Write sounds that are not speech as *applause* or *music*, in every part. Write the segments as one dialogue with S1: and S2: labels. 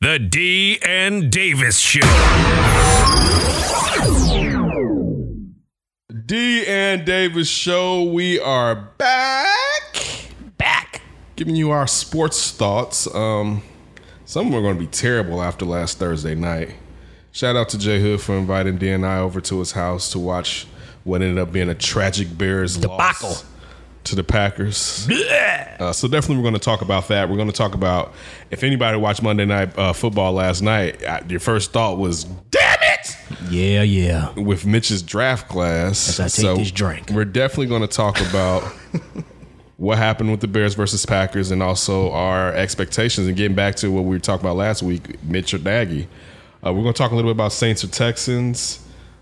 S1: The D and Davis Show.
S2: D and Davis show. We are back,
S3: Back.
S2: giving you our sports thoughts. Um, some were going to be terrible after last Thursday night. Shout out to Jay Hood for inviting D and I over to his house to watch what ended up being a tragic Bears
S3: Debacle.
S2: loss to the Packers. Uh, so definitely, we're going to talk about that. We're going to talk about if anybody watched Monday Night uh, Football last night, I, your first thought was "Damn it!"
S3: Yeah, yeah.
S2: *laughs* with Mitch's draft class.
S3: As I take this drink.
S2: We're definitely going to talk
S3: *laughs*
S2: about what happened with the Bears versus Packers and also our expectations and getting back to what we were talking about last week, Mitch or Nagy. Uh, we're going to talk a little bit about Saints or Texans.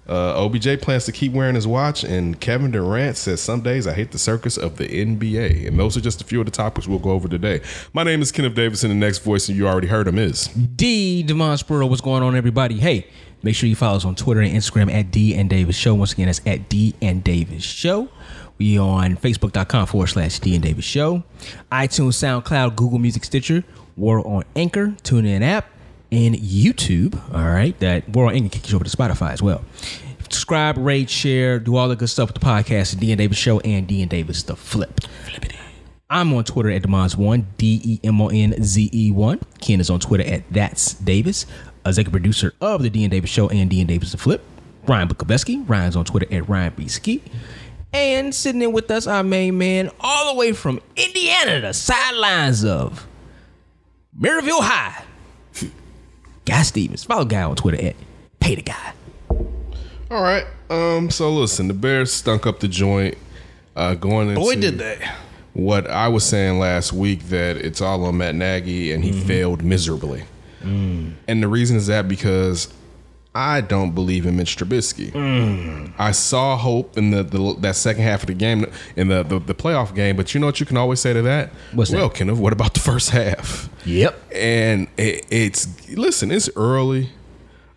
S2: Uh, OBJ plans to keep wearing his watch, and Kevin Durant says, Some days I hate the circus of the NBA. And those are just a few of the topics we'll go over today. My name is Kenneth Davis, and the next voice you already heard him is.
S3: D Demon Spurl, what's going on, everybody? Hey, make sure you follow us on Twitter and Instagram at D and Davis Show. Once again, that's at D and Davis Show. We on Facebook.com forward slash D and Davis Show, iTunes, SoundCloud, Google Music, Stitcher. We're on Anchor, TuneIn app, and YouTube. All right, that we're on Anchor kicks you over to Spotify as well. Subscribe, rate, share, do all the good stuff with the podcast, the D and Davis Show, and D and Davis the Flip. I'm on Twitter at Demons1, D E M O N Z E 1. Ken is on Twitter at That's Davis, Uh, executive producer of The Dean Davis Show and Dean Davis The Flip. Ryan Bukoveski. Ryan's on Twitter at Ryan B. Ski. And sitting in with us, our main man, all the way from Indiana, the sidelines of Maryville High, Guy Stevens. Follow Guy on Twitter at Pay the Guy.
S2: All right. Um. So listen, the Bears stunk up the joint. Uh, going into
S4: Boy, did they.
S2: what I was saying last week that it's all on Matt Nagy and he
S4: Mm-hmm.
S2: failed miserably.
S4: Mm.
S2: And the reason is that because I don't believe in Mitch Trubisky.
S4: Mm.
S2: I saw hope in the, the that second half of the game in the, the the playoff game, but you know what you can always say to that?
S3: What's that?
S2: well, Kenneth, what about the first half?
S3: Yep.
S2: and it, it's listen, it's early.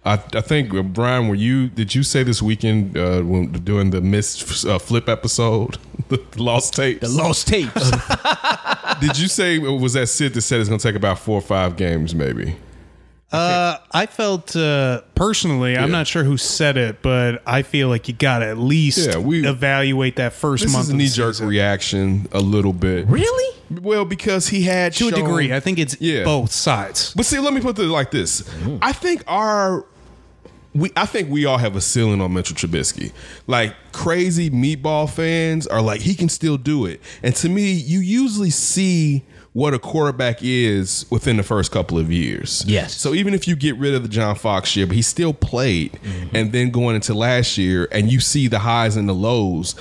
S2: I, I think uh, Brian, were you did you say this weekend uh, when doing the missed uh, flip episode, *laughs* the lost tapes?
S3: The lost tapes.
S2: did you say was that Sid that said it's going to take about four or five games, maybe?
S4: Uh, I felt uh, personally. I'm not sure who said it, but I feel like you got to at least
S2: Yeah, we-
S4: evaluate that first
S2: This
S4: month.
S2: is a
S4: of the
S2: knee jerk
S4: season.
S2: reaction, a little bit.
S3: *laughs* really?
S2: Well, because he had
S4: to a
S2: shown-
S4: degree. I think it's
S2: Yeah.
S4: both sides.
S2: But see, let me put it like this:
S3: Mm-hmm.
S2: I think our we, I think we all have a ceiling on Mitchell Trubisky. Like crazy meatball fans are like, he can still do it. And to me, you usually see what a quarterback is within the first couple of years.
S3: Yes.
S2: So even if you get rid of the John Fox year, but he still played,
S3: Mm-hmm.
S2: and then going into last year, and you see the highs and the lows.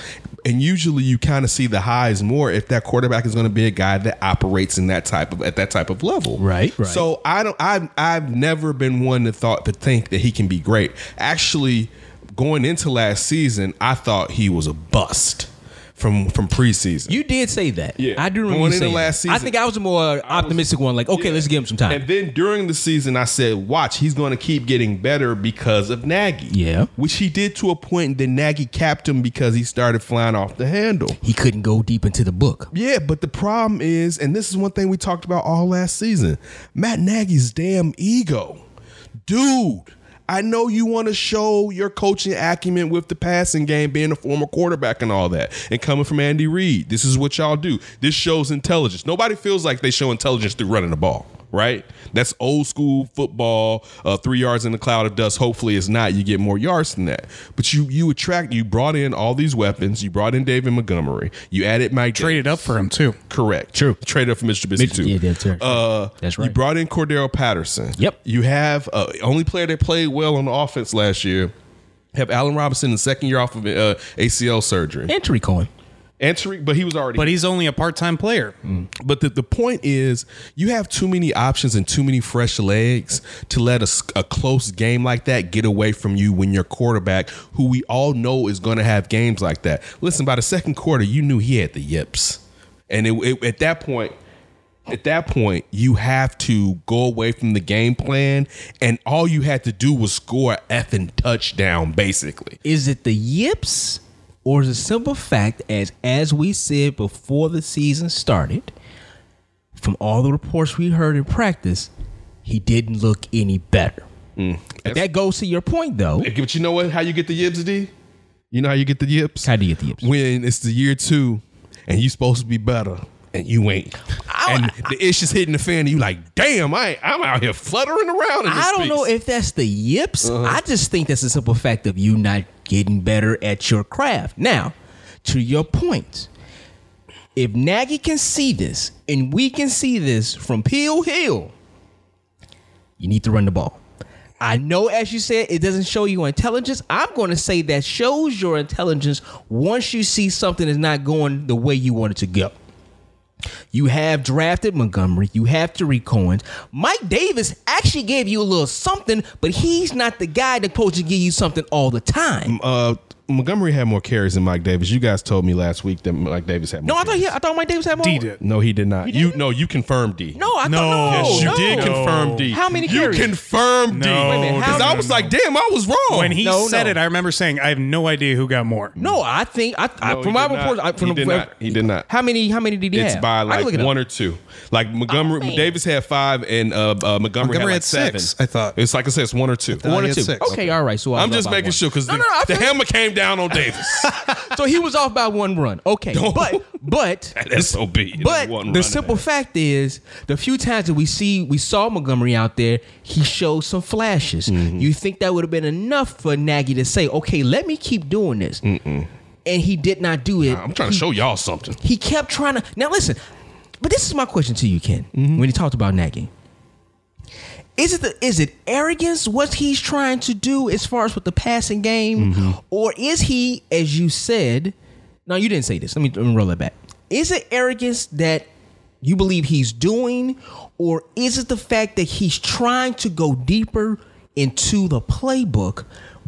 S2: And usually, you kind of see the highs more if that quarterback is going to be a guy that operates in that type of at that type of level.
S3: Right, right.
S2: So I don't. I've I've never been one that thought to think that he can be great. Actually, going into last season, I thought he was a bust from from preseason.
S3: You did say that.
S2: Yeah.
S3: I do remember
S2: Going
S3: you
S2: into
S3: saying
S2: last
S3: that. I
S2: season,
S3: think I was the more optimistic one. Like, okay, let's give him some time.
S2: and then during the season, I said, "Watch, he's going to keep getting better because of Nagy."
S3: Yeah.
S2: which he did to a point. And then Nagy capped him because he started flying off the handle.
S3: he couldn't go deep into the book.
S2: Yeah, but the problem is, and this is one thing we talked about all last season Matt Nagy's damn ego. Dude, I know you want to show your coaching acumen with the passing game, being a former quarterback and all that, and coming from Andy Reid. This is what y'all do. This shows intelligence. Nobody feels like they show intelligence through running the ball. Right, that's old school football. Uh, three yards in the cloud of dust. Hopefully, it's not. You get more yards than that. But you you attract. You brought in all these weapons. You brought in David Montgomery. You added Mike. Davis.
S4: Traded up for him too.
S2: Correct.
S3: True.
S2: Traded up for Mr. Trubisky too.
S3: yeah, that's right.
S2: Uh,
S3: That's
S2: You
S3: right.
S2: brought in Cordero Patterson.
S3: Yep.
S2: You have uh, only player that played well on the offense last year. Have Allen Robinson in the second year off of uh, ACL surgery.
S3: Entry coin.
S2: And Tariq, but he was already.
S4: But he's only a part-time player.
S2: But the, the point is, you have too many options and too many fresh legs to let a, s- a close game like that get away from you when your quarterback, who we all know is going to have games like that. Listen, by the second quarter, you knew he had the yips. And it, it, at that point, at that point, you have to go away from the game plan, and all you had to do was score a effing touchdown, basically.
S3: Is it the yips or is it simple fact as as we said before the season started, from all the reports we heard in practice, he didn't look any better.
S2: Mm.
S3: That goes to your point, though.
S2: But you know what? How you get the yips, D? You know how you get the yips?
S3: How do you get the yips?
S2: When it's the year two, and you supposed to be better, and you ain't. And the ish is hitting the fan, and you like, damn, I ain't, I'm out here fluttering around. In this
S3: I don't know
S2: piece."
S3: if that's the yips. I just think that's a simple fact of you not getting better at your craft. Now, to your point, if Nagy can see this and we can see this from Peel Hill, you need to run the ball. I know, as you said, it doesn't show you intelligence. I'm going to say that shows your intelligence once you see something is not going the way you want it to go. You have drafted Montgomery. You have Tariq Cohen. Mike Davis actually gave you a little something, but he's not the guy that's supposed to give you something all the time.
S2: Uh, Montgomery had more carries than Mike Davis. You guys told me last week that Mike Davis had. More
S3: No, I thought
S2: carries.
S3: he, I thought Mike Davis had more.
S4: D did.
S2: No, he did not. You no, you confirmed D.
S3: No, I
S4: No,
S3: thought no.
S2: yes, you
S3: no.
S2: did confirm D.
S3: How many
S2: You
S3: carries?
S2: confirmed D.
S4: No, Wait a minute,
S2: because
S3: how-
S2: I was like, damn, I was wrong.
S4: When he
S3: No,
S4: said
S3: no.
S4: it, I remember saying, "I have no idea who got more."
S3: No, I think I, I
S2: No,
S3: from
S2: he
S3: my
S2: did
S3: report.
S2: not.
S3: I, from
S2: He did
S3: the-
S2: not. He did not.
S3: How many? How many did he
S2: it's
S3: have?
S2: by
S3: I can look
S2: like
S3: it up.
S2: one or two. Like Montgomery,
S3: man.
S2: Davis had five, and uh, uh, Montgomery, had,
S5: Montgomery
S2: like
S5: had six,
S2: seven.
S5: I thought.
S2: it's like I said, it's one or two.
S5: One
S3: One
S5: he
S3: or
S5: had
S3: two.
S5: six.
S3: Okay, all right. So I was
S2: I'm just
S3: off by
S2: making
S3: one.
S2: sure because
S3: No,
S2: the,
S3: no, no, I
S2: the
S3: feel-
S2: hammer came down on
S3: *laughs*
S2: Davis. *laughs*
S3: So he was off by one run. Okay, but but
S2: That's so big.
S3: But the simple fact is, the few times that we see we saw Montgomery out there, he showed some flashes. You think that would have been enough for Nagy to say, "Okay, let me keep doing this," and he did not do it.
S2: I'm trying to
S3: He-
S2: show y'all something.
S3: He kept trying to. Now listen, but this is my question to you, Ken. When he talked about Nagy, is it the, is it arrogance what he's trying to do as far as with the passing game, or is he, as you said, no, you didn't say this. Let me, let me roll it back. Is it arrogance that you believe he's doing, or is it the fact that he's trying to go deeper into the playbook,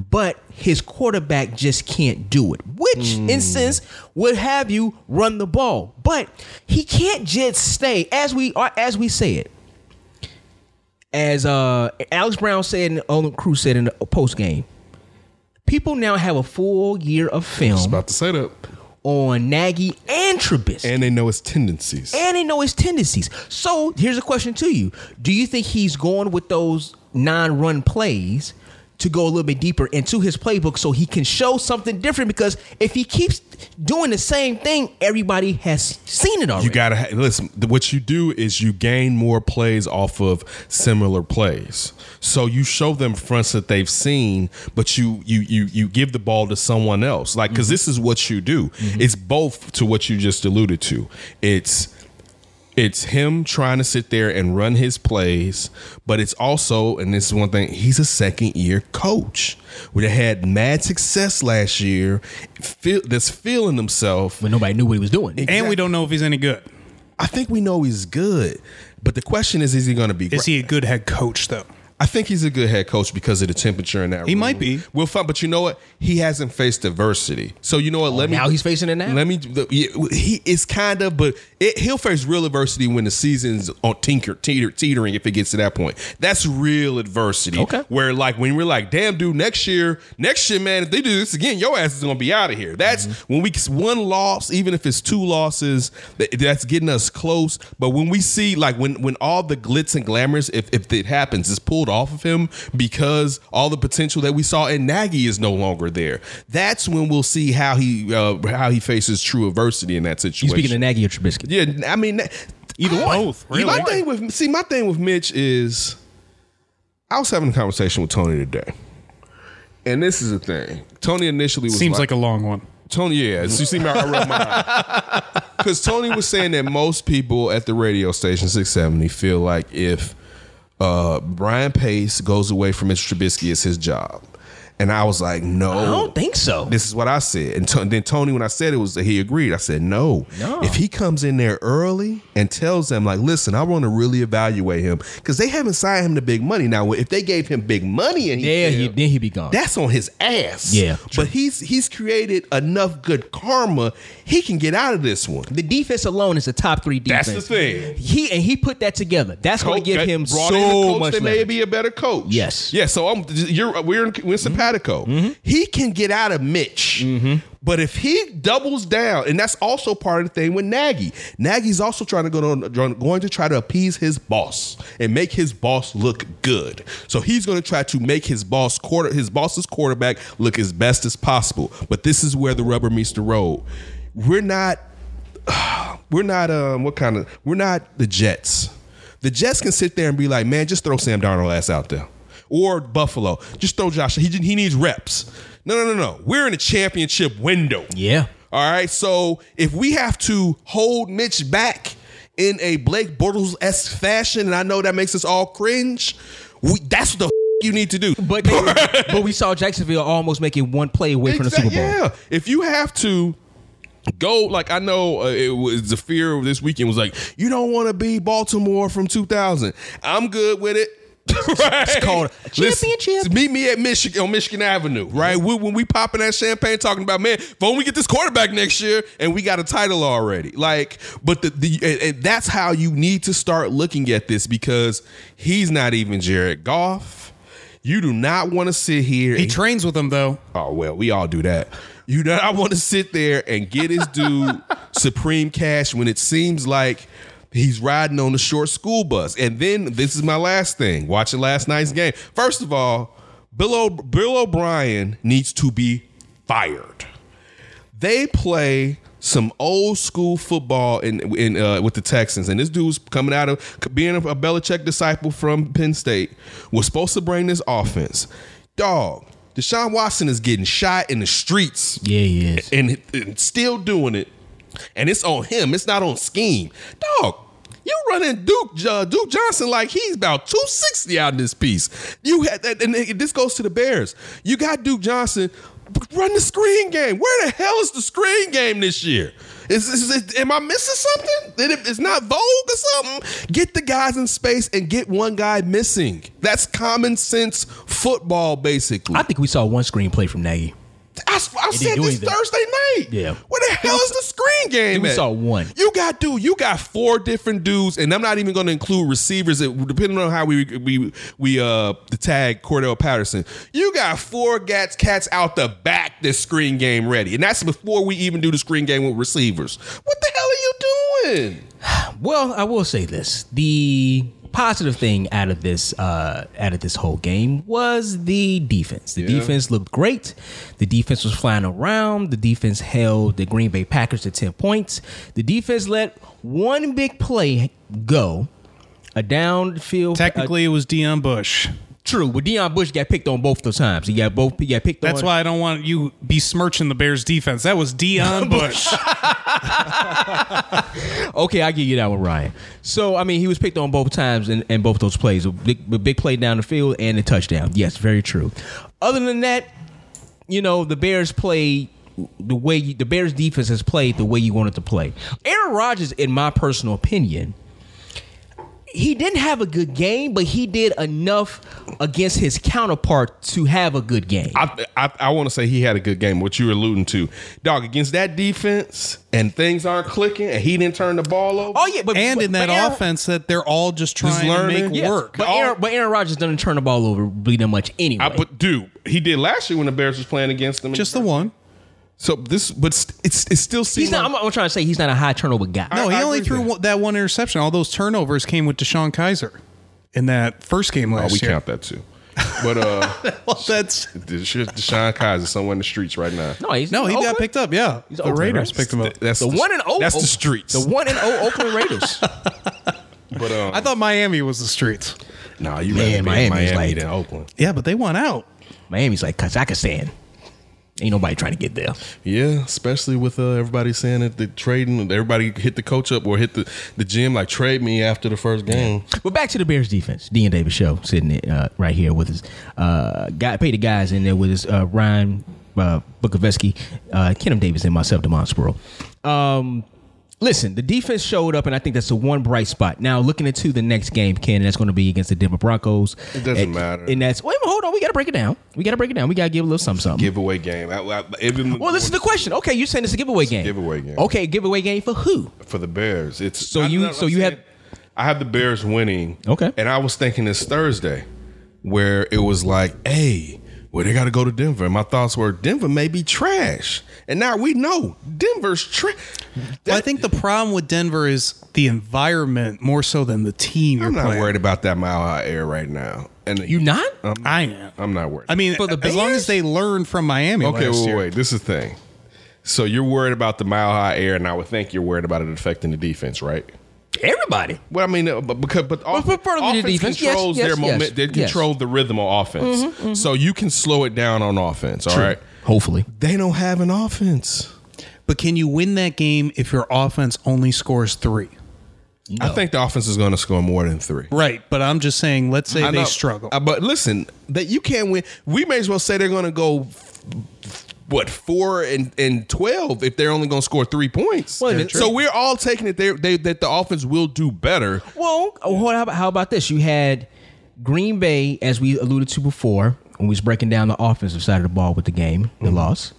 S3: but his quarterback just can't do it? Which, in sense, would have you run the ball, but he can't just stay as we are as we said as uh, Alex Brown said and Olin Cruz said in the post game, people now have a full year of film
S2: About to say that,
S3: on Nagy and Trubisky, and,
S2: and they know his tendencies.
S3: they know his tendencies. So here's a question to you: Do you think he's going with those non-run plays? To go a little bit deeper into his playbook so he can show something different because if he keeps doing the same thing, everybody has seen it already.
S2: You gotta ha- listen. th- What you do is you gain more plays off of similar plays. So you show them fronts that they've seen, but you you you you give the ball to someone else. Like because this is what you do. It's both to what you just alluded to. It's it's him trying to sit there and run his plays, but it's also, and this is one thing, he's a second year coach. We had mad success last year, feel, that's feeling himself.
S3: when nobody knew what he was doing.
S4: And we don't know if he's any good.
S2: I think we know he's good, but the question is, is he going to be?
S4: Is
S2: great?
S4: he a good head coach though?
S2: I think he's a good head coach because of the temperature in that.
S4: He
S2: room.
S4: might be.
S2: We'll find, but you know what? He hasn't faced adversity, so you know what? Let me.
S3: Oh, now he's facing it now?
S2: Let me. the- He is kind of, but it, he'll face real adversity when the season's on tinker teeter teetering. If it gets to that point, that's real adversity.
S3: Okay.
S2: Where like when we're like, damn, dude, next year, next year, man, if they do this again, your ass is gonna be out of here. That's
S3: Mm-hmm.
S2: when we one loss, even if it's two losses, that, that's getting us close. But when we see like when when all the glitz and glamours, if if it happens, is pulled off of him because all the potential that we saw in Nagy is no longer there. That's when we'll see how he uh, how he faces true adversity in that
S3: you
S2: situation.
S3: speaking to Nagy or Trubisky?
S2: Yeah, I mean, that-
S4: Either
S2: I-
S4: one. Both,
S2: My
S4: really.
S2: thing with see, my thing with Mitch is, I was having a conversation with Tony today, and this is the thing. Tony initially was
S4: Seems
S2: like
S4: like a long one.
S2: Tony, yeah, you see me, I rubbed my
S4: *laughs*
S2: Because Tony was saying that most people at the radio station 670 feel like if uh, Brian Pace goes away from Mr. Trubisky, it's his job. And I was like, no.
S3: I don't think so.
S2: This is what I said. And, to- then Tony, when I said it, was he agreed. I said, no.
S3: No.
S2: If he comes in there early and tells them, like, listen, I want to really evaluate him because they haven't signed him to big money. Now, if they gave him big money and he
S3: yeah,
S2: failed,
S3: he, then he'd be gone.
S2: that's on his ass.
S3: Yeah,
S2: But he's he's created enough good karma. He can get out of this one.
S3: The defense alone is a top three defense.
S2: That's the thing.
S3: He and he put that together. That's going to give
S2: Coach-
S3: him
S2: brought in a
S3: so
S2: coach
S3: much.
S2: that may
S3: leverage.
S2: be a better coach.
S3: Yes. Mm-hmm.
S2: Yeah. So I'm. You're. We're in. We're in simpatico. He can get out of Mitch, But if he doubles down, and that's also part of the thing with Nagy. Nagy's also trying to go to going to try to appease his boss and make his boss look good. So he's going to try to make his boss quarter his boss's quarterback look as best as possible. But this is where the rubber meets the road. We're not we're not um what kind of we're not the Jets. The Jets can sit there and be like, man, just throw Sam Darnold ass out there. Or Buffalo. Just throw Josh. He, he needs reps. No, no, no, no. We're in a championship window.
S3: Yeah.
S2: All right. So if we have to hold Mitch back in a Blake Bortles esque fashion, and I know that makes us all cringe, we, that's what the f- you need to do. *laughs*
S3: But they, but we saw Jacksonville almost make it one play away from the Super
S2: Exact-
S3: Bowl.
S2: Yeah, if you have to go, like I know uh, it was the fear of this weekend was like you don't want to be Baltimore from 2000. I'm good with it. *laughs* right? It's
S3: called a championship.
S2: meet me at Michigan on Michigan Avenue, right? We, when we popping that champagne, talking about man, if only we get this quarterback next year, and we got a title already. Like, but the, the and, and that's how you need to start looking at this because he's not even Jared Goff. You do not want to sit here.
S4: He
S2: and
S4: trains with him though.
S2: Oh well, we all do that. You know, I want to sit there and get his due supreme cash when it seems like he's riding on the short school bus. And then this is my last thing: watching last night's game. First of all, Bill, o- Bill O'Brien needs to be fired. They play some old school football in in uh, with the Texans, and this dude's coming out of being a Belichick disciple from Penn State was supposed to bring this offense. Dog, Deshaun Watson is getting shot in the streets
S3: Yeah, he is.
S2: and, and still doing it, and it's on him. It's not on scheme, dog. You running Duke uh, Duke Johnson like he's about two sixty out in this piece. You had that, and it- this goes to the Bears. You got Duke Johnson. Run the screen game. Where the hell is the screen game this year? Is, is, is- am I missing something? That it- it's not Vogue or something? Get the guys in space and get one guy missing. That's common sense football, basically.
S3: I think we saw one screenplay from Nagy.
S2: I, I said
S3: do
S2: this
S3: anything.
S2: Thursday night.
S3: Yeah.
S2: Where the hell is the screen game?
S3: We
S2: at?
S3: saw one.
S2: You got dude. You got four different dudes, and I'm not even going to include receivers. It, depending on how we we we uh the tag Cordell Patterson. You got four gats cats out the back this screen game ready, and that's before we even do the screen game with receivers. What the hell are you doing?
S3: Well, I will say this: the positive thing out of this uh, out of this whole game was the defense. The defense looked great. The defense was flying around. The defense held the Green Bay Packers to ten points. The defense let one big play go. A downfield,
S4: Technically, it was Dion Bush.
S3: uh, true. But Deion Bush got picked on both those times. He got both. He got picked
S4: That's
S3: on.
S4: why I don't want you besmirching the Bears defense. That was
S2: *laughs*
S4: Dion Bush.
S3: Okay, I give you that one, Ryan. So I mean, he was picked on both times and, and both those plays. A big, a big play down the field and a touchdown. Yes, very true. Other than that, you know, the Bears play the way you, the Bears defense has played the way you want it to play. Aaron Rodgers, in my personal opinion, he didn't have a good game, but he did enough against his counterpart to have a good game.
S2: I I, I want to say he had a good game. What you were alluding to, dog, against that defense, and things aren't clicking, and he didn't turn the ball over.
S3: oh yeah, but
S4: and
S3: but-
S4: in that
S3: but Aaron-
S4: offense that they're all just trying
S2: learning.
S4: to make
S2: Yes,
S4: work.
S3: But
S2: All-
S3: Aaron, but Aaron Rodgers doesn't turn the ball over really that much anyway.
S2: I, but dude, he did last year when the Bears was playing against them.
S4: just the one.
S2: So this, but st- it's it still seems
S3: He's not. I'm, I'm trying to say he's not a high turnover guy.
S4: No, he
S2: I
S4: only
S2: agree
S4: threw
S2: with
S4: one, that one interception. All those turnovers came with Deshaun Kaiser in that first game
S2: oh,
S4: last
S2: we
S4: year.
S2: count that too. But uh,
S4: *laughs*
S2: *laughs*
S4: Well, that's
S2: Desha- Deshaun Kaiser somewhere in the streets right now.
S3: no, he's
S4: no, he got
S3: Oakland.
S4: picked up. Yeah, the
S3: Oakland,
S4: Raiders
S3: right?
S4: picked him up.
S2: That's
S3: The one in O.
S2: That's
S3: O-
S2: the streets.
S3: The one in O. Oakland
S4: *laughs*
S3: Raiders.
S2: but um,
S4: I thought Miami was the streets.
S2: nah, you
S3: Man,
S2: man, Miami,
S3: Miami's
S2: Miami
S3: like-
S2: than Oakland.
S4: Yeah, but they won out.
S3: Miami's like Kazakhstan. Ain't nobody trying to get there.
S2: Yeah, especially with uh, everybody saying that the trading, everybody hit the coach up or hit the, the gym like trade me after the first game.
S3: But back to the Bears defense. D and Davis show sitting uh, right here with his uh, guy. Pay the guys in there with his uh, Ryan uh, Bukoveski, uh, Kenem Davis, and myself, Demond Spurl. Um, listen, the defense showed up, and I think that's the one bright spot. Now looking into the next game, Ken, that's going to be against the Denver Broncos.
S2: It doesn't matter.
S3: And that's wait, a minute, hold on. We got to break it down. We got to break it down. We got to give a little something. something.
S2: *laughs* Giveaway game. I, I, even
S3: Well, this is the question. Okay, you're saying it's a giveaway game.
S2: giveaway game.
S3: Okay, giveaway game for who?
S2: for the Bears. It's
S3: So you- so you had-
S2: I have the Bears winning.
S3: Okay.
S2: And I was thinking this Thursday, where it was like, hey, well, they got to go to Denver. And my thoughts were, Denver may be trash. And now we know Denver's trash.
S4: Well, I think the problem with Denver is the environment more so than the team you're
S2: I'm not
S4: playing.
S2: worried about that mile high air right now. And
S3: You not?
S4: I am.
S2: I'm not worried.
S4: I mean,
S3: For the
S4: as long
S3: Bears?
S4: as they learn from Miami
S2: okay,
S4: last
S2: wait,
S4: year.
S2: wait. This is the thing. So you're worried about the mile high air, and I would think you're worried about it affecting the defense, right?
S3: Everybody.
S2: Well, I mean, uh, but because but off,
S3: but part of the
S2: offense
S3: defense, yes,
S2: controls
S3: yes,
S2: their
S3: yes,
S2: moment. They
S3: yes. Mm-hmm,
S2: control the rhythm of offense, so you can slow it down on offense. All right,
S3: Hopefully.
S2: they don't have an offense.
S4: But can you win that game if your offense only scores three?
S2: I think the offense is going to score more than three.
S4: Right, but I'm just saying. Let's say
S2: I
S4: they
S2: know.
S4: struggle.
S2: Uh, but listen, that you can't win. We may as well say they're going to go what four and, and twelve if they're only going to score three points.
S3: Well, it is
S2: so
S3: true.
S2: we're all taking it there they, that the offense will do better.
S3: Well, what, how, about, how about this? You had Green Bay, as we alluded to before, when we was breaking down the offensive side of the ball with the game, the
S2: Mm-hmm.
S3: loss,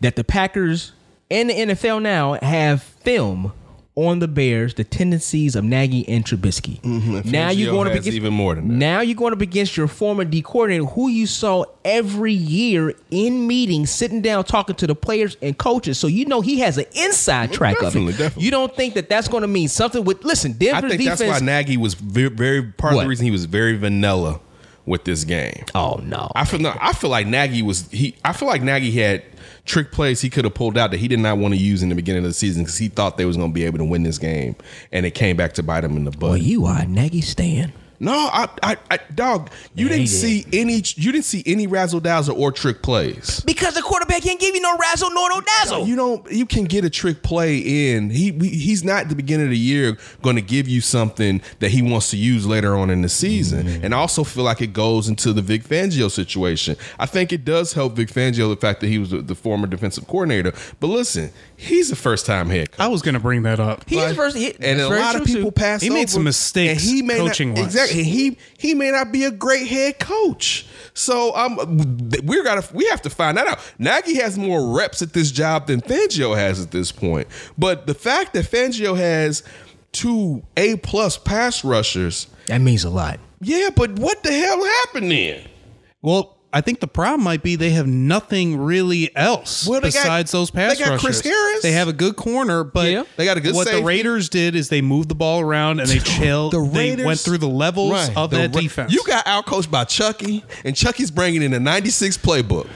S3: that the Packers and the NFL now have film on the Bears, the tendencies of Nagy and Trubisky. Now
S2: Mm-hmm. Fangio
S3: you're going up
S2: has
S3: against
S2: even more than that.
S3: Now you're going up against your former D coordinator, who you saw every year in meetings, sitting down talking to the players and coaches. So you know he has an inside track
S2: definitely,
S3: of it.
S2: definitely.
S3: You don't think that that's going to mean something with? Listen, Denver's
S2: I think
S3: defense.
S2: that's why Nagy was very, very part of
S3: What?
S2: the reason he was very vanilla with this game.
S3: Oh no.
S2: I feel no, I feel like Nagy was he. I feel like Nagy had trick plays he could have pulled out that he did not want to use in the beginning of the season because he thought they was going to be able to win this game, and it came back to bite him in the butt.
S3: well, you are a Nagy Stan.
S2: No, I, I, I dog, you didn't
S3: he
S2: see any, you didn't see any razzle dazzle or trick plays.
S3: Because the quarterback can't give you no razzle nor no dazzle.
S2: You don't, you can get a trick play in. He, we- he's not at the beginning of the year going to give you something that he wants to use later on in the season. And I also feel like it goes into the Vic Fangio situation. I think it does help Vic Fangio the fact that he was the, the former defensive coordinator. But listen, he's a first time head. coach.
S4: I was going to bring that up.
S3: He is first. He,
S2: and
S3: that's
S2: a
S3: very
S2: lot of
S3: true,
S2: people
S3: too.
S2: pass.
S4: He made
S2: over,
S4: some mistakes
S2: and he may not-
S4: coaching-wise.
S2: Exactly. And he he may not be a great head coach. So um, we're gotta we have to find that out. Nagy has more reps at this job than Fangio has at this point. But the fact that Fangio has two A plus pass rushers,
S3: That means a lot.
S2: yeah. But what the hell happened then?
S4: Well, I think the problem might be they have nothing really else
S2: Well, they got-
S4: besides those pass
S2: they got Chris
S4: rushers.
S2: Harris.
S4: They have a good corner, but
S3: Yeah.
S2: They got a good
S4: What
S2: safety.
S4: the Raiders did is they moved the ball around and they
S2: *laughs*
S4: chill.
S2: The
S4: they
S2: Raiders-
S4: went through the levels
S2: Right.
S4: of
S2: The
S4: that
S2: Ra-
S4: defense.
S2: You got out coached by Chucky, and Chucky's bringing in a '96 playbook.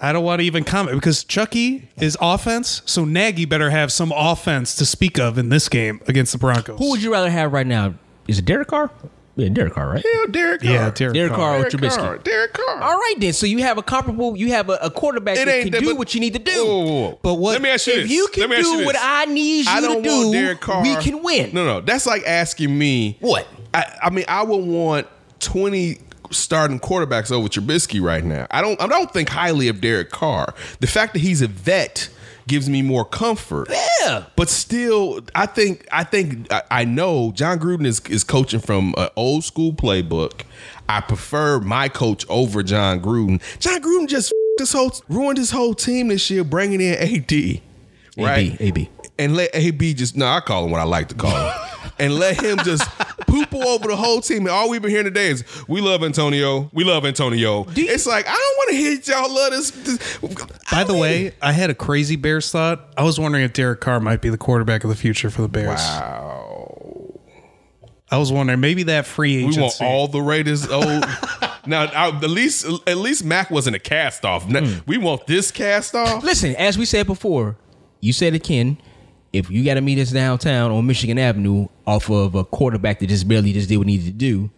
S4: I don't want to even comment because Chucky is offense, so Nagy better have some offense to speak of in this game against the Broncos.
S3: Who would you rather have right now? Is it Derek Carr? Yeah, Derek Carr, right?
S2: Hell, Derek. Carr.
S4: Yeah, Derek
S3: Derek Carr or
S2: Derek
S3: Trubisky.
S2: Carr. Derek Carr.
S3: All right, then. So you have a comparable. You have a, a quarterback that can
S2: that-
S3: do
S2: but-
S3: what you need to do.
S2: Whoa, whoa, whoa.
S3: But what?
S2: Let me ask you
S3: if
S2: this.
S3: you can
S2: Let me ask you
S3: do
S2: this.
S3: what I need you
S2: I don't
S3: to
S2: want
S3: do,
S2: Derek Carr.
S3: we can win.
S2: No, no, that's like asking me
S3: What?
S2: I, I mean, I would want twenty starting quarterbacks over Trubisky right now. I don't. I don't think highly of Derek Carr. The fact that he's a vet gives me more comfort.
S3: Yeah.
S2: But still, I think I think I, I know John Gruden is is coaching from an old school playbook. I prefer my coach over John Gruden. John Gruden just f- this whole ruined his whole team this year, bringing in AD. Right,
S3: AB, AB.
S2: and let AB just no, I call him what I like to call
S4: *laughs*
S2: him, and let him just poople over the whole team. And all we've been hearing today is we love Antonio, we love Antonio.
S3: you-
S2: it's like I don't want to hear y'all love this. this-
S4: By the way, I had a crazy Bears thought. I was wondering if Derek Carr might be the quarterback of the future for the Bears. Wow. I was wondering maybe that free
S2: we
S4: agency.
S2: want all the Raiders. Old
S4: *laughs*
S2: now, I, at least at least Mac wasn't a cast off. Now,
S4: Hmm.
S2: We want this cast off.
S3: Listen, as we said before, you said it, Ken. If you got to meet us downtown on Michigan Avenue off of a quarterback that just barely just did what he needed to do,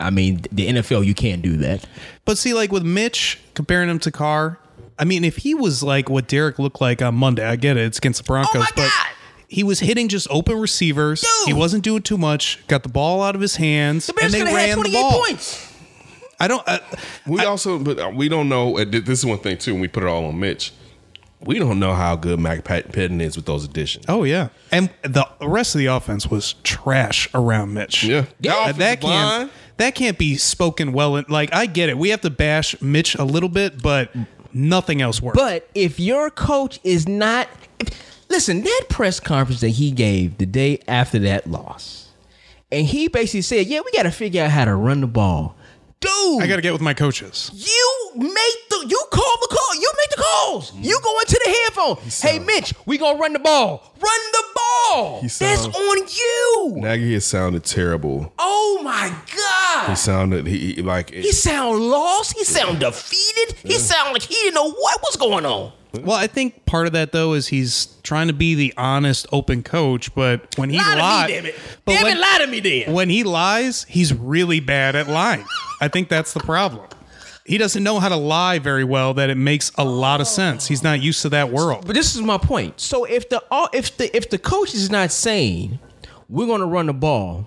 S3: I mean, the NFL, you can't do that.
S4: But see, like with Mitch, comparing him to Carr, I mean, if he was like what Derek looked like on Monday, I get it. It's against the Broncos,
S3: my
S4: but
S3: God!
S4: he was hitting just open receivers. He wasn't doing too much. Got the ball out of his hands, and they ran the ball.
S3: points.
S4: I don't. Uh,
S2: We also, but uh, we don't know. and This is one thing too. When we put it all on Mitch, we don't know how good Mac Patton is with those additions.
S4: oh yeah, and the rest of the offense was trash around Mitch.
S2: Yeah,
S4: Uh,
S2: that,
S4: that
S2: offensive
S4: can't
S2: line-
S4: that can't be spoken well. In, like I get it, we have to bash Mitch a little bit, but nothing else worked.
S3: But if your coach is not, if, listen, that press conference that he gave the day after that loss, and he basically said, "Yeah, we got to figure out how to run the ball, dude."
S4: I got to get with my coaches.
S3: you make the you call the call. You make the calls.
S4: Mm-hmm.
S3: You go into the headphone. hey, Mitch, we gonna run the ball. Run the ball.
S2: He
S3: That's
S2: sound-
S3: on you.
S2: Nagy has sounded terrible.
S3: Oh my
S2: He
S3: god.
S2: sounded he he- like
S3: He sound lost. He sound defeated. He sound like he didn't know what was going on.
S4: Well, I think part of that though is he's trying to be the honest, open coach, but when he
S3: Lie to
S4: lies,
S3: me, damn it.
S4: but
S3: Damn
S4: when,
S3: it, lie to me then.
S4: when he lies, he's really bad at lying. I think that's the problem. He doesn't know how to lie very well. That it makes a lot of sense. He's not used to that world.
S3: But this is my point. So if the all if the if the coach is not saying we're going to run the ball,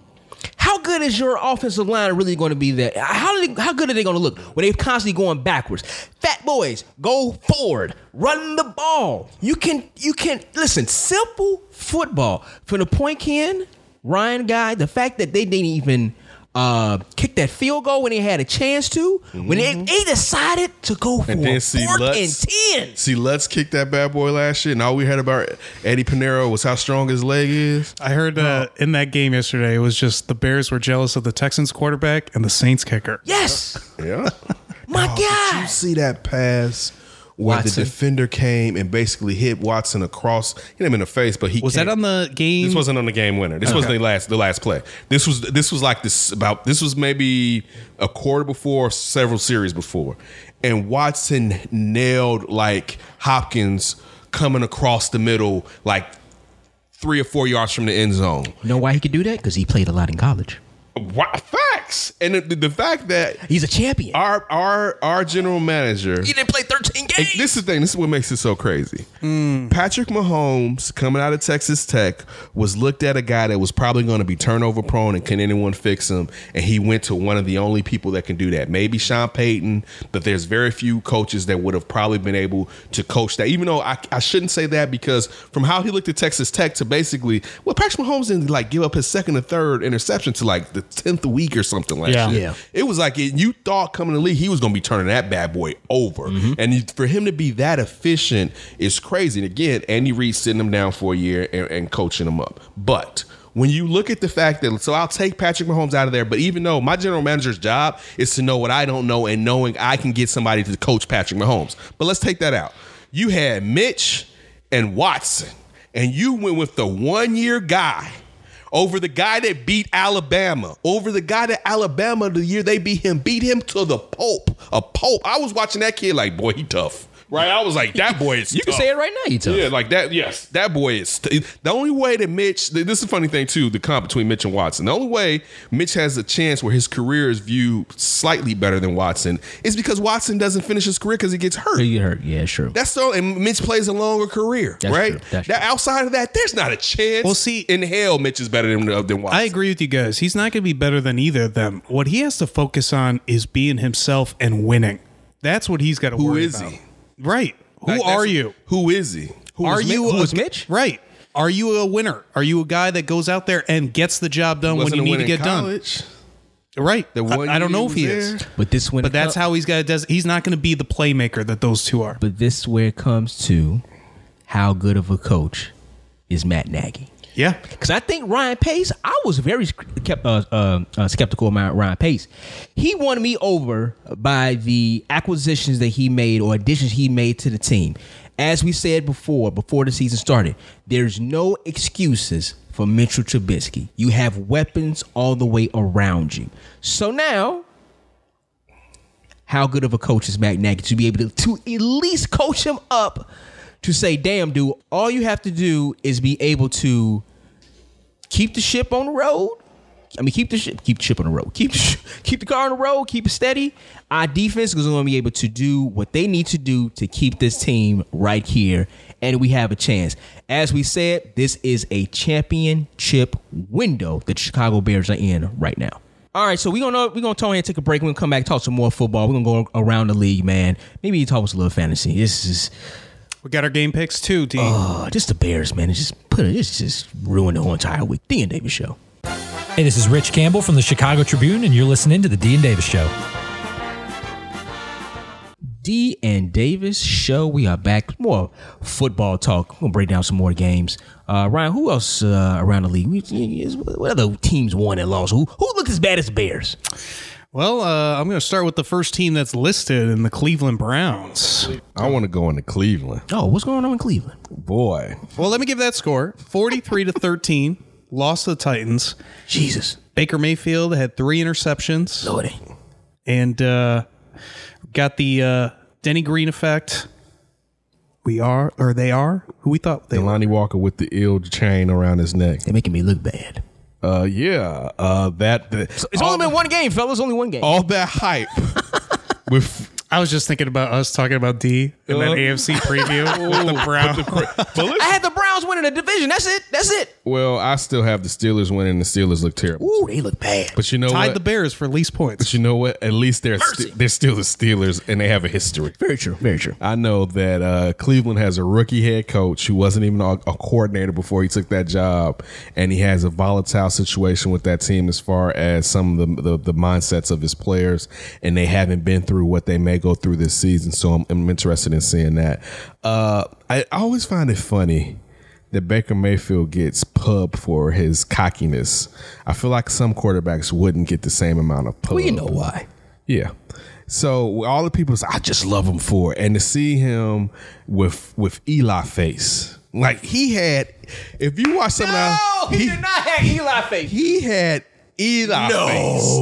S3: how good is your offensive line really going to be there? How do they, how good are they going to look? Where they're constantly going backwards. Fat boys, go forward, run the ball. You can you can listen. Simple football from the point can Ryan guy. The fact that they didn't even. Uh, kick that field goal when they had a chance to. When they, they decided to go
S2: Mm-hmm.
S3: for
S2: And
S3: a
S2: then see
S3: fourth
S2: Lutz.
S3: and ten.
S2: See, let's kick that bad boy last year, and all we had about Eddie Pinero was how strong his leg is.
S4: I heard uh, in that game yesterday, it was just the Bears were jealous of the Texans quarterback and the Saints kicker.
S3: Yes.
S2: Yeah.
S3: My
S2: Did you
S3: God.
S2: see that pass where
S3: Watson.
S2: the defender came and basically hit Watson across, hit him in the face, but he
S4: Was
S2: came-
S4: that on the game?
S2: This wasn't on the game winner. This wasn't the last the last play. This was this was like this about this was maybe a quarter before, or several series before, and Watson nailed like Hopkins coming across the middle like three or four yards from the end zone.
S3: You know why he could do that? Because he played a lot in college.
S2: What facts? And the, the fact that
S3: He's a champion.
S2: our our our general manager
S3: He didn't play 13 games.
S2: Hey, this is the thing. This is what makes it so crazy. Patrick Mahomes coming out of Texas Tech was looked at a guy that was probably going to be turnover prone, and can anyone fix him? And he went to one of the only people that can do that. Maybe Sean Payton, but there's very few coaches that would have probably been able to coach that. Even though I, I shouldn't say that because from how he looked at Texas Tech to basically, well, Patrick Mahomes didn't like give up his second or third interception to like the tenth week or something like
S4: Yeah.
S2: that.
S3: Yeah.
S2: It was like it, you thought coming to the league he was going to be turning that bad boy over, and he- for him to be that efficient is crazy. And again, Andy Reid sitting him down for a year and, and coaching him up. But when you look at the fact that, so I'll take Patrick Mahomes out of there. But even though my general manager's job is to know what I don't know and knowing I can get somebody to coach Patrick Mahomes, but let's take that out. You had Mitch and Watson, and you went with the one year guy over the guy that beat Alabama, over the guy that Alabama the year they beat him, beat him to the Pope. A Pope. I was watching that kid like, boy, he tough. Right? I was like, that boy is
S3: *laughs* you can
S2: tough.
S3: say it right now, you tell.
S2: Yeah, like that. Yes, that boy is the only way that Mitch. This is a funny thing too. The comp between Mitch and Watson. The only way Mitch has a chance where his career is viewed slightly better than Watson is because Watson doesn't finish his career because he gets hurt.
S3: You hurt. Yeah, sure.
S2: That's so, and Mitch plays a longer career,
S3: That's
S2: right?
S3: true. That's
S2: that
S3: true.
S2: outside of that, there's not a chance.
S4: Well, see-
S2: in hell, Mitch is better than uh, than Watson.
S4: I agree with you guys. He's not going to be better than either of them. What he has to focus on is being himself and winning. That's what he's got to
S2: Who
S4: worry
S2: is
S4: about.
S2: he?
S4: Right. Who
S2: Like, that's-
S4: are you?
S2: Who is he? Who
S4: are
S2: is Mitch?
S4: you
S3: Who
S4: a-
S3: is Mitch?
S4: Right. Are you a winner? Are you a guy that goes out there and gets the job done when
S2: Wasn't
S4: you
S2: a
S4: need
S2: winner
S4: to
S2: in
S4: get
S2: college.
S4: done? Right.
S2: The one
S4: I, I don't
S2: year
S4: know
S2: he
S4: if he
S2: was
S4: is.
S2: there.
S3: But this when
S4: But that's how he's got to does he's not going to be the playmaker that those two are.
S3: But this where it comes to how good of a coach is Matt Nagy.
S4: Yeah.
S3: Because I think Ryan Pace, I was very sc- kept, uh, uh, uh, skeptical of my Ryan Pace. He won me over by the acquisitions that he made or additions he made to the team. As we said before, before the season started, there's no excuses for Mitchell Trubisky. You have weapons all the way around you. So now, how good of a coach is Matt Nagy to be able to, to at least coach him up to say, damn, dude, all you have to do is be able to keep the ship on the road. I mean, keep the ship, keep the ship on the road, keep the sh- keep the car on the road, keep it steady. Our defense is going to be able to do what they need to do to keep this team right here, and we have a chance. As we said, this is a championship window that the Chicago Bears are in right now. All right, so we're gonna we're gonna go ahead and take a break. We're gonna come back talk some more football. We're gonna go around the league, man. Maybe you talk us a little fantasy. This is
S4: We got our game picks too, D.
S3: uh, just the Bears, man. It's just put it. It's just ruined the whole entire week. The and Davis show.
S5: Hey, this is Rich Campbell from the Chicago Tribune, and you're listening to the Dean Davis Show.
S3: D and Davis show. We are back. with More football talk. We're gonna break down some more games. Uh, Ryan, who else uh, around the league? We, what other teams won and lost? Who who looked as bad as the Bears?
S4: Well, uh, I'm going to start with the first team that's listed in the Cleveland Browns.
S2: I want to go into Cleveland.
S3: Oh, what's going on in Cleveland?
S2: Boy,
S4: Well, let me give that score 43 to 13, lost to the Titans.
S3: Jesus,
S4: Baker Mayfield had three interceptions.
S3: Lordy.
S4: and uh, got the uh, Denny Green effect. We are, or they are, who we thought they were.
S2: Lonnie Walker with the ill chain around his neck.
S3: They're making me look bad.
S2: Uh, yeah, uh, that the,
S3: It's only been one game, fellas. Only one game.
S2: all that hype
S4: *laughs*
S2: with. Uh.
S4: I was just thinking about us talking about D in that AFC preview with the Browns.
S3: I had the Browns winning the division. That's it. That's it.
S2: Well, I still have the Steelers winning. The Steelers look terrible,
S3: Ooh, they look bad.
S2: but you know
S4: Tied
S2: what?
S4: the Bears for least points.
S2: you know what? At least they're sti- they're still the Steelers, and they have a history.
S3: Very true. Very true.
S2: I know that uh, Cleveland has a rookie head coach who wasn't even a, a coordinator before he took that job, and he has a volatile situation with that team as far as some of the the, the mindsets of his players, and they haven't been through what they may go through this season. So I'm, I'm interested in seeing that. Uh, I, I always find it funny that Baker Mayfield gets pub for his cockiness. I feel like some quarterbacks wouldn't get the same amount of pub.
S3: Well, you know why.
S2: Yeah. So all the people say, I just love him for it. And to see him with with Eli face. Like he had if you watch some of the-
S3: not have Eli face.
S2: he had Eli
S3: No.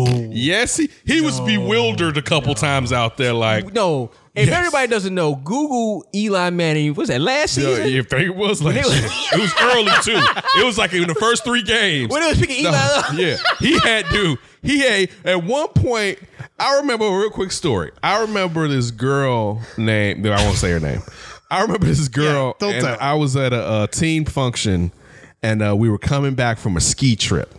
S2: face. Yes, he he was bewildered a couple times out there like
S3: No. If
S2: Yes.
S3: everybody doesn't know, Google Eli Manning. What's that last
S2: Yeah,
S3: season?
S2: your face was like
S3: was-
S2: it was early too. It was like in the first three games.
S3: When they was picking
S2: No,
S3: Eli up.
S2: yeah, he had dude. He had at one point. I remember a real quick story. I remember this girl name. no, I won't say her name. I remember this girl.
S4: Yeah, don't
S2: and
S4: tell.
S2: I was at a, a team function, and uh, we were coming back from a ski trip,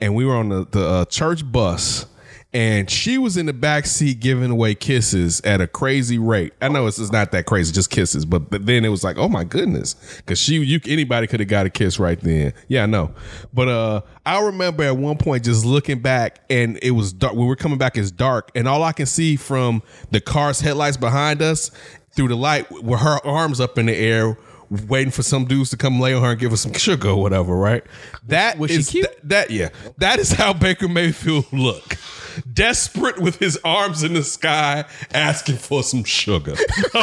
S2: and we were on the, the uh, church bus. And she was in the back seat giving away kisses at a crazy rate. I know it's, it's not that crazy, just kisses. But, but then it was like, oh my goodness, because she, you, anybody could have got a kiss right then. Yeah, I know. But uh, I remember at one point just looking back, and it was dark. When we were coming back, it's dark, and all I can see from the car's headlights behind us through the light were her arms up in the air. Waiting for some dudes to come lay on her and give her some sugar or whatever, right? That
S3: Was she
S2: is-
S3: cute?
S2: that- that yeah, that is how Baker Mayfield look. Desperate with his arms in the sky, asking for some sugar.
S4: *laughs*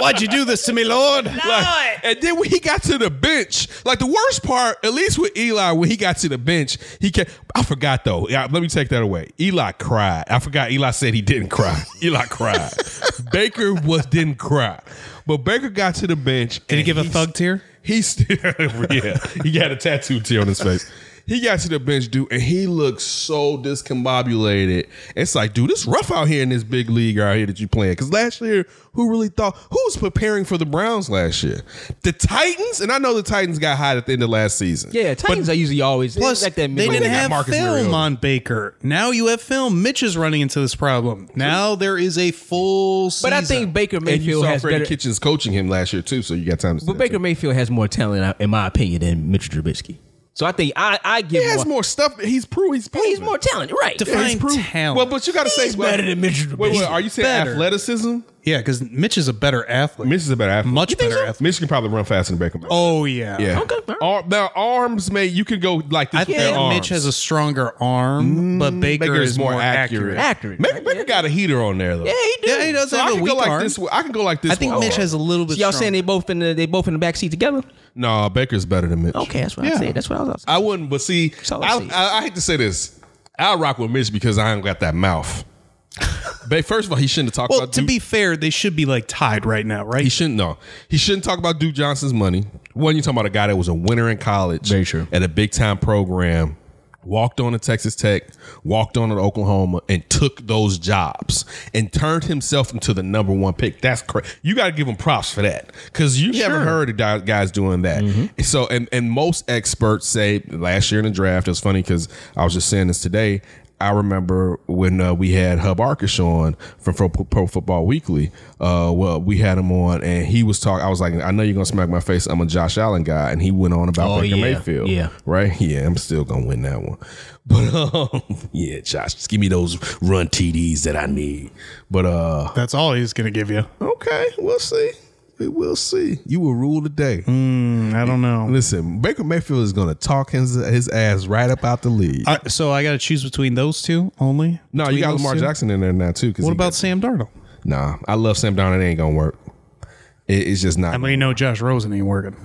S4: Why'd you do this to me, Lord?
S2: Like, and then when he got to the bench, like the worst part, at least with Eli, when he got to the bench, he kept. I forgot though. Yeah, let me take that away. Eli cried. I forgot. Eli said he didn't cry. *laughs* Eli cried. Baker was didn't cry, but Baker got to the bench.
S4: Did he give a thug tear?
S2: He still, *laughs* yeah, he got a tattoo tear on his face. He got to the bench, dude, and he looked so discombobulated. It's like, dude, it's rough out here in this big league out here that you playing. Because last year, who really thought who was preparing for the Browns last year? The Titans, and I know the Titans got hot at the end of last season.
S3: Yeah, Titans are usually always
S4: Plus,
S3: plus like that
S4: they
S3: middle.
S4: didn't
S2: got
S4: have
S2: Marcus
S4: film
S2: Mariota.
S4: on Baker. Now you have film. Mitch is running into this problem. Now there is a full season.
S3: But I think Baker
S2: and you
S3: Mayfield
S2: saw
S3: has
S2: Freddie
S3: better.
S2: Kitchens coaching him last year too, so you got time to. see
S3: But
S2: that,
S3: Baker
S2: too.
S3: Mayfield has more talent, uh, in my opinion, than Mitch Trubisky. So I think I I give
S2: he has
S3: more.
S2: more stuff. He's proved. He's proven.
S3: He's more talented, right?
S4: Define
S3: He's proven-
S4: talent.
S2: Well, but you got to say
S3: He's better than Mitch
S2: Wait, wait,
S3: Trubisky.
S2: are you saying
S4: Better.
S2: athleticism?
S4: yeah, because Mitch is a better athlete.
S2: Mitch is a better athlete.
S4: Much You think better so? athlete.
S2: Mitch can probably run faster than Baker. Mayfield.
S4: oh yeah.
S2: Yeah.
S3: Okay, all right.
S2: Ar- now arms, mate. You can go like this.
S4: I
S2: with
S4: think
S2: their arms.
S4: Mitch has a stronger arm,
S2: Mm,
S4: but Baker, is, more, accurate.
S3: Accurate.
S2: Baker, Baker got a heater on there though.
S3: Yeah, he do.
S4: Yeah, he does
S2: So I
S4: have a
S2: can go
S4: weak
S2: like
S4: arm.
S2: this. way- I can go like this.
S4: I think
S2: way.
S4: Mitch has a little bit.
S3: So y'all
S4: stronger.
S3: saying they both in the they both in the back seat together?
S2: No, Baker's better than Mitch.
S3: Okay, that's what I said. That's what I was.
S2: I wouldn't, but see,
S3: So let's
S2: I,
S3: see.
S2: I, I hate to say this. I rock with Mitch because I ain't got that
S4: *laughs*
S2: mouth. but first of all, he shouldn't have talked
S4: Well,
S2: about
S4: to
S2: Duke-
S4: be fair, they should be like tied right now, right?
S2: He shouldn't know. He shouldn't talk about Duke Johnson's money. One, you're talking about a guy that was a winner in college.
S3: Very true.
S2: At a big time program, walked on to Texas Tech, walked on to Oklahoma, and took those jobs and turned himself into the number one pick. That's crazy. You got to give him props for that because you haven't heard of di- guys doing that.
S3: Mm-hmm.
S2: So, and, and most experts say last year in the draft, it's funny because I was just saying this today. I remember when uh, we had Hub Arkish on from Pro, Pro Football Weekly. Uh, well, we had him on, and he was talking. I was like, "I know you're gonna smack my face. I'm a Josh Allen guy," and he went on about
S3: Oh,
S2: Baker
S3: yeah.
S2: Mayfield.
S3: Yeah.
S2: right. *laughs* Yeah, I'm still gonna win that one. *laughs* But um, yeah, Josh, just give me those run TDs that I need. But uh,
S4: That's all he's going to give you.
S2: okay, we'll see. We will see. You will rule the day.
S3: Mm.
S2: *laughs*
S4: I don't know.
S2: Listen, Baker Mayfield is going to talk his, his ass right up out the league.
S4: I, so I got to choose between those two only.
S2: no, you
S4: Between
S2: got
S4: those
S2: Lamar
S4: two?
S2: Jackson in there now too. 'cause
S4: What
S2: he
S4: about
S2: got-
S4: Sam Darnold?
S2: Nah, I love Sam Darnold. It ain't gonna work. It- it's just not. *sighs*
S4: I mean, no, Josh Rosen ain't working.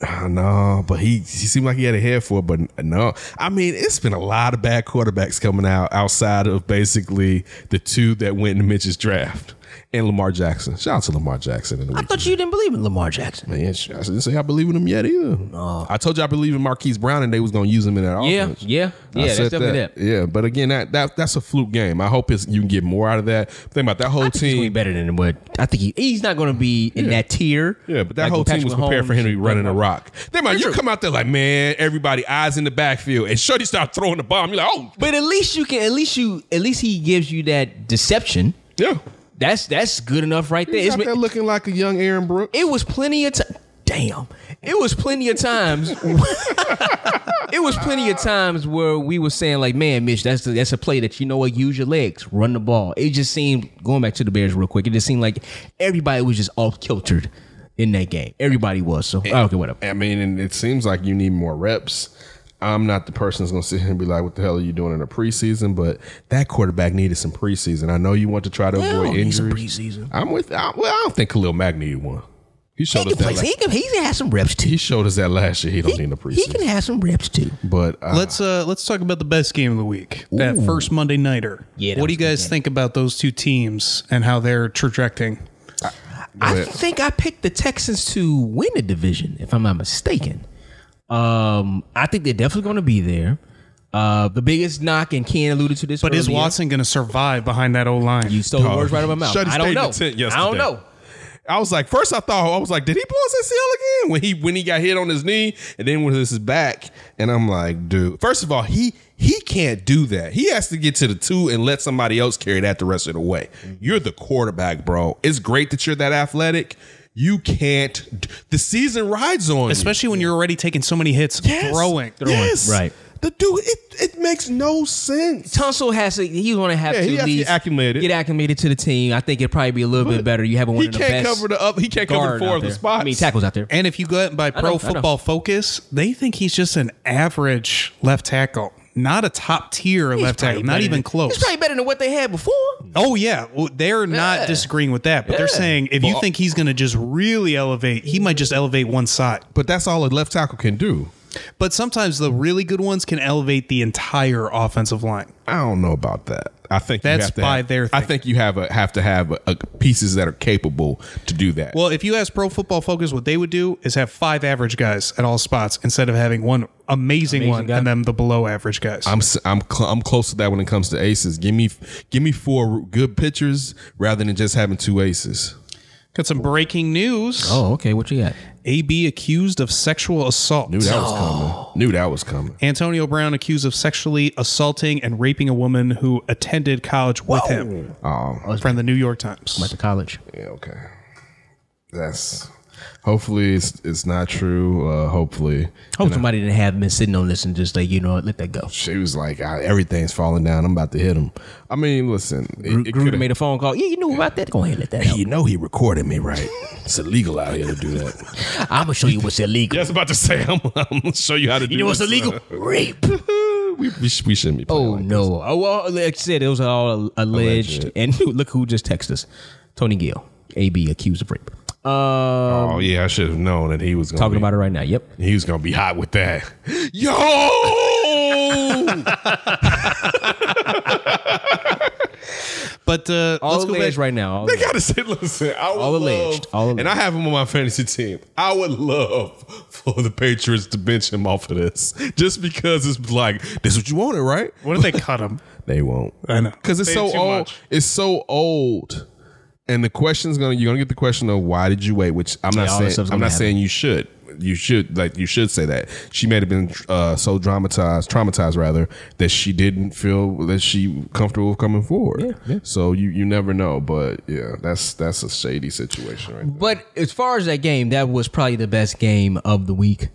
S2: Uh, no, but he he seemed like he had a head for it, but no. I mean, it's been a lot of bad quarterbacks coming out outside of basically the two that went in Mitch's draft and Lamar Jackson. Shout out to Lamar Jackson in the
S3: I
S2: week.
S3: thought you didn't believe in Lamar Jackson.
S2: Man, sh- I didn't say I believe in him yet either. I told you I believe in Marquise Brown and they was gonna use him in that
S3: Yeah,
S2: offense.
S3: yeah,
S2: I
S3: yeah. That's
S2: said
S3: definitely that.
S2: Yeah, but again, that, that that's a fluke game. I hope it's, you can get more out of that. Think about that whole
S3: I think he's gonna be
S2: team.
S3: better than what I think he, he's not going to be in that tier.
S2: Yeah, but that
S3: like
S2: whole
S3: with
S2: team
S3: Patrick
S2: was prepared
S3: Mahomes.
S2: for him to be running a rock. Then man, you
S3: Andrew.
S2: come out there like, man, everybody eyes in the backfield, and Shorty start throwing the bomb. You're like, oh,
S3: But at least you can. At least you. At least he gives you that deception.
S2: yeah.
S3: That's that's good enough right there.
S2: He's
S3: It's
S2: out
S3: been-
S2: there looking like a young Aaron Brooks.
S3: it was plenty of time. Damn, it was plenty of times. *laughs* it was plenty of times where we were saying like, "Man, Mitch, that's the, that's a play that you know what. Use your legs, run the ball." It just seemed going back to the Bears real quick. It just seemed like everybody was just off kiltered in that game. Everybody was. So okay, whatever.
S2: I mean, and it seems like you need more reps. I'm not the person that's going to sit here and be like, what the hell are you doing in the preseason? But that quarterback needed some preseason. I know you want to try to
S3: Yeah, I
S2: avoid
S3: don't need some
S2: injuries.
S3: preseason.
S2: I'm with, I, well, I don't think Khalil Mack needed one. He
S3: He
S2: showed
S3: can
S2: us that.
S3: play.
S2: Last,
S3: He can. He has some reps too.
S2: he showed us that last year. He don't need a
S3: He,
S2: preseason.
S3: he can have some reps too.
S2: but
S3: Uh-huh.
S2: uh,
S4: Let's uh let's talk about the best game of the week. That first Monday nighter.
S3: Yeah, that
S4: What do
S3: was
S4: you
S3: a good
S4: guys
S3: game.
S4: think about those two teams and how they're trajecting?
S3: I
S2: ahead.
S3: think I picked the Texans to win the division, if I'm not mistaken. Um, I think they're definitely going to be there. Uh, the biggest knock, and Ken alluded to this,
S4: But is
S3: earlier,
S4: Watson going to survive behind that old line?
S3: You stole the words right out of my mouth.
S2: Shut his
S3: I don't know.
S2: statement tent
S3: I don't
S2: yesterday.
S3: know.
S2: I was like, first I thought I was like, did he blow his ACL again when he when he got hit on his knee, and then when this is back, and I'm like, dude, first of all, he he can't do that. He has to get to the two and let somebody else carry that the rest of the way.
S3: Mm-hmm.
S2: You're the quarterback, bro. It's great that you're that athletic. You can't. d- The season rides on, you.
S4: Especially when you're already taking so many hits
S2: Yes.
S4: throwing.
S2: Yes.
S3: Right.
S2: The dude, it it makes no sense.
S3: Tunsil has to. He's going to have
S2: Yeah,
S3: to
S2: he
S3: at
S2: has to get
S3: least
S2: acclimated.
S3: Get acclimated to the team. I think it'd probably be a little bit better. You have one
S2: He
S3: of the
S2: can't
S3: best
S2: cover the up. He can't cover
S3: guard
S2: four
S3: out
S2: of the
S3: there.
S2: spots.
S3: I mean tackles out there.
S4: And if you go out by
S3: know, I
S4: Pro
S3: know.
S4: Football Focus, they think he's just an average left tackle, not a top tier
S3: He's
S4: left
S3: probably
S4: tackle, not
S3: better
S4: even
S3: than-
S4: close.
S3: He's probably better than what they had before.
S4: Oh yeah, well, they're
S3: Yeah.
S4: not disagreeing with that, but they're
S3: Yeah.
S4: saying if you think he's going to just really elevate, he might just elevate one side.
S2: but that's all a left tackle can do.
S4: But sometimes the really good ones can elevate the entire offensive line.
S2: I don't know about that. I think you
S4: That's
S2: have to
S4: by
S2: have-
S4: their
S2: I
S4: thing.
S2: think you have a, have to have a, a pieces that are capable to do that.
S4: Well, if you ask Pro Football Focus, what they would do is have five average guys at all spots instead of having one amazing, one
S3: guy.
S4: and then the below average guys.
S2: I'm s- I'm cl- I'm close to that when it comes to aces. Give me give me four good pitchers rather than just having two aces.
S4: Got some breaking news.
S3: Oh, okay. What you got?
S4: AB accused of sexual assault.
S2: Knew that was coming. Knew that was coming.
S4: Antonio Brown accused of sexually assaulting and raping a woman who attended college with him from the New York Times.
S3: At the college.
S2: Yeah, okay. That's hopefully it's it's not true. Uh, hopefully
S3: Hope somebody didn't have been sitting on this and just like you know what, let that go.
S2: she was like "Ah, everything's falling down. I'm about to hit him. I mean, listen, it- it
S3: Gruden
S2: coulda-
S3: made a phone call. Yeah, you knew about that. Go ahead, and let that out.
S2: you know he recorded me, right? It's illegal out here to do that.
S3: I'm gonna show you what's illegal.
S2: Yeah, I was about to say, *laughs* I'm, I'm gonna show you how to do
S3: You know what's
S2: this.
S3: illegal? Rape.
S2: we, we, sh- we shouldn't be playing.
S3: Oh
S2: like
S3: no! Oh, well, like I said, it was all alleged.
S2: Alleged.
S3: And *laughs* look who just texted us: Tony Gill, AB accused of rape. Uh,
S2: Oh yeah, I should have known that he was gonna
S3: talking
S2: be,
S3: about it right now. Yep.
S2: He was gonna be hot with
S3: *gasps*
S2: that.
S3: *laughs*
S2: Yo,
S4: But uh,
S3: All
S4: let's go
S3: alleged
S4: back.
S3: right now. All
S2: I
S3: alleged.
S2: gotta say, listen, I would
S3: All alleged,
S2: love-
S3: all alleged.
S2: and I have him on my fantasy team. I would love for the Patriots to bench him off of this, just because it's like this is what you wanted, right?
S4: *laughs* What if they cut him?
S2: They won't.
S4: I know.
S2: because it's
S4: They
S2: so
S4: too
S2: old.
S4: much.
S2: It's so old. And the question's gonna you're gonna get the question of why did you wait? Which I'm not
S3: all that
S2: saying
S3: stuff's
S2: I'm
S3: gonna
S2: not
S3: happen.
S2: saying you should. You should like you should say that she may have been uh, so dramatized, traumatized rather, that she didn't feel that she comfortable coming forward. So you you never know, but yeah, that's that's a shady situation, right?
S3: But as far as that game, that was probably the best game of the week.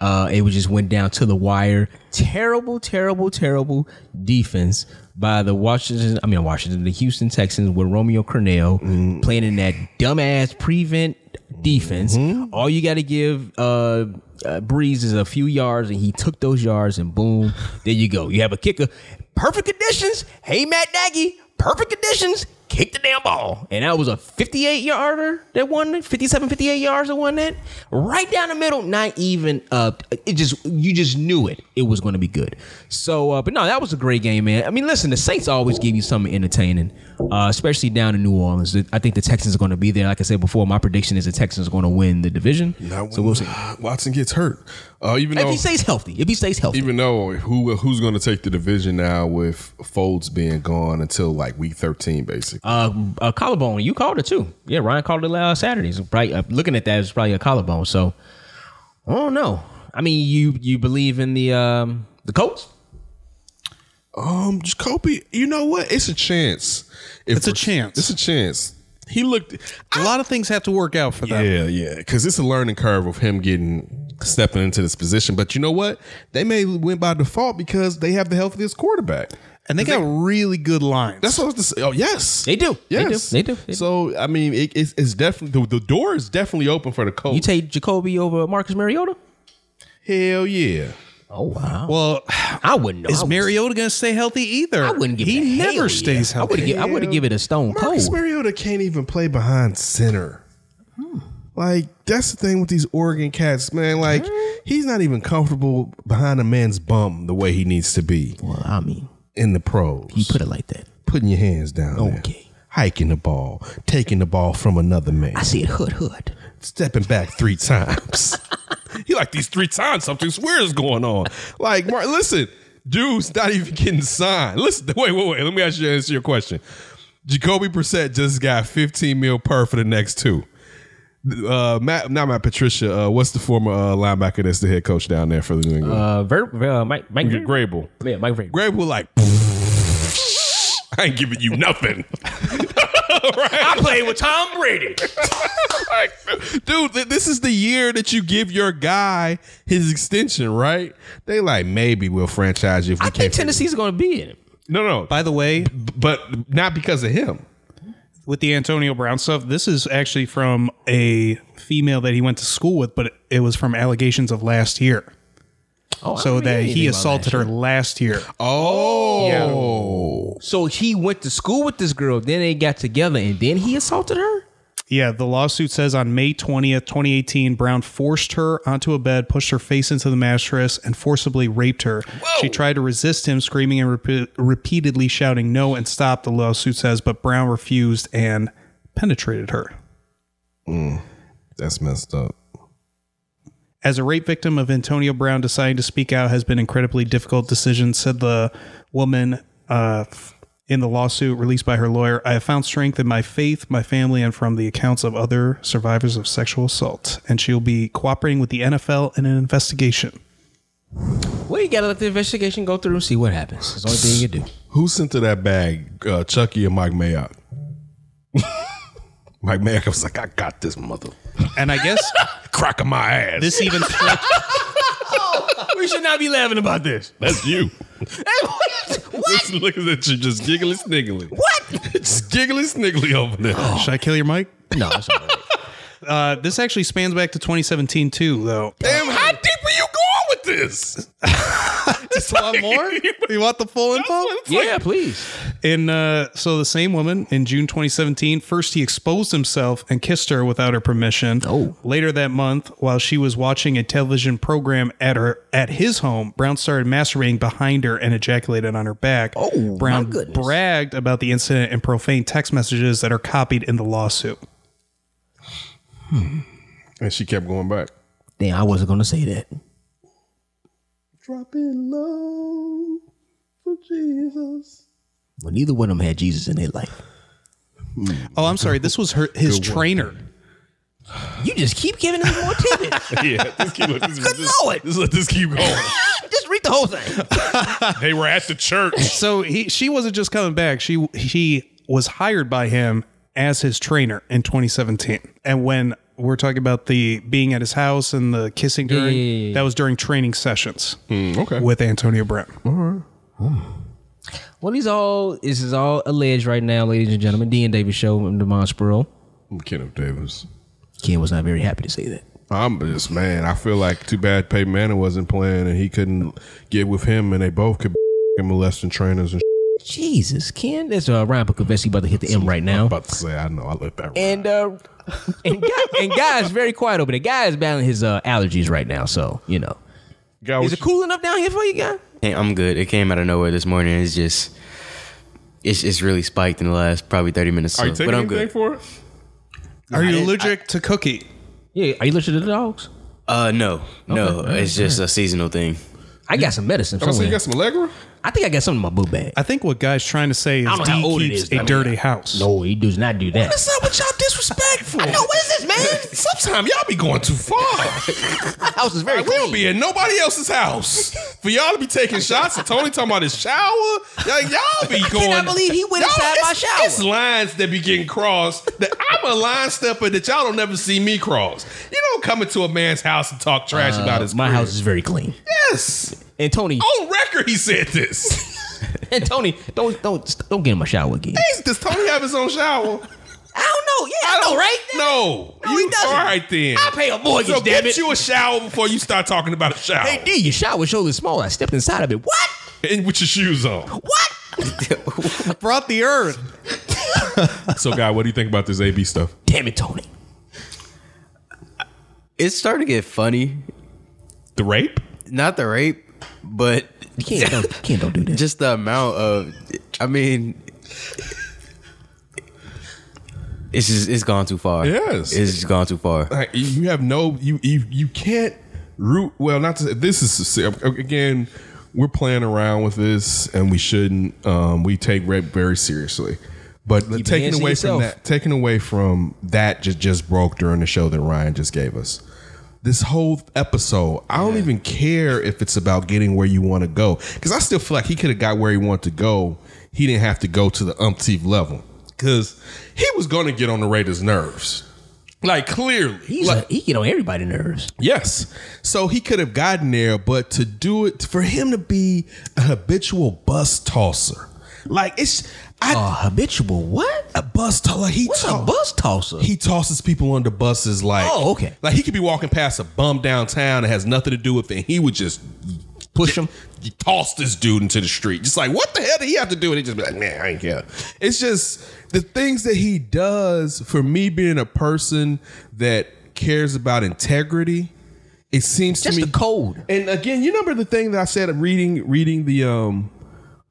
S3: Uh, it was just went down to the wire. Terrible, terrible, terrible defense by the Washington. I mean
S2: Mm-hmm.
S3: Washington, the Houston Texans with Romeo Cornell playing in that dumbass prevent defense.
S2: Mm-hmm.
S3: All you got to give uh, uh, Breeze is a few yards, and he took those yards, and boom, there you go. You have a kicker. Perfect conditions. Hey, Matt Nagy, perfect conditions. Kick the damn ball. And that was a 58 yarder that won it, 57, 58 yards that won that. Right down the middle, not even up. It just, you just knew it. It was going to be good. So, uh, but no, that was a great game, man. I mean, listen, the Saints always give you something entertaining, uh, especially down in New Orleans. The- I think the Texans are going to be there. Like I said before, my prediction is the Texans are going to win the division.
S2: Not
S3: so
S2: when
S3: we'll see.
S2: *sighs* Watson gets hurt. Uh, even
S3: If
S2: though,
S3: he stays healthy, if he stays healthy.
S2: even though who who's going to take the division now with Folds being gone until like week thirteen, basically.
S3: Uh, a collarbone. You called it too. Yeah, Ryan called it last Saturday. It's probably- uh, looking at that, it's probably a collarbone. So I don't know. I mean, you you believe in the um, the Colts?
S2: Um, Jacoby, you know what? It's a chance. If
S4: It's a
S2: we're-
S4: chance.
S2: It's a chance. He looked.
S4: *laughs* A lot of things have to work out for them.
S2: Yeah, yeah. Because it's a learning curve of him getting stepping into this position. But you know what? They may win by default because they have the healthiest quarterback.
S4: And they got really good lines.
S2: That's what I was to say. Oh, yes,
S3: They do. They do.
S2: Yes,
S3: They do. They do.
S2: So I mean, it, it's, it's definitely the, the door is definitely open for the coach.
S3: You take Jacoby over Marcus Mariota?
S2: Hell yeah.
S3: Oh wow!
S4: *sighs* well,
S3: I wouldn't know. I
S4: is
S3: was-
S4: Mariota going to stay healthy either?
S3: I wouldn't give.
S4: He
S3: it a hell
S4: never
S3: yeah.
S4: stays
S3: I would
S4: healthy.
S3: give. I would give it a stone
S2: Marcus
S3: cold.
S2: Mariota can't even play behind center. Like that's the thing with these Oregon cats, man. Like he's not even comfortable behind a man's bum the way he needs to be
S3: well, I mean,
S2: in the pros.
S3: you put it like that.
S2: putting your hands down, there.
S3: Okay.
S2: hiking the ball, taking the ball from another man,
S3: I see it. Hood, hood.
S2: stepping back three times. he like these three times something's weird is going on. Like, Mark, listen, dude's not even getting signed. Listen, *laughs* wait, wait, wait. Let me ask you answer your question. Jacoby Brissett just got 15 mil per for the next two. Uh, Matt, not Matt Patricia. Uh, what's the former uh, linebacker that's the head coach down there for the New England?
S3: Uh, Ver, Ver- uh, Mike, Mike Vrabel.
S2: Grable.
S3: Yeah, Mike Vrabel.
S2: Grable like, I ain't giving you nothing. *laughs*
S1: I played with Tom Brady.
S2: dude, th- this is the year that you give your guy his extension, right? They like maybe we'll franchise you if we
S3: I
S2: can't.
S3: think Tennessee's going to be in it.
S2: no, no,
S4: By the way,
S2: but not because of him.
S4: with the Antonio Brown stuff, this is actually from a female that he went to school with, but it was from allegations of last year.
S3: Oh, I
S4: So
S3: don't
S4: that
S3: really
S4: he
S3: think about
S4: assaulted her last year.
S2: Oh,
S3: So he went to school with this girl, then they got together, and then he assaulted her?
S4: Yeah, the lawsuit says on May 20th, 2018, Brown forced her onto a bed, pushed her face into the mattress, and forcibly raped her. She tried to resist him, screaming and repe- repeatedly shouting no and stop, the lawsuit says, but Brown refused and penetrated her.
S2: that's messed up.
S4: As a rape victim of Antonio Brown, deciding to speak out has been an incredibly difficult decision, said the woman uh, f- in the lawsuit released by her lawyer. I have found strength in my faith, my family, and from the accounts of other survivors of sexual assault. And she'll be cooperating with the NFL in an investigation.
S3: Well, you got to let the investigation go through and see what happens. That's the only thing you can do.
S2: Who sent to that bag, uh, Chucky or Mike Mayock? *laughs* Mike Mayock was like, I got this mother
S4: And I guess
S2: crack of my ass.
S4: this even
S3: we should not be laughing about this.
S2: that's you. *laughs*
S3: what?
S2: Just looking at you, just giggly sniggly.
S3: What?
S2: Just giggly sniggly over there.
S4: should I kill your mic?
S3: No, it's all right.
S4: Uh, this actually spans back to 2017 too, though.
S2: Damn, how deep are you going with this?
S4: Just want more? You want the full info?
S3: *laughs* Yeah, please.
S4: And uh, so the same woman in June 2017, first he exposed himself and kissed her without her permission.
S3: Oh.
S4: Later that month, while she was watching a television program at her at his home, Brown started masturbating behind her and ejaculated on her back.
S3: Oh,
S4: Brown
S3: my goodness.
S4: bragged about the incident and profane text messages that are copied in the lawsuit.
S2: And she kept going back.
S3: Damn, I wasn't going to say that.
S2: Dropping low for Jesus.
S3: Well, neither one of them had Jesus in their life.
S4: Oh, I'm sorry. This was her his trainer.
S3: You just keep giving them more *laughs* tidbits.
S2: Yeah, just keep let this,
S3: Good Lord.
S2: Just let this keep going.
S3: just read the whole thing.
S2: they were at the church.
S4: So he she wasn't just coming back. She she was hired by him as his trainer in 2017. And when we're talking about the being at his house and the kissing during
S3: yeah, yeah, yeah.
S4: that was during training sessions
S2: okay.
S4: with Antonio Brown.
S3: Well, these all this is all alleged right now, ladies and gentlemen. D and Davis Show, I'm Demond Spurl.
S2: I'm Kenneth Davis.
S3: Ken was not very happy to say that.
S2: I'm just man. I feel like too bad Peyton Manning wasn't playing and he couldn't get with him, and they both could *laughs* and molesting trainers and. *laughs* Shit.
S3: Jesus, Ken. That's uh, Ryan Pokovetsky about to hit the M right
S2: I'm
S3: now.
S2: about to say I know I let that. ride.
S3: And uh, *laughs* and guy, and guy is very quiet over there. Guy is battling his uh, allergies right now, so you know.
S2: Guy,
S3: Is
S2: what
S3: it
S2: you-
S3: cool enough down here for you, guy?
S6: Hey, I'm good. It came out of nowhere this morning. It's just, it's it's really spiked in the last probably 30 minutes.
S2: Are
S6: or
S2: you
S6: so,
S2: taking
S6: but I'm
S2: anything
S6: good.
S2: for it?
S4: Are you allergic to cookie?
S3: Yeah. Are you listening to the dogs?
S6: Uh, no, no,
S3: Okay.
S6: it's just a seasonal thing.
S3: I got some medicine
S2: I see you
S3: somewhere.
S2: got some Allegra.
S3: I think I got something in my boot bag.
S4: I think what guy's trying to say
S3: I
S4: is
S3: don't know how
S4: D
S3: old it
S4: keeps
S3: is,
S4: a
S3: I mean,
S4: dirty house.
S3: No, he does not do that.
S2: What's up with y'all disrespectful?
S3: I know, what is this, man?
S2: *laughs* Sometimes y'all be going too far.
S3: My *laughs* house is very
S2: Like, we
S3: clean.
S2: don't be in nobody else's house for y'all to be
S3: *laughs*
S2: taking shots. And Tony talking about his shower. Like, y'all be going.
S3: believe he went
S2: Y'all-
S3: inside my
S2: it's-
S3: shower.
S2: It's lines that be getting crossed. That I'm a line stepper that y'all don't never see me cross. You don't come into a man's house and talk trash about his.
S3: Uh, my
S2: crib.
S3: house is very clean.
S2: Yes.
S3: And Tony,
S2: On record, he said this.
S3: *laughs* and Tony, don't don't don't get in my shower again.
S2: Does Tony have his own shower?
S3: I don't know. Yeah, I know, right?
S2: No.
S3: No, he doesn't.
S2: All right then.
S3: I pay a mortgage,
S2: So
S3: damn
S2: get
S3: it.
S2: you a shower before you start talking about a shower.
S3: hey, D, your shower was shoulder small. I stepped inside of it. What?
S2: and with your shoes on.
S3: What?
S4: Brought the earth.
S2: So, guy, what do you think about this AB stuff?
S3: Damn it, Tony.
S6: It's starting to get funny.
S2: The rape?
S6: Not the rape, but
S3: You can't don't, can't don't do that.
S6: just the amount of. I mean, it's just it's gone too far.
S2: Yes.
S6: it's just gone too far.
S2: Like, you have no you you you can't root. Well, not to say this is again. We're playing around with this, and we shouldn't. Um, we take rape very seriously, but
S3: your
S2: taking
S3: hands to
S2: away
S3: yourself.
S2: from that, taken away from that, just just broke during the show that Ryan just gave us. This whole episode, I don't even care if it's about getting where you want to go, because I still feel like he could have got where he wanted to go. He didn't have to go to the umpteenth level, because he was going to get on the Raiders' nerves. Like clearly,
S3: He's
S2: like,
S3: a, he get on everybody's nerves.
S2: Yes. So he could have gotten there, but to do it for him to be a habitual bus tosser, like it's I
S3: A habitual what?
S2: a bus tosser. Like he
S3: What's a
S2: toss-
S3: bus tosser?
S2: He tosses people under buses. Like
S3: Oh, okay.
S2: Like he could be walking past a bum downtown that has nothing to do with it. And he would just
S3: Push him.
S2: you toss this dude into the street. Just like, what the hell did he have to do? And he just be like, man, I ain't care. It's just the things that he does for me being a person that cares about integrity. It seems
S3: Just
S2: to me
S3: the code.
S2: And again, you remember the thing that I said of reading reading the um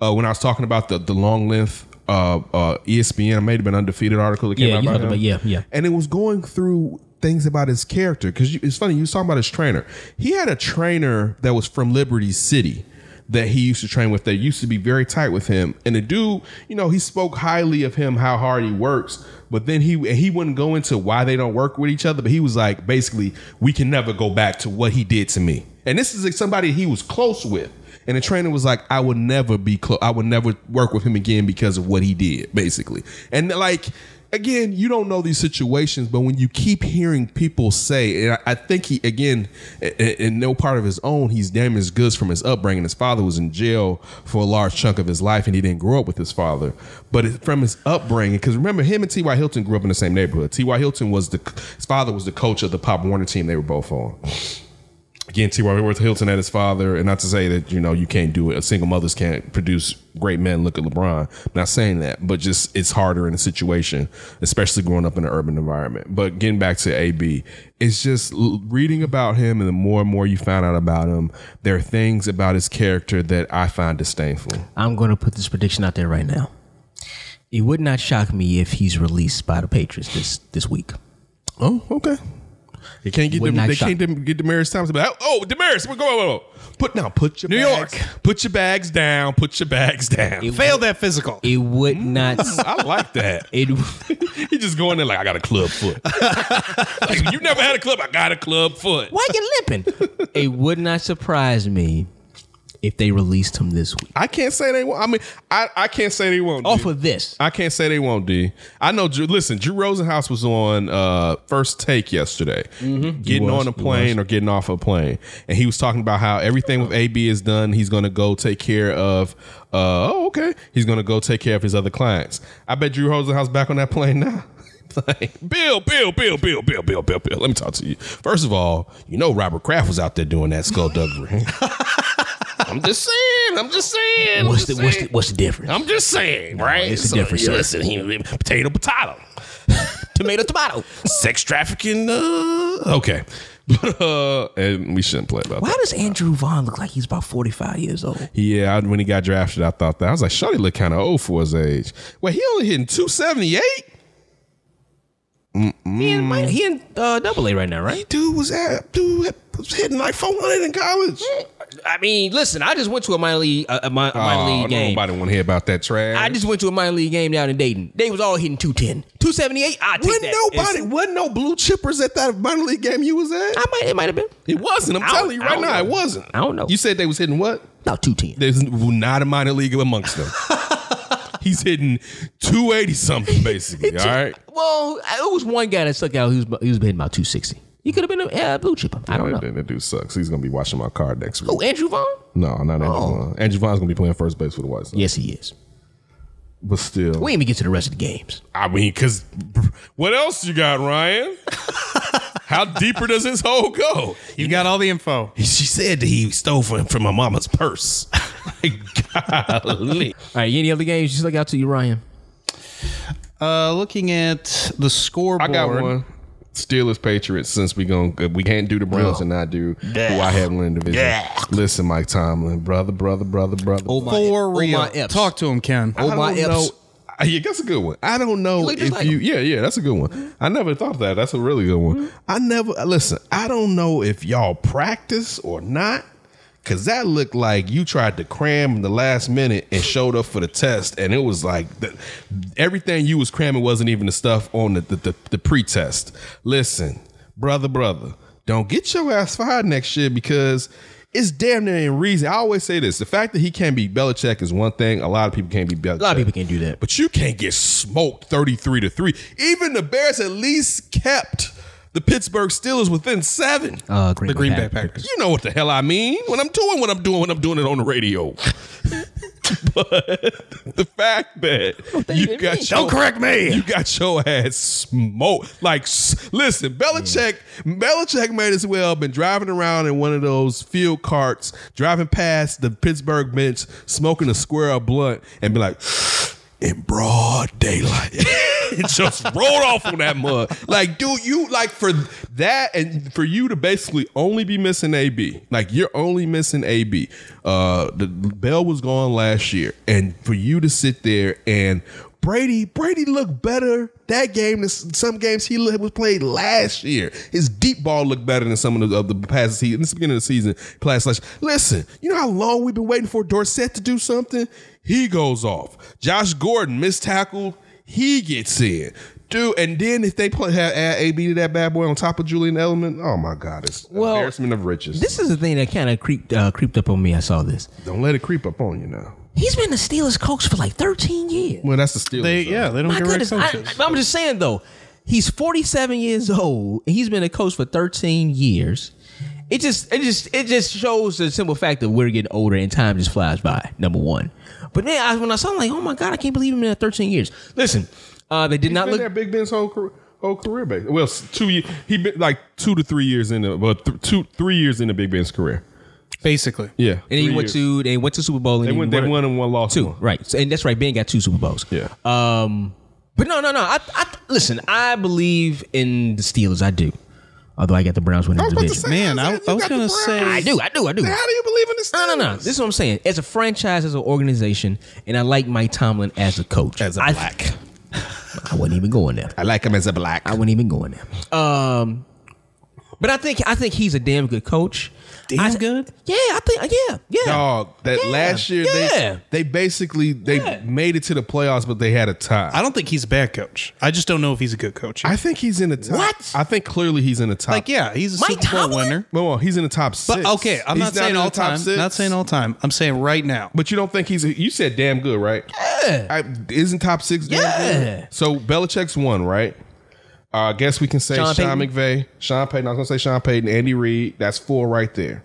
S2: uh, when I was talking about the the long length uh, uh, ESPN, I may have been undefeated article that came
S3: Yeah,
S2: out
S3: you
S2: about
S3: talked
S2: him.
S3: about- yeah, yeah.
S2: And it was going through things about his character because it's funny. You was talking about his trainer. He had a trainer that was from Liberty City that he used to train with. That used to be very tight with him. And the dude, you know, he spoke highly of him, how hard he works. But then he and he wouldn't go into why they don't work with each other. But he was like, basically, we can never go back to what he did to me. And this is like somebody he was close with. And the trainer was like, I would never be close. I would never work with him again because of what he did, basically. And like, again, you don't know these situations, but when you keep hearing people say, and I, I think he, again, i- i- in no part of his own, he's damaged goods from his upbringing. His father was in jail for a large chunk of his life, and he didn't grow up with his father. But it, from his upbringing, because remember, him and T.Y. Hilton grew up in the same neighborhood. T.Y. Hilton was the, his father was the coach of the Pop Warner team they were both on again, T. Roy Worth Hilton at his father, and not to say that you know you can't do it. A single mothers can't produce great men. Look at LeBron. Not saying that, but just it's harder in a situation, especially growing up in an urban environment. But getting back to AB, it's just l- reading about him, and the more and more you find out about him, there are things about his character that I find disdainful.
S3: I'm going to put this prediction out there right now. It would not shock me if he's released by the Patriots this this week.
S2: Oh, okay. They can't get
S3: Would
S2: them,
S3: not
S2: they
S3: shock-
S2: can't dem- get Demaris Thomas. But oh, Demaris, we're going. whoa, whoa. Put now, put your
S4: New
S2: bags-
S4: York.
S2: Put your bags down. Put your bags down.
S4: Failed that physical.
S3: It would *laughs* not.
S2: I like that.
S3: Mm.
S2: *laughs*
S3: It
S2: He just going there like I got a club foot. *laughs* Like, you never had a club. I got a club foot.
S3: why you limping? It would not surprise me if they released him this week.
S2: I can't say they won't. I mean, I, I can't say they won't.
S3: Off
S2: D.
S3: of Oh, this,
S2: I can't say they won't. D. I know. Drew, listen, Drew Rosenhaus was on uh, first take yesterday, getting on a plane or getting off a plane, and he was talking about how everything with AB is done. He's going to go take care of. Uh, oh, okay. He's going to go take care of his other clients. I bet Drew Rosenhaus back on that plane now.
S7: *laughs* Like, Bill, Bill, Bill, Bill, Bill, Bill, Bill, Bill. Let me talk to you. First of all, you know Robert Kraft was out there doing that skullduggery.
S3: *laughs*
S7: I'm just saying. I'm just saying. I'm
S3: What's
S7: just
S3: the what's the
S7: saying.
S3: what's the difference?
S7: I'm just saying, right?
S3: it's a difference,
S7: yeah,
S3: sir.
S7: Listen, he, potato, potato, *laughs*
S3: tomato, tomato.
S7: sex trafficking. Uh, okay, *laughs* but uh, and we shouldn't play about
S3: Why
S7: that.
S3: does Andrew Vaughn look like he's about forty five years old?
S7: Yeah, I, when he got drafted, I thought that I was like, Shawty look kind of old for his age. Wait, he only hitting two seventy eight.
S3: He in, my- he in uh, double A right now, right?
S7: Dude was at dude was hitting like four hundred in college.
S3: I mean, listen, I just went to a minor league uh, a, a, mi- a minor
S7: Oh,
S3: league game.
S7: nobody want to hear about that trash.
S3: I just went to a minor league game down in Dayton. They was all hitting 210. 278, I take
S7: wasn't
S3: that.
S7: nobody,
S3: It's-
S7: wasn't no blue chippers at that minor league game you was at.
S3: I might, it might have been.
S7: It wasn't. I'm
S3: I don't-
S7: telling you
S3: I
S7: right
S3: don't
S7: now,
S3: know.
S7: it wasn't.
S3: I don't know.
S7: You said they was hitting what?
S3: No, 210.
S7: There's not a minor league amongst *laughs* them. He's hitting 280 *laughs* something basically. all right.
S3: Well, I- it was one guy that stuck out. He was, he was hitting about 260. He could have been a uh, blue chipper. I don't know.
S7: Oh, That, that dude sucks. He's gonna be watching my card next week.
S3: Oh, Andrew Vaughn?
S7: No, not Andrew
S3: Oh.
S7: Vaughn. Andrew Vaughn's gonna be playing first base for the White Sox.
S3: Yes, he is.
S7: but still,
S3: We ain't even get to the rest of the games.
S7: I mean, because what else you got, *laughs* Ryan? How deeper does his hole go?
S4: You got all the info.
S7: She said that he stole from from my mama's *laughs* purse. Golly.
S3: All right, any other games you stuck out to you, Ryan?
S4: Uh, looking at the scoreboard,
S7: I got one. Steelers Patriots since we going we can't do the Browns and I do who I have in the division. Listen, Mike Tomlin, brother, brother, brother, brother.
S3: my,
S4: For real, talk to him, Ken.
S7: I
S3: Oh, my
S7: don't
S3: Fs.
S7: know. I- Yeah, that's a good one. I don't know
S3: look just
S7: if
S3: like
S7: you. Yeah, yeah, that's a good one. I never thought of that. That's a really good one.
S3: Mm-hmm.
S7: I never uh, listen. I don't know if y'all practice or not, because that looked like you tried to cram in the last minute and showed up for the test, and it was like the, everything you was cramming wasn't even the stuff on the the, the, the pre-test. Listen, brother, brother, don't get your ass fired next year because. It's damn near in reason. I always say this: the fact that he can't be Belichick is one thing. A lot of people can't be Belichick.
S3: A lot of people can't do that.
S7: But you can't get smoked 33 to 3. Even the Bears at least kept the Pittsburgh Steelers within seven.
S3: Uh, Green
S4: The Green Bay
S3: Packers.
S4: Packers.
S7: You know what the hell I mean. When I'm doing what I'm doing, when I'm doing it on the radio. but the fact
S3: *laughs*
S7: that you
S3: didn't
S7: got
S3: mean.
S7: your,
S3: Don't correct
S7: me, you got your ass smoked. Like, s- listen, Belichick, Belichick might as well been driving around in one of those field carts, driving past the Pittsburgh bench, smoking a square of blunt, and be like. *sighs* In broad daylight, *laughs* it just rolled off on that mud. Like, dude, you like for that, and for you to basically only be missing AB. Like, you're only missing AB. Uh, the Bell was gone last year, and for you to sit there and Brady, Brady looked better that game than s- some games he looked- was played last year. His deep ball looked better than some of the, of the passes he in the beginning of the season. Pass last. Listen, you know how long we've been waiting for Dorsett to do something. He goes off. Josh Gordon missed tackle. He gets in. Dude, and then if they play have add AB to that bad boy on top of Julian Edelman, oh my God, it's
S3: Well,
S7: embarrassment of riches.
S3: This is the thing that kind of creeped uh, creeped up on me. I saw this.
S7: Don't let it creep up on you now.
S3: He's been the Steelers coach for like 13 years.
S7: Well, that's the Steelers.
S4: They,
S7: though.
S4: yeah, they don't
S3: My
S4: get rid
S3: goodness, I,
S4: coaches.
S3: I'm just saying though, he's 47 years old. and He's been a coach for 13 years. It just, it just, it just shows the simple fact that we're getting older and time just flies by. Number one, but then I, when I saw, him, like, oh my god, I can't believe him in 13 years. Listen, uh, they did not
S7: been
S3: look.
S7: there Big Ben's whole career, whole career base. Well, s- two years. He been like two to three years in the, but th- two three years into Big Ben's career.
S4: Basically,
S7: Yeah,
S3: And he
S7: three
S3: went
S7: years.
S3: to they went to Super Bowl and
S7: They
S3: he
S7: went. They won and one lost
S3: two,
S7: one.
S3: right? So, and that's right. Ben got two Super Bowls.
S7: Yeah.
S3: Um, but no, no, no. I, I listen. I believe in the Steelers. I do. Although I got the Browns winning
S7: I
S3: the
S7: was about to
S3: division.
S7: say,
S4: Man, I-
S7: said,
S4: I
S7: you
S4: was
S7: got the
S4: gonna
S7: Browns.
S4: say-
S3: I do. I do. I do.
S7: How do you believe in this?
S3: No, no, no. This is what I'm saying. As a franchise, as an organization, and I like Mike Tomlin as a coach.
S7: As a
S3: I-
S7: black.
S3: I wasn't even going there.
S7: I like him as a black.
S3: I wasn't even going there. Um, but I think I think he's a damn good coach. Damn
S4: good?
S3: Yeah, I think. Yeah, yeah.
S7: Dog, that
S3: Yeah,
S7: last year
S3: yeah.
S7: they they basically they made it to the playoffs, but they had a tie.
S4: I don't think he's a bad coach. I just don't know if he's a good coach.
S7: I think he's in the top.
S3: What?
S7: I think clearly he's in the top.
S4: like, yeah, he's a
S3: Mike
S4: Super Bowl
S3: Tomlin?
S4: winner.
S7: Well, well, he's in the top
S4: But
S7: six.
S4: okay, I'm
S7: He's
S4: not saying
S7: in the
S4: all
S7: top
S4: time.
S7: six.
S4: Not saying all time. I'm saying right now.
S7: But you don't think he's? You said damn good, right? Yeah. I, isn't top six? damn
S3: Yeah.
S7: good? So Belichick's one, right? Uh, I guess we can say
S3: Sean
S7: Sean
S3: Payton.
S7: McVay, Sean Payton. I was gonna say Sean Payton, Andy Reid. That's four right there.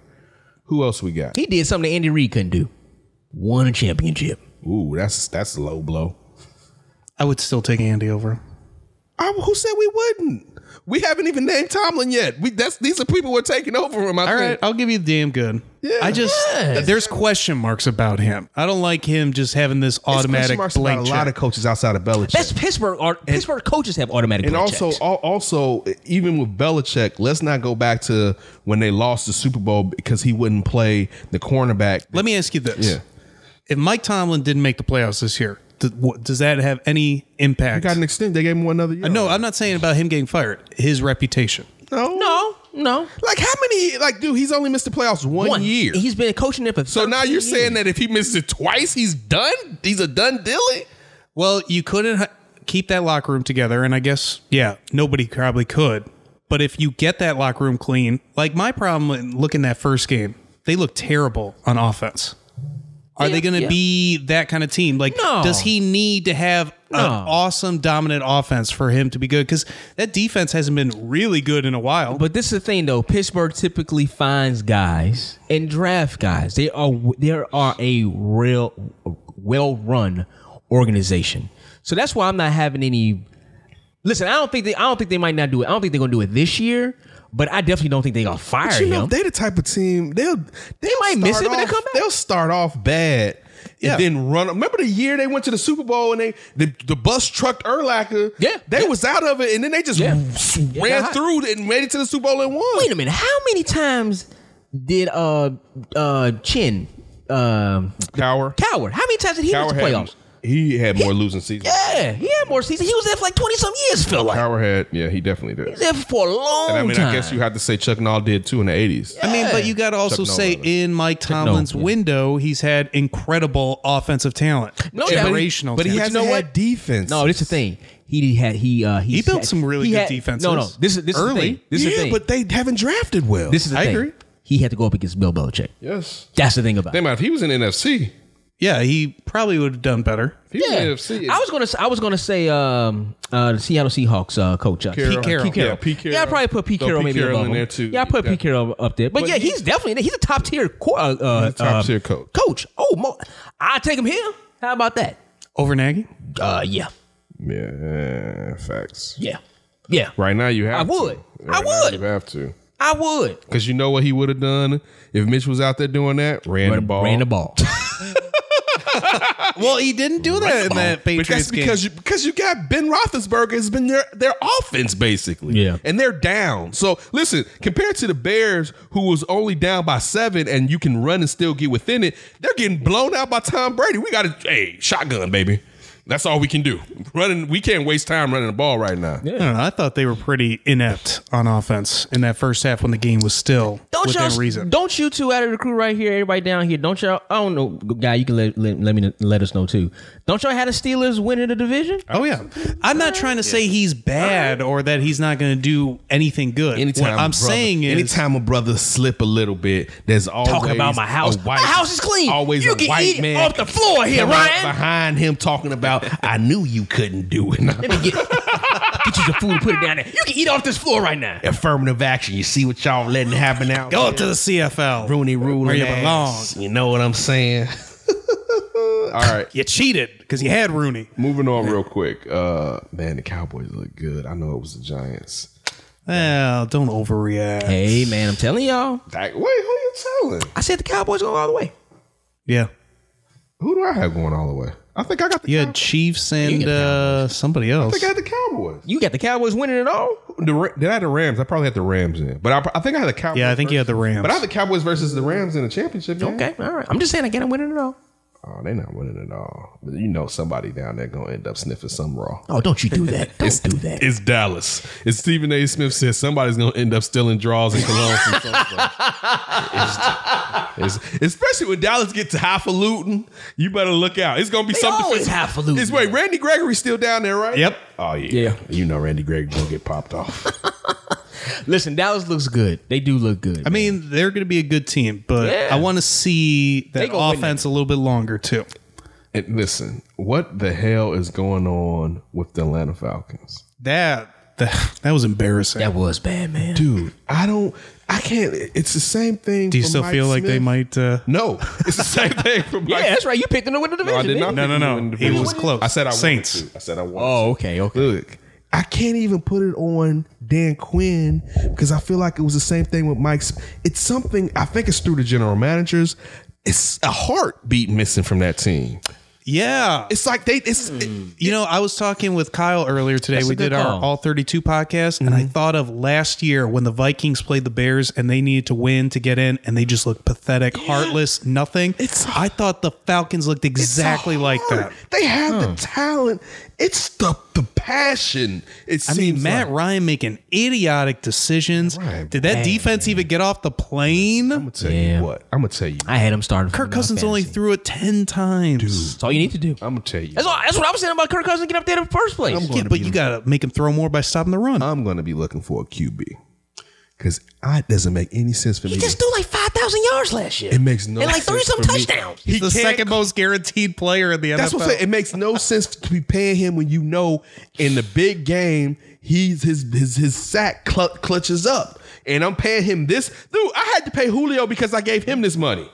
S7: Who else we got?
S3: He did something that Andy Reid couldn't do. Won a championship.
S7: Ooh, that's that's a low blow.
S4: I would still take Andy over.
S7: I, who said we wouldn't? We haven't even named Tomlin yet. We that's these are people we're taking over from. I
S4: All
S7: think.
S4: right, I'll give you the damn good. Yeah, I just there's question marks about him. I don't like him just having this
S7: It's question
S4: automatic
S7: marks
S4: blank
S7: about
S4: check.
S7: A lot of coaches outside of Belichick.
S3: That's Pittsburgh. Are, Pittsburgh coaches have automatic.
S7: and
S3: blank
S7: also,
S3: checks.
S7: al- also, even with Belichick, let's not go back to when they lost the Super Bowl because he wouldn't play the cornerback.
S4: Let me ask you this:
S7: Yeah.
S4: If Mike Tomlin didn't make the playoffs this year, th- what- does that have any impact?
S7: got an extent. They gave him one other year.
S4: no, I'm not saying about him getting fired. His reputation.
S7: no,
S3: no, no.
S7: Like how many? Like, dude, he's only missed the playoffs oh, one,
S3: One
S7: year.
S3: He's been coaching there for.
S7: so now
S3: 13
S7: you're saying
S3: years.
S7: that if he misses it twice, he's done. He's a done dilly.
S4: Well, you couldn't h- keep that locker room together, and I guess yeah, nobody probably could. But if you get that locker room clean, like my problem in looking that first game, they look terrible on offense. Are
S3: Yeah,
S4: they going to
S3: yeah.
S4: be that kind of team? Like,
S3: No.
S4: does he need to have an
S3: No.
S4: awesome, dominant offense for him to be good? Because that defense hasn't been really good in a while.
S3: But this is the thing, though. Pittsburgh typically finds guys and draft guys. They are there are a real well run organization. So that's why I'm not having any. Listen, I don't think they. I don't think they might not do it. I don't think they're gonna do it this year. But I definitely don't think they gonna fire
S7: But you know,
S3: him.
S7: they the type of team they'll they
S3: might miss it, but they come back.
S7: They'll start off bad.
S4: Yeah.
S7: And then run. Remember the year they went to the Super Bowl and they the, the bus trucked Erlacher.
S3: Yeah.
S7: they
S3: Yeah.
S7: was out of it, and then they just
S3: Yeah.
S7: s-
S3: Yeah,
S7: ran
S3: got
S7: through it and made it to the Super Bowl and won.
S3: Wait a minute. How many times did uh uh Chin um
S7: Coward.
S3: Coward? How many times did he make
S7: Coward
S3: the
S7: had
S3: playoffs?
S7: he had more losing seasons.
S3: Yeah, he had more seasons. He was there for like twenty some years. Feel like
S7: Coward had *laughs* yeah, he definitely did.
S3: there for a long
S7: And I mean,
S3: time.
S7: I guess you have to say Chuck Noll did too in the eighties.
S4: I mean, but you got to also
S7: Noll,
S4: say
S7: rather.
S4: in Mike Tomlin's
S3: yeah.
S4: window, he's had incredible offensive talent,
S3: No doubt.
S4: generational.
S7: But he hasn't
S4: talent.
S3: know
S7: had
S3: what?
S7: defense.
S3: No, this is the thing. He had he uh he,
S4: He built
S3: had-
S4: some really
S3: he
S4: good
S3: had-
S4: defenses
S3: No, no. This is this is the
S4: early.
S3: thing. This is the
S7: yeah,
S3: thing.
S7: but they haven't drafted well.
S3: this is the
S4: I
S3: thing.
S4: agree.
S3: He had to go up against Bill Belichick.
S7: yes.
S3: That's the thing about.
S7: Damn,
S3: it.
S7: if he was in NFC,
S4: yeah, he probably would have done better.
S7: if he
S3: Yeah.
S7: was in NFC.
S3: I was gonna s- I was gonna say um uh the Seattle Seahawks uh coach uh,
S7: Carroll.
S3: Pete
S4: Carroll.
S3: Pete Carroll.
S7: Yeah, Pete Carroll.
S3: Yeah, I probably put Pete
S7: Throw
S3: Carroll
S7: Pete
S3: maybe
S7: Carroll
S3: above
S7: in
S3: him.
S7: there, too.
S3: Yeah, I put
S7: Yeah.
S3: Pete Carroll up there. But,
S7: But
S3: yeah,
S7: he-
S3: he's definitely in there. he's a top tier co- uh, uh,
S7: He's a top
S3: uh,
S7: tier coach.
S3: Coach. Oh, mo- I take him here. How about that?
S4: Over Nagy?
S3: Uh yeah.
S7: Yeah, facts.
S3: Yeah. Yeah.
S7: Right now, you have.
S3: I would.
S7: To.
S3: I
S7: Right now
S3: would.
S7: You have to,
S3: I would.
S7: because you know what he would have done if Mitch was out there doing that. Ran the ball.
S3: Ran the ball.
S4: Well, he didn't do that in that
S7: But
S4: Patriots
S7: that's because
S4: game.
S7: you because you got Ben Roethlisberger has been their their offense basically,
S3: Yeah.
S7: and they're down. So listen, compared to the Bears, who was only down by seven, and you can run and still get within it, they're getting blown out by Tom Brady. We got to hey shotgun baby, that's all we can do. Running, we can't waste time running the ball right now.
S4: I don't know. I thought they were pretty inept on offense in that first half when the game was still
S3: Don't
S4: within
S3: y'all
S4: reason.
S3: don't you two out of the crew right here, everybody down here. Don't y'all? I don't know, guy. You can let let, let me let us know too. Don't y'all have the Steelers winning the division?
S4: Oh yeah, I'm not trying to say he's bad or that he's not going to do anything good.
S7: Anytime
S4: what
S7: a
S4: I'm
S7: brother-
S4: saying is,
S7: anytime a brother slip a little bit, there's always
S3: Talking about my house.
S7: a white-
S3: my house is clean.
S7: Always
S3: you
S7: a
S3: can
S7: white
S3: eat
S7: man
S3: off the floor here,
S7: coming up
S3: Ryan.
S7: Behind him, talking about, I knew you couldn't do it.
S3: Let me get get you some food and put it down there. You can eat off this floor right now.
S7: affirmative action. You see what y'all letting happen out.
S4: go to the CFL.
S7: Rooney Rule.
S4: where you
S7: and
S4: belong.
S7: ass. You know what I'm saying? All right.
S4: You cheated because you had Rooney.
S7: Moving on
S3: *laughs*
S7: real quick. Uh man, the Cowboys look good. I know it was the Giants.
S4: Well, don't overreact.
S3: Hey man, I'm telling y'all.
S7: Dak- wait, who you telling?
S3: I said the Cowboys go all the way.
S4: Yeah,
S7: Who do I have going all the way? I think I got the
S4: you had
S7: Cowboys.
S4: Chiefs and
S3: get the
S4: uh, somebody
S7: I
S4: else.
S7: think I had the Cowboys.
S3: You got the Cowboys winning it all.
S7: The, Ra- did I have the Rams? I probably had the Rams in. But I, I think I had the Cowboys.
S4: Yeah, I think you had the Rams.
S7: But I had the Cowboys versus the Rams in the championship game.
S3: Okay, all right. I'm just saying again, I'm winning it all.
S7: Oh, they not winning at all. But you know somebody down there gonna end up sniffing some raw.
S3: Oh, don't you do *laughs* that. Don't do that.
S7: It's Dallas. It's Stephen A. Smith says somebody's going to end up stealing draws and cologne from somebody. It's- it's- especially when Dallas gets to highfalutin, you better look out. It's going to be something.
S3: always highfalutin.
S7: It's wait, Randy Gregory's still down there, right?
S4: Yep.
S7: Oh yeah.
S3: Yeah.
S7: You know Randy Gregory's going to get popped off.
S3: Listen, Dallas looks good. They do look good.
S4: I mean, they're going to be a good team, but
S3: Yeah.
S4: I want to see
S3: They
S4: that
S3: gonna win
S4: offense a little bit longer too.
S7: *laughs* and listen, what the hell is going on with the Atlanta Falcons?
S4: That that, that was embarrassing.
S3: that was bad, man.
S7: Dude, I don't I can't it's the same thing.
S4: Do you still feel like they might? Uh,
S7: No, it's the *laughs* same thing from Mike
S3: Yeah, that's right. You picked them to win the
S7: No,
S3: division.
S7: I did not.
S3: didn't
S4: No,
S7: pick
S4: no, no.
S7: you in the
S4: He was
S7: division.
S4: close.
S7: I said I wanted
S4: Saints.
S7: to. I said I wanted.
S3: you? Oh, okay,
S7: to.
S3: okay.
S7: Look, I can't even put it on Dan Quinn because I feel like it was the same thing with Mike's. It's something I think it's through the general managers. It's a heartbeat missing from that team.
S4: Yeah.
S7: It's like they. It's
S4: You know, I was talking with Kyle earlier today.
S3: That's a
S4: we did
S3: good
S4: our
S3: call. Mm-hmm.
S4: All 32 podcast, and I thought of last year when the Vikings played the Bears and they needed to win to get in, and they just looked pathetic, heartless, nothing.
S7: It's-
S4: I thought the Falcons looked
S7: it's
S4: exactly like
S7: hard.
S4: that.
S7: They have the talent. It's the the passion. It
S4: I
S7: seems
S4: mean, Matt
S7: like.
S4: Ryan making idiotic decisions.
S7: Ryan,
S4: Did that defense even get off the
S7: I'm
S4: plane?
S7: gonna tell
S3: Yeah.
S7: you what. I'm gonna tell you.
S3: I had him starting.
S4: Kirk Cousins only threw it 10 times.
S3: That's all you need to do.
S7: I'm gonna tell you.
S3: That's, all, that's what I was saying about Kirk Cousins getting up there in the first place.
S7: I'm
S4: Yeah,
S7: gonna
S4: but
S7: be-
S4: you got to make him throw more by stopping the run.
S7: I'm gonna be looking for a QB because it doesn't make any sense for me.
S3: he
S7: to-
S3: just threw like five thousand yards last year.
S7: it makes no
S3: and like
S7: sense
S3: threw some
S7: for me.
S3: touchdowns.
S7: He
S4: the
S7: can't-
S4: second most guaranteed player in the
S7: That's
S4: NFL.
S7: what I'm saying. It makes no sense to be paying him when you know in the big game he's his his his sack cl- clutches up, and I'm paying him this. Dude, I had to pay Julio because I gave him this money.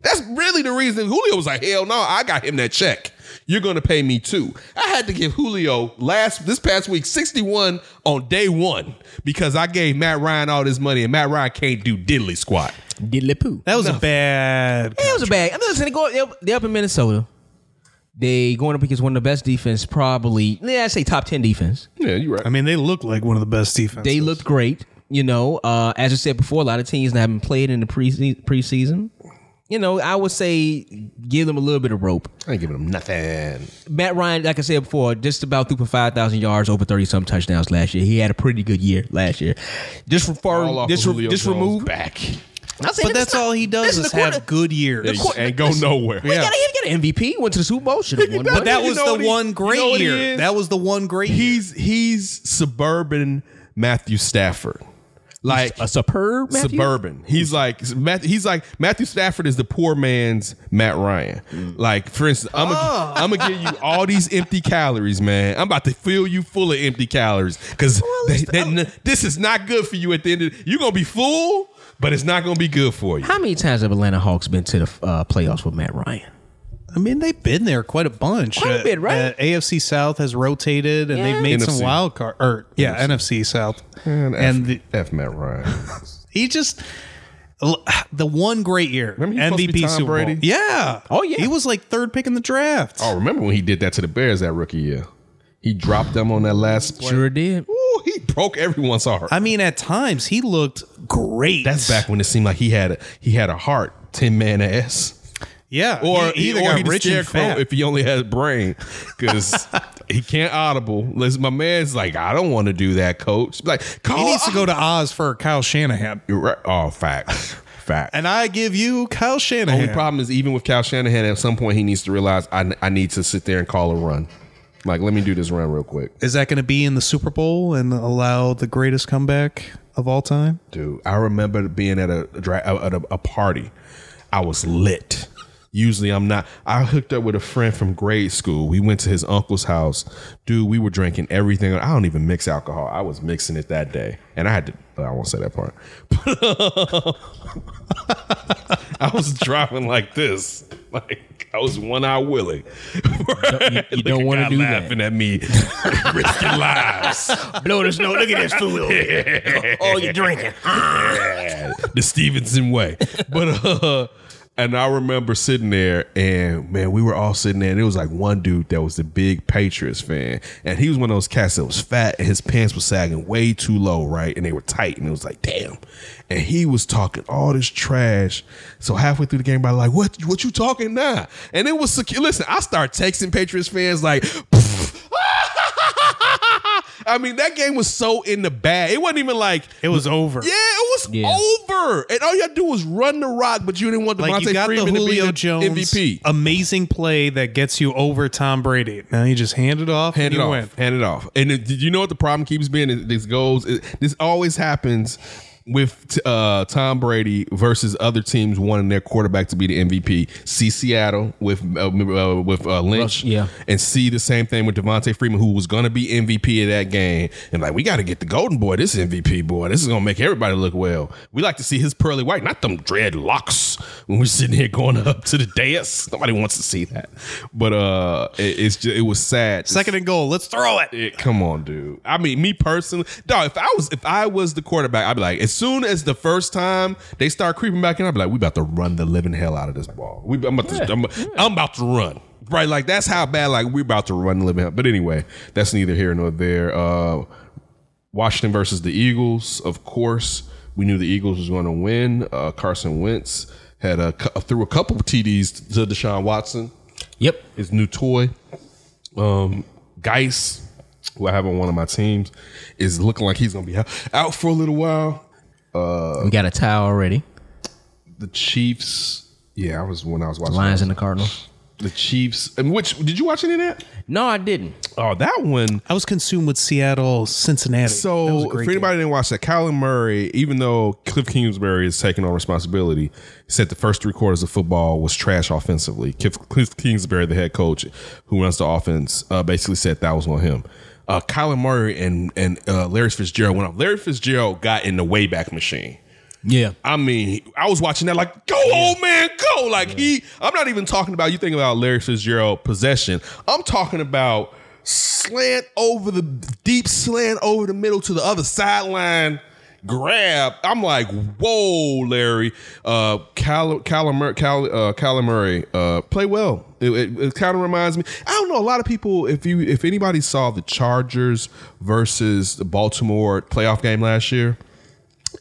S7: That's really the reason Julio was like, hell no, I got him that check. You're gonna pay me too. I had to give Julio last this past week 61 on day one because I gave Matt Ryan all this money and Matt Ryan can't do diddly squat.
S3: Diddly poo.
S4: That was a bad.
S3: Yeah, it was a bad. I mean, listen, they go, they're, they're up in Minnesota. They going up against one of the best defense, probably. Yeah, I say top ten defense.
S7: Yeah, you're right.
S4: I mean, they look like one of the best defenses.
S3: They looked great. You know, uh, as I said before, a lot of teams that haven't played in the pre preseason. You know, I would say give them a little bit of rope.
S7: I ain't giving him nothing.
S3: Matt Ryan, like I said before, just about threw for five thousand yards, over thirty some touchdowns last year. He had a pretty good year last year. Just
S7: All
S3: far,
S7: off
S3: this
S7: of
S3: re-
S7: Julio
S3: this
S7: Jones
S3: remove.
S7: back.
S3: But
S4: But that's all he does is have good years.
S3: court-
S7: Ain't go nowhere.
S3: He got, he got an MVP, went to the Super Bowl, should have won.
S7: But
S4: But
S7: *laughs*
S4: that
S7: You
S4: was
S7: know
S4: the
S7: what he-
S4: one
S7: you
S4: great
S7: know what he
S4: year.
S7: is?
S4: That was the one great year.
S7: he's he's suburban Matthew Stafford. Like
S3: a superb Matthew?
S7: suburban. He's like Matt, he's like Matthew Stafford is the poor man's Matt Ryan. Like for instance, I'm gonna I'm gonna give you all these empty calories, man. I'm about to fill you full of empty calories because this is not good for you. At the end, of you're gonna be full, but it's not gonna be good for you.
S3: How many times have Atlanta Hawks been to the uh, playoffs with Matt Ryan?
S4: I mean, they've been there quite a bunch. Uh,
S3: Quite a bit, right?
S4: AFC South has rotated, and they've made some
S7: NFC.
S4: wild card. Or yeah, NFC, South. And, the,
S7: F Matt Ryan.
S4: he just the one great year
S7: Remember he was supposed to be
S4: MVP
S7: Tom
S4: Super Bowl.
S7: Brady?
S4: Yeah.
S3: Oh, yeah.
S4: He was like third pick in the draft.
S7: Oh, remember when he did that to the Bears that rookie year? He dropped them on that last play.
S3: Sure did.
S7: Ooh, he broke everyone's heart.
S4: I mean, at times he looked great.
S7: That's back when it seemed like he had a he had a heart, ten man ass.
S4: Yeah.
S7: Or
S4: he, either
S7: or
S4: got
S7: he the
S4: rich and
S7: scarecrow
S4: fat.
S7: if he only had a brain,
S4: *laughs*
S7: because he can't audible. Listen, my man's like, I don't want to do that, coach. Like, call
S4: he needs to go to Oz for Kyle Shanahan.
S7: You're right. Oh, facts, facts.
S4: *laughs* And I give you Kyle Shanahan.
S7: only problem is even with Cal Shanahan, at some point he needs to realize I I need to sit there and call a run. Like, let me do this run real quick,
S4: Is that going to be in the Super Bowl and allow the greatest comeback of all time?
S7: dude. I remember being at a dra- at a, a party. I was lit. Usually I'm not. I hooked up with a friend from grade school. We went to his uncle's house. Dude, we were drinking everything. I don't even mix alcohol. I was mixing it that day, and I had to. I won't say that part. *laughs* I was driving like this. Like I was one eye willing. *laughs* You,
S3: don't wanna do that.
S7: laughing at me. *laughs* Risking lives.
S8: Blow the snow. Look at this fool.
S7: *laughs*
S8: oh, you drinking.
S7: Yeah, the Stevenson way. But uh and I remember sitting there and man, we were all sitting there and it was like one dude that was the big Patriots fan. And he was one of those cats that was fat and his pants were sagging way too low, right? And they were tight. And it was like, damn. And he was talking all this trash. So halfway through the game, I like, what what you talking now? And it was secure. Listen, I start texting Patriots fans like *laughs* I mean, that game was so in the bag. It wasn't even like
S4: It was over.
S7: yeah, it was over. And all you had to do was run the rock, but you didn't want Devontae
S4: Like you got
S7: Freeman
S4: the Julio
S7: to be the
S4: Jones
S7: MVP.
S4: amazing play that gets you over Tom Brady. Now you just hand it off
S7: Hand
S4: and
S7: it
S4: you
S7: off.
S4: win.
S7: Hand it off. And it- did you know what the problem keeps being? It- This goes. it- this always happens. with t- uh, Tom Brady versus other teams wanting their quarterback to be the MVP. See Seattle with uh, uh, with uh, Lynch,
S3: Rush, yeah.
S7: and see the same thing with Devontae Freeman, who was going to be MVP of that game. And like, we got to get the Golden Boy, this MVP boy. This is going to make everybody look well. We like to see his pearly white, not them dreadlocks. When we're sitting here going up to the dais, nobody wants to see that. But uh, it, it's just, it was sad. to
S4: Second and goal. Let's throw it.
S7: it- come on, dude. I mean, me personally, dog. If I was if I was the quarterback, I'd be like, as soon as the first time they start creeping back in, I'd be like, we about to run the living hell out of this ball. We, I'm about to, I'm, I'm about to run. Right, like that's how bad. Like we're about to run the living hell. But anyway, that's neither here nor there. Uh, Washington versus the Eagles. Of course, we knew the Eagles was going to win. Uh, Carson Wentz had a cou- threw a couple of TDs to Deshaun Watson
S3: Yep.
S7: his new toy. Um, Geis, who I have on one of my teams, is looking like he's gonna be out, out for a little while. Uh,
S3: we got a tie already.
S7: The Chiefs, yeah, I was when I was watching
S3: Lions and the Cardinals.
S7: the Chiefs. And which did you watch any of that?
S3: No, I didn't.
S7: Oh, that one.
S4: I was consumed with Seattle, Cincinnati. That was a
S7: So
S4: great
S7: if anybody didn't watch that, Kyler Murray, even though Cliff Kingsbury is taking on responsibility, said the first three quarters of football was trash offensively. Cliff, Cliff Kingsbury, the head coach who runs the offense, uh, basically said that was on him. Uh, Kyler Murray and and uh, Larry Fitzgerald went up. Larry Fitzgerald got in the wayback machine.
S3: Yeah.
S7: I mean, I was watching that like, go old man, go. Like he, I'm not even talking about you think about Larry Fitzgerald possession. I'm talking about slant over the deep slant over the middle to the other sideline grab. I'm like, whoa, Larry. Uh Cal Cal, Cal, uh, Kyler Murray, uh, play well. It, it, it kind of reminds me. I don't know. A lot of people, if you if anybody saw the Chargers versus the Baltimore playoff game last year.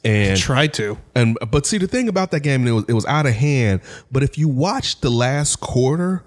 S7: And
S4: Tried to.
S7: and but see the thing about that game, it was it was out of hand. But if you watch the last quarter,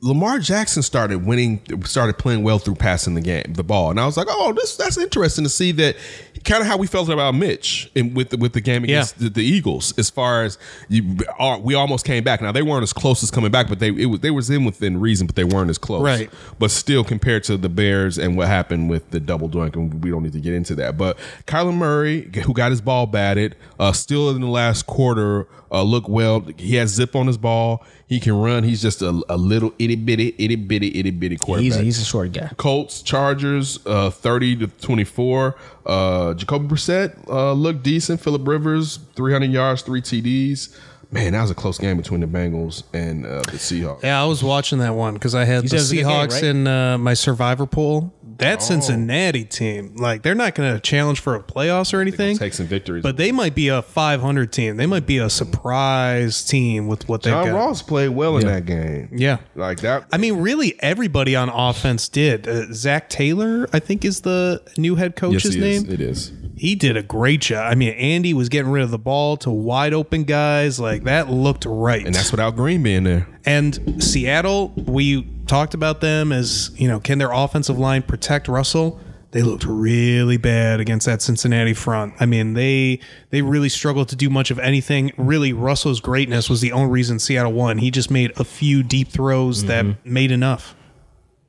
S7: Lamar Jackson started winning, started playing well through passing the game, the ball, and I was like, oh, this that's interesting to see that kind of how we felt about Mitch and with the, with the game against the, the Eagles, as far as you, are, we almost came back. Now they weren't as close as coming back, but they it was they was in within reason, but they weren't as close,
S4: Right.
S7: But still, compared to the Bears and what happened with the double doink, and we don't need to get into that. But Kyler Murray, who got his ball batted, uh, still in the last quarter, uh, look well. He has zip on his ball. He can run. He's just a, a little itty bitty, itty bitty, itty bitty quarterback.
S3: He's a, he's a short guy.
S7: Colts, Chargers, uh, 30 to 24. Uh, Jacoby Brissett uh, looked decent. Philip Rivers, 300 yards, three TDs. Man, that was a close game between the Bengals and uh, the Seahawks.
S4: Yeah, I was watching that one because I had the
S3: says it's a good game,
S4: Seahawks
S3: right? Oh.
S4: in uh, my survivor pool. That Cincinnati team, like they're not going to challenge for a playoffs or anything.
S7: Take some victories.
S4: But they might be a 500 team. They might be a surprise team with what they've
S7: John
S4: got.
S7: Ross played well in that game.
S4: Yeah.
S7: Like that.
S4: I mean, really, everybody on offense did. Uh, Zach Taylor, I think, is the new head
S7: yes,
S4: coach's
S7: it is.
S4: name.
S7: It is.
S4: He did a great job. I mean, Andy was getting rid of the ball to wide open guys. Like, that looked right.
S7: And that's without Green being there.
S4: And Seattle, we talked about them as, you know, can their offensive line protect Russell? They looked really bad against that Cincinnati front. I mean, they they really struggled to do much of anything. Really, Russell's greatness was the only reason Seattle won. He just made a few deep throws that made enough.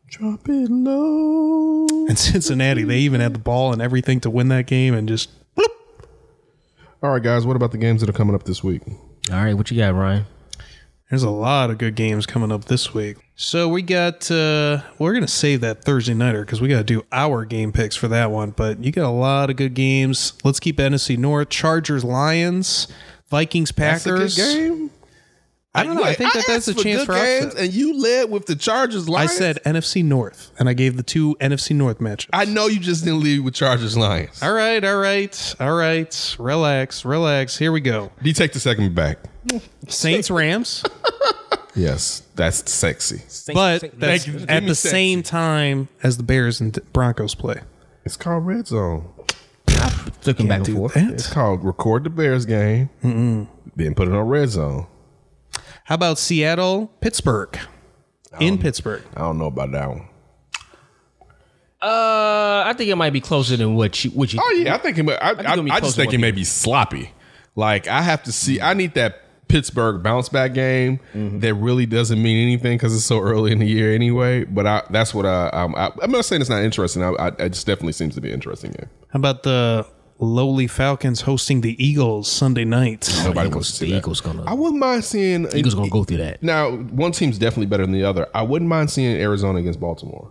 S7: Drop it low.
S4: And Cincinnati, they even had the ball and everything to win that game and just
S7: All right, guys. What about the games that are coming up this week?
S3: All right, what you got, Ryan?
S4: There's a lot of good games coming up this week. So we got uh we're gonna save that Thursday nighter because we gotta do our game picks for that one. But you got a lot of good games. Let's keep NFC North, Chargers, Lions, Vikings,
S7: That's a good
S4: Packers.
S7: game.
S4: I don't know. I think that that's a
S7: asked "Ah, for
S4: chance
S7: good
S4: for
S7: games,
S4: upset.
S7: and you led with the Chargers.
S4: I
S7: Lions.
S4: said NFC North, and I gave the two NFC North matchups.
S7: I know you just didn't leave with Chargers Lions.
S4: all right, all right, all right. Relax, relax. Here we go.
S7: Do you take the second back? *laughs*
S4: Saints, Rams.
S7: Yes, that's sexy.
S4: But that's
S7: Thank you. Give
S4: at
S7: me
S4: the
S7: sexy.
S4: same time as the Bears and Broncos play.
S7: It's called Red Zone.
S3: took him back and
S4: Do
S3: forth.
S4: that.
S7: It's called Record the Bears game. Then put it on Red Zone.
S4: How about Seattle, Pittsburgh? In Pittsburgh.
S7: I don't know about that one.
S3: Uh, I think it might be closer than what you what you.
S7: Oh yeah, I think it. might- I, I,
S3: it'll be
S7: I
S3: close
S7: just
S3: to
S7: think
S3: one
S7: it may be sloppy. Like I have to see. I need that Pittsburgh bounce back game
S3: Mm-hmm.
S7: that really doesn't mean anything because it's so early in the year anyway. But I, that's what I, um, I. I'm not saying it's not interesting. I, I, it just definitely seems to be an interesting game.
S4: How about the lowly Falcons hosting the Eagles Sunday night.
S7: Nobody
S3: Eagles-
S7: wants to see
S3: the
S7: that.
S3: Eagles gonna-
S7: I wouldn't mind seeing.
S3: Eagles gonna go through that.
S7: Now, one team's definitely better than the other. I wouldn't mind seeing Arizona against Baltimore.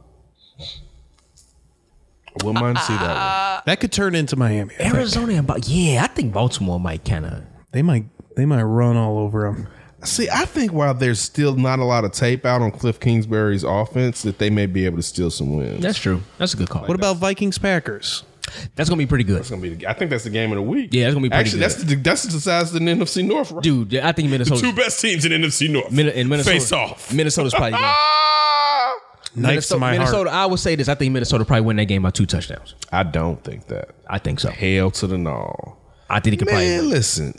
S7: I wouldn't mind seeing
S3: *laughs*
S7: that.
S4: That could turn into Miami.
S3: Arizona and Ba- yeah, I think Baltimore might kind of.
S4: They might they might run all over them.
S7: One. See, I think while there's still not a lot of tape out on Cliff Kingsbury's offense, that they may be able to steal some wins.
S3: That's true. That's a good call.
S4: What about Vikings Packers?
S3: That's gonna be pretty good,
S7: That's gonna be. The, I think that's the game of the week.
S3: Yeah, that's gonna be pretty
S7: actually
S3: good.
S7: that's the that's the size of the NFC North. Right?
S3: dude. I think Minnesota.
S7: Two best teams in NFC North.
S3: Min- in Minnesota
S7: face off. *laughs*
S3: Minnesota's probably. Gonna,
S7: Ah!
S4: Knives to my
S3: Minnesota.
S4: heart.
S3: I would say this. I think Minnesota probably win that game by two touchdowns.
S7: I don't think that.
S3: I think so.
S7: Hail to the no.
S3: I think it could probably.
S7: Man, listen,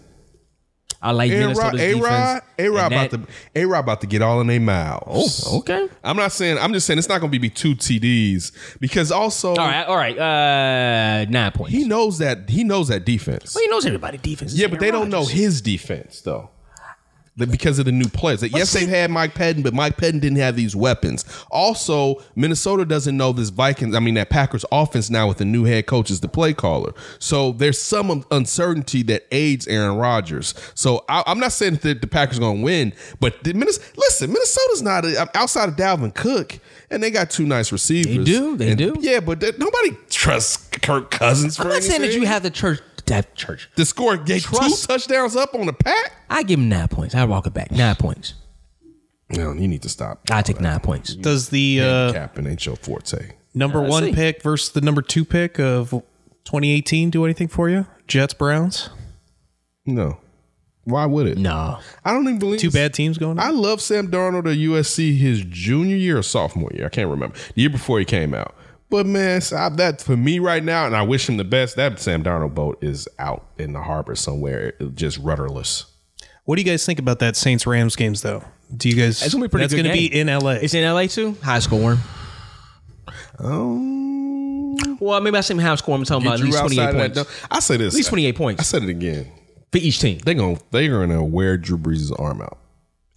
S3: I like
S7: A Rod,
S3: Minnesota's
S7: A Rod,
S3: defense.
S7: A Rod
S3: and
S7: about
S3: that-
S7: to, A Rod about to get all in their mouths.
S3: Oh, okay.
S7: I'm not saying. I'm just saying it's not going to be two TDs because also
S3: All right, all right. Uh, nine points.
S7: he
S3: He,
S7: knows that he knows that defense.
S3: he knows everybody defense.
S7: yeah, but they don't know his defense though. The- Because of the new players. Like, yes, they've had Mike Patton, but Mike Patton didn't have these weapons. Also, Minnesota doesn't know this Vikings, I mean, that Packers offense now with the new head coach is the play caller. So there's some un- uncertainty that aids Aaron Rodgers. So I, I'm not saying that the Packers are going to win, but the Minnes- listen, Minnesota's not a, outside of Dalvin Cook, and they got two nice receivers.
S3: do, they
S7: And-
S3: do.
S7: Yeah, but that- nobody trusts Kirk Cousins for
S3: I'm not saying that
S7: anything.
S3: you have the church. That church.
S7: The score gave
S3: Trust-
S7: two touchdowns up on the pack.
S3: I give him nine points. I walk it back. Nine points.
S7: No, you need to stop.
S3: I take nine points.
S4: Does the uh,
S7: Capping ain't your forte.
S4: number one pick versus the number two pick of 2018 do anything for you? Jets Browns.
S7: No. Why would it?
S3: No.
S7: I don't even believe
S4: Two bad teams going.
S7: I
S4: Up.
S7: love Sam Darnold at USC his junior year or sophomore year. I can't remember. The year before he came out. But man, so I- that for me right now, and I wish him the best. That Sam Darnold boat is out in the harbor somewhere, just rudderless.
S4: What do you guys think about that Saints Rams games though? Do you guys?
S3: It's gonna be a pretty
S4: That's
S3: good
S4: gonna
S3: game.
S4: be in LA.
S3: It's in LA too. High scoring.
S7: Um,
S3: Well, maybe I say high scoring. I'm talking about at least 28 points.
S7: I say this.
S3: At least 28
S7: I
S3: points
S7: said it again.
S3: for each team.
S7: They gonna they gonna wear Drew Brees' arm out,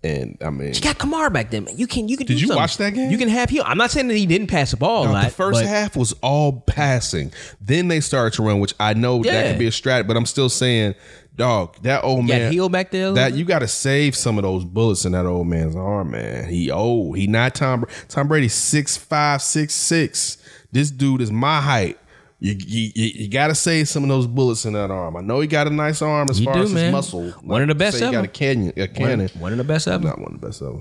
S7: and I mean,
S3: You got Kamara back then. Man. You can you can.
S7: Did
S3: do
S7: you
S3: something.
S7: watch that game?
S3: You can have him. I'm not saying that he didn't pass the ball a
S7: Now,
S3: lot.
S7: the first
S3: but
S7: half was all passing. Then they started to run, which I know that
S3: Yeah.
S7: could be a strat, but I'm still saying, dog, that old
S3: got
S7: man
S3: Hill back there a little
S7: That
S3: bit.
S7: you got to save some of those bullets in that old man's arm, man. He old. He not Tom. Bra- Tom Brady six five six six. This dude is my height. You, you, got to save some of those bullets in that arm. I know he got a nice arm as
S3: You
S7: far
S3: do,
S7: as
S3: man.
S7: his muscle.
S3: One of the best
S7: Say He got
S3: ever.
S7: a canyon, a cannon.
S3: one of the best ever.
S7: Not one of the best ever.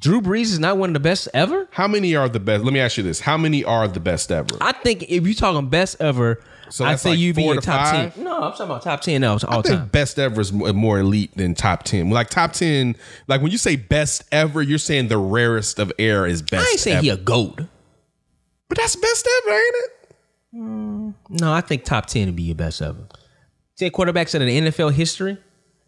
S3: Drew Brees is not one of the best ever.
S7: How many are the best? Let me ask you this: How many are the best ever?
S3: I think if you're talking best ever,
S7: So
S3: I
S7: that's
S3: say
S7: like
S3: you'd be
S7: four
S3: in
S7: to
S3: top
S7: five?
S3: ten. No, I'm talking about top ten now all
S7: I think
S3: time.
S7: best ever is mo- more elite than top 10. Like top 10, like when you say best ever, you're saying the rarest of air is best
S3: I ain't saying
S7: ever.
S3: he a goat.
S7: But that's best ever, ain't it?
S3: No, I think top ten would be your best ever. Ten quarterbacks out of the NFL history.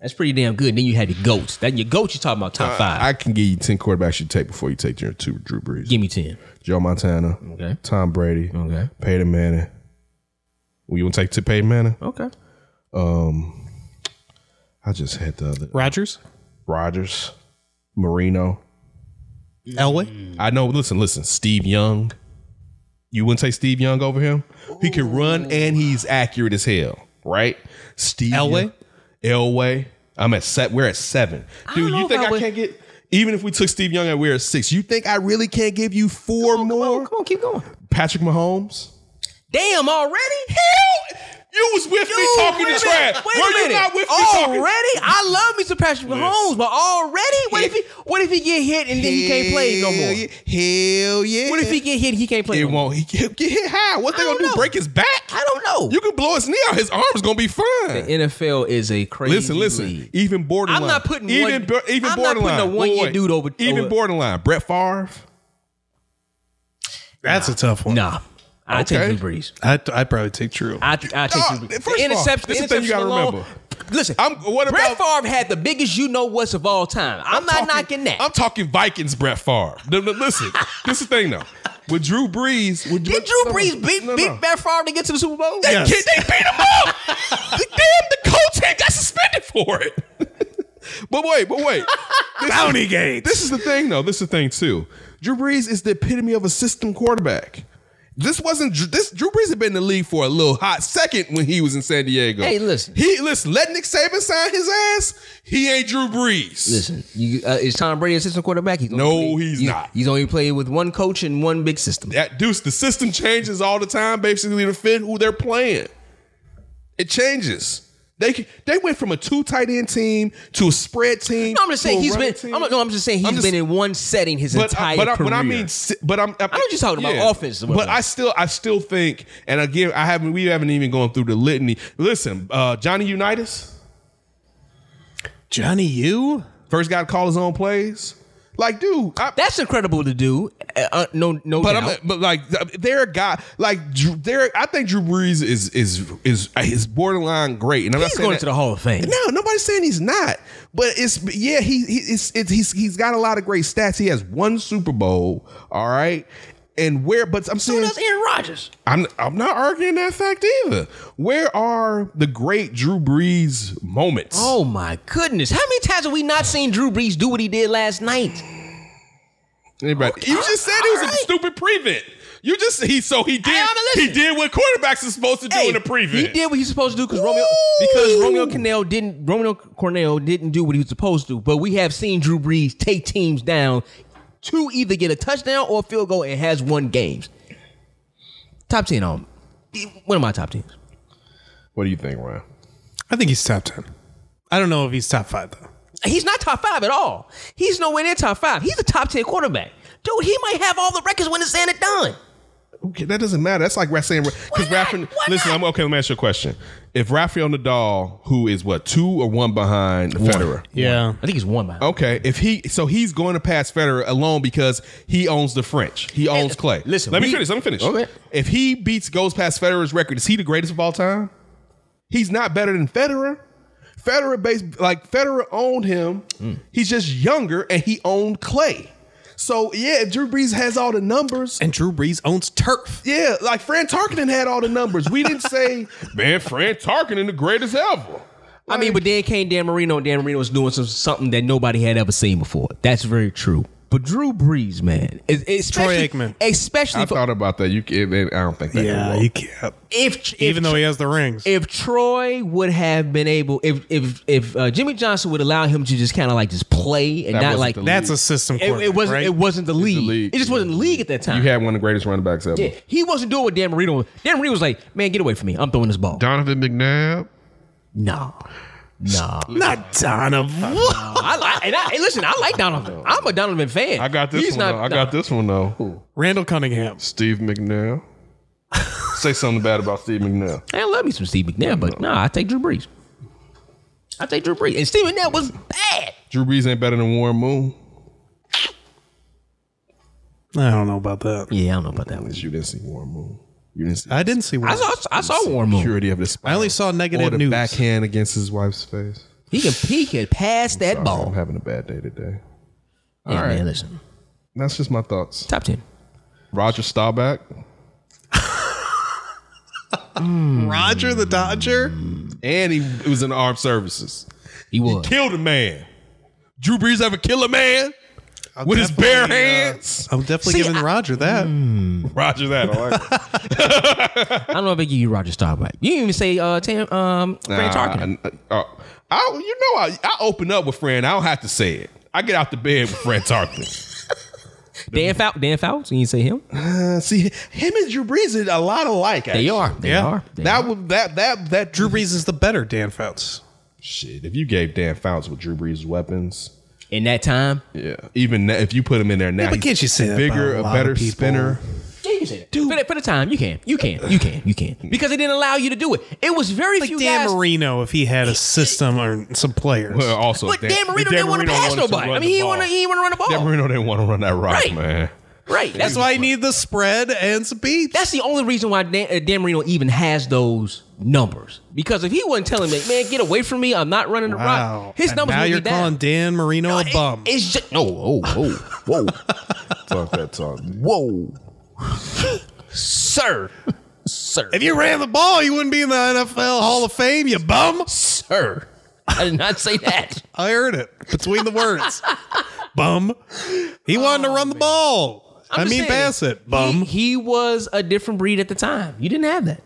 S3: That's pretty damn good. Then you have your goats. That your goats. You're talking about top five.
S7: Uh, I can give you 10 quarterbacks you take before you take your two Drew Brees.
S3: Give me ten.
S7: Joe Montana,
S3: Okay.
S7: Tom Brady,
S3: Okay.
S7: Peyton Manning. Well, you want to take to Peyton Manning?
S3: Okay.
S7: Um, I just had the other.
S4: Rogers,
S7: Rodgers, Marino.
S3: Mm.
S4: Elway.
S7: I know. Listen, listen. Steve Young. You wouldn't say Steve Young over him? He can run and he's accurate as hell, right? Steve
S4: Elway?
S7: Young- Elway. I'm at set. We're at seven, dude.
S3: know
S7: You
S3: if
S7: think
S3: I
S7: I,
S3: would-
S7: can't get? Even if we took Steve Young and we're at six, you think I really can't give you four more?
S3: Come on, keep going.
S7: Patrick Mahomes.
S3: Damn, already?
S7: Hell, you was with me
S3: Dude,
S7: talking to
S3: wait a minute,
S7: trash.
S3: Wait
S7: Were
S3: a
S7: you
S3: minute.
S7: not with me
S3: already?
S7: talking?
S3: I love Mr. Patrick Mahomes, but already? What if he? What if he get hit and then he can't play no more?
S7: Hell yeah. Hell yeah.
S3: What if he get hit? He can't play.
S7: It
S3: no more?
S7: won't. He get, get hit high. What they
S3: I
S7: gonna
S3: don't
S7: do?
S3: know.
S7: Break his back?
S3: I don't know.
S7: You can blow his knee out. His arm's gonna be fine.
S3: NFL is a crazy.
S7: Listen, listen.
S3: league.
S7: Even borderline.
S3: I'm not putting
S7: even
S3: one-
S7: bo- even
S3: I'm not putting
S7: borderline.
S3: a
S7: Wait,
S3: one-year
S7: wait.
S3: dude over-
S7: Even
S3: over-
S7: borderline. Brett Favre.
S4: That's a tough one.
S3: Nah, I
S7: Okay.
S3: take Drew Brees.
S4: I I'd probably take True.
S3: I, I take
S7: Nah,
S3: Drew Brees.
S7: first of all,
S3: interception.
S7: this is the thing
S3: interception
S7: you gotta
S3: alone-
S7: remember.
S3: Listen,
S7: I'm- what
S3: Brett
S7: about-
S3: Favre had the biggest you know what's of all time. I'm, not
S7: talking-
S3: knocking that.
S7: I'm talking Vikings. Brett Favre. No, no, Listen, this is the thing though. With Drew Brees, with
S3: Did Drew Brees beat
S7: No, no.
S3: beat Brett Favre to get to the Super Bowl?
S7: That kid, they beat him up. the, damn, the coach had got suspended for it. but wait, but wait.
S4: Bounty Gates.
S7: This is the thing, though. This is the thing too. Drew Brees is the epitome of a system quarterback. This wasn't Drew- this. Drew Brees had been in the league for a little hot second when he was in San Diego.
S3: Hey, listen.
S7: he listen. Let Nick Saban sign his ass. He ain't Drew Brees.
S3: Listen, you, uh, is Tom Brady assistant quarterback? He's only
S7: No,
S3: played-
S7: he's not.
S3: He's only played with one coach and one big system.
S7: That deuce. The system changes all the time, basically to fit who they're playing. It changes. They c- they went from a two tight end team to a spread team.
S3: No, I'm just
S7: to
S3: saying
S7: a
S3: he's
S7: running
S3: been. I'm, not- no, I'm just saying he's
S7: I'm just-
S3: been in one setting his
S7: but,
S3: entire
S7: but, I,
S3: career.
S7: but I mean, si- but I'm. I
S3: know what you're talking about, offense is what
S7: But
S3: I'm-
S7: I still, I still think, and again, I haven't. We haven't even gone through the litany. Listen, uh, Johnny Unitas
S4: Johnny, you?
S7: first got to call his own plays. Like, dude, I,
S3: that's incredible to do. Uh, uh, no, no
S7: but
S3: doubt.
S7: I'm, but like, they're a guy. Like, Drew- they're. I think Drew Brees is is is is borderline great, and I'm
S3: he's
S7: not saying
S3: going
S7: that-
S3: to the Hall of Fame.
S7: No, nobody's saying he's not. But it's yeah, he, he it's, it's he's he's got a lot of great stats. He has one Super Bowl, all right. And where? But I'm saying
S3: Aaron Rodgers.
S7: I'm I'm not arguing that fact either. Where are the great Drew Brees moments?
S3: Oh my goodness! How many times have we not seen Drew Brees do what he did last night?
S7: Anybody- you just said he was a
S3: alright.
S7: stupid prevent. You just he so he did
S3: I'm a listen.
S7: he did what quarterbacks are supposed to do in a prevent.
S3: He did what he's supposed to do because Romeo because Romeo Cornell didn't Romeo Cornell didn't do what he was supposed to. But we have seen Drew Brees take teams down to either get a touchdown or a field goal and has won games. Top ten on one of my top teams.
S7: What do you think, Ryan?
S4: I think he's top 10. I don't know if he's top five, though.
S3: He's not top five at all. He's nowhere near top five. He's a top ten quarterback. Dude, he might have all the records when it's said and done.
S7: Okay, that doesn't matter. That's like saying because
S3: not?
S7: Rafael.
S3: Why
S7: Listen,
S3: not?
S7: I'm okay. Let me ask you a question. If Rafael Nadal, who is what two or one behind Federer,
S4: Yeah.
S3: I think he's one by.
S7: okay, if he so he's going to pass Federer alone because he owns the French. He owns clay.
S3: listen,
S7: let me
S3: we-
S7: finish. Let me finish.
S3: Okay.
S7: If he beats goes past Federer's record, is he the greatest of all time? He's not better than Federer. Federer based like Federer owned him.
S3: Hmm.
S7: He's just younger and he owned clay. So yeah, if Drew Brees has all the numbers.
S4: And Drew Brees owns turf.
S7: Yeah, like Fran Tarkenton had all the numbers. We didn't say, *laughs* man, Fran Tarkenton the greatest ever.
S3: I mean, but then came Dan Marino, and Dan Marino was doing some, something that nobody had ever seen before. That's very true. But Drew Brees, man, is- is
S4: Troy
S3: especially-
S4: Aikman.
S3: especially for,
S7: about that. You, I don't think that.
S4: you can't.
S3: if, if
S4: Even though he has the rings.
S3: if Troy would have been able, if if if uh, Jimmy Johnson would allow him to just kind of like just play and
S7: That
S3: not
S7: wasn't
S3: like
S7: the
S3: it,
S7: league.
S4: That's a system quarterback,
S3: it wasn't
S4: right?
S3: it wasn't the league.
S7: league.
S3: It just wasn't the league at that time.
S7: had one of the greatest running backs ever.
S3: yeah, he wasn't doing what Dan Marino. Dan Marino was like, man, get away from me. I'm throwing this ball.
S7: Donovan McNabb.
S3: No.
S7: *laughs*
S3: No,
S4: Not Donovan.
S3: *laughs* I, I, and I, hey, listen. I like Donovan. I'm a Donovan fan.
S7: I got this
S3: He's
S7: one.
S3: not-
S7: though. I got this one though.
S4: Randall Cunningham.
S7: Steve
S3: *laughs*
S7: McNabb. Say something bad about *laughs* Steve McNabb.
S3: I love me some Steve McNabb, but nah, I take Drew Brees. I take Drew Brees. And Steve McNabb was bad.
S7: Drew Brees ain't better than Warren Moon.
S4: I don't know about that.
S3: Yeah, I don't know about that one.
S7: You didn't see Warren Moon. You didn't see
S4: I didn't see one.
S3: I saw I saw Warren Moon.
S7: purity of this.
S4: I only saw
S7: or
S4: negative
S7: the
S4: news.
S7: backhand against his wife's face.
S3: He can he can pass that
S7: I'm
S3: ball.
S7: having a bad day today.
S3: Yeah, man, listen.
S7: That's just my thoughts.
S3: Top ten.
S7: Roger
S4: *laughs*
S7: Staubach.
S4: Roger the Dodger.
S7: and he it was in the armed services.
S3: He was.
S7: Killed a man. Drew Brees ever kill a man with his bare
S4: definitely, uh,
S7: hands?
S4: I'm definitely giving Roger that.
S7: *laughs*
S3: Mm.
S7: Roger that. I like it.
S3: I don't know if I give you Roger Staubach. You didn't even say uh Tam um Fran Tarkenton.
S7: Nah, I, I- I- you know, I, I open up with Fran. I don't have to say it. I get out the bed with Fran Tarkin.
S3: Dan Fow Dan Fouts. You didn't say him.
S7: see, him and Drew Brees are a lot alike.
S3: They are. They
S4: Yeah.
S3: are. They
S7: That
S3: are.
S7: would that that that
S4: Drew Brees is the better Dan Fouts.
S7: shit. If you gave Dan Fouts with Drew Brees' weapons,
S3: in that time.
S7: yeah. Even that, if you put him in there now,
S4: but
S7: he's
S4: can't you say that
S7: bigger,
S4: about a
S7: a
S4: lot
S7: better
S4: of people?
S7: spinner?
S3: Yeah, you can say that. Dude. For, the, for the time, you can. You can. You can. You can. Because it didn't allow you to do it. It was very
S4: Like
S3: few
S4: Dan
S3: guys.
S4: Marino, if he had a system or some players.
S7: Well, also,
S3: But Dan Marino didn't want to pass
S7: wanted
S3: nobody.
S7: run
S3: I mean,
S7: the
S3: he
S7: ball.
S3: want to. He want to run the ball.
S7: Dan Marino didn't want to run that rock,
S3: Right.
S7: man.
S3: right. That's
S4: That's why you need the spread and speed.
S3: That's the only reason why Dan, uh, Dan Marino even has those numbers. Because if he wasn't telling me, man, get away from me, I'm not running the
S4: wow.
S3: rock, his
S4: And
S3: numbers
S4: now
S3: would
S4: you're
S3: be
S4: calling
S3: down.
S4: Dan Marino a bum.
S3: It- it's just no, oh, oh, whoa, *laughs*
S7: Fuck that talk.
S3: whoa, sir, sir,
S4: if you ran the ball, you wouldn't be in the NFL Hall of Fame, you bum.
S3: sir. I did not say that.
S4: *laughs* Oh, I heard it between the words. bum. He wanted to run the ball.
S9: I'm
S4: I
S9: just saying,
S4: mean, Bassett, bum.
S9: He, he was a different breed at the time. You didn't have that.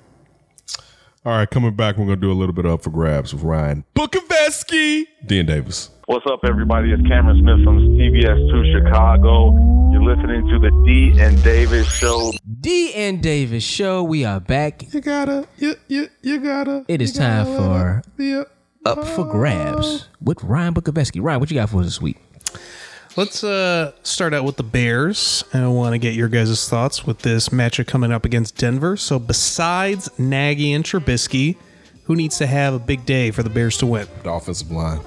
S7: All right, coming back, we're gonna do a little bit of up for grabs with Ryan Bukoveski, Dean Davis.
S10: What's up, everybody? It's Cameron Smith from CBS2 Chicago. You're listening to the D and Davis Show.
S9: D and Davis show. We are back.
S7: You gotta, you you you gotta.
S9: It is time for
S7: Yeah.
S9: Up for Grabs with Ryan Bukoveski. Ryan, what you got for us this week?
S4: Let's uh, start out with the Bears. And I want to get your guys' thoughts with this matchup coming up against Denver. So, besides Nagy and Trubisky, who needs to have a big day for the Bears to win?
S7: The offensive line.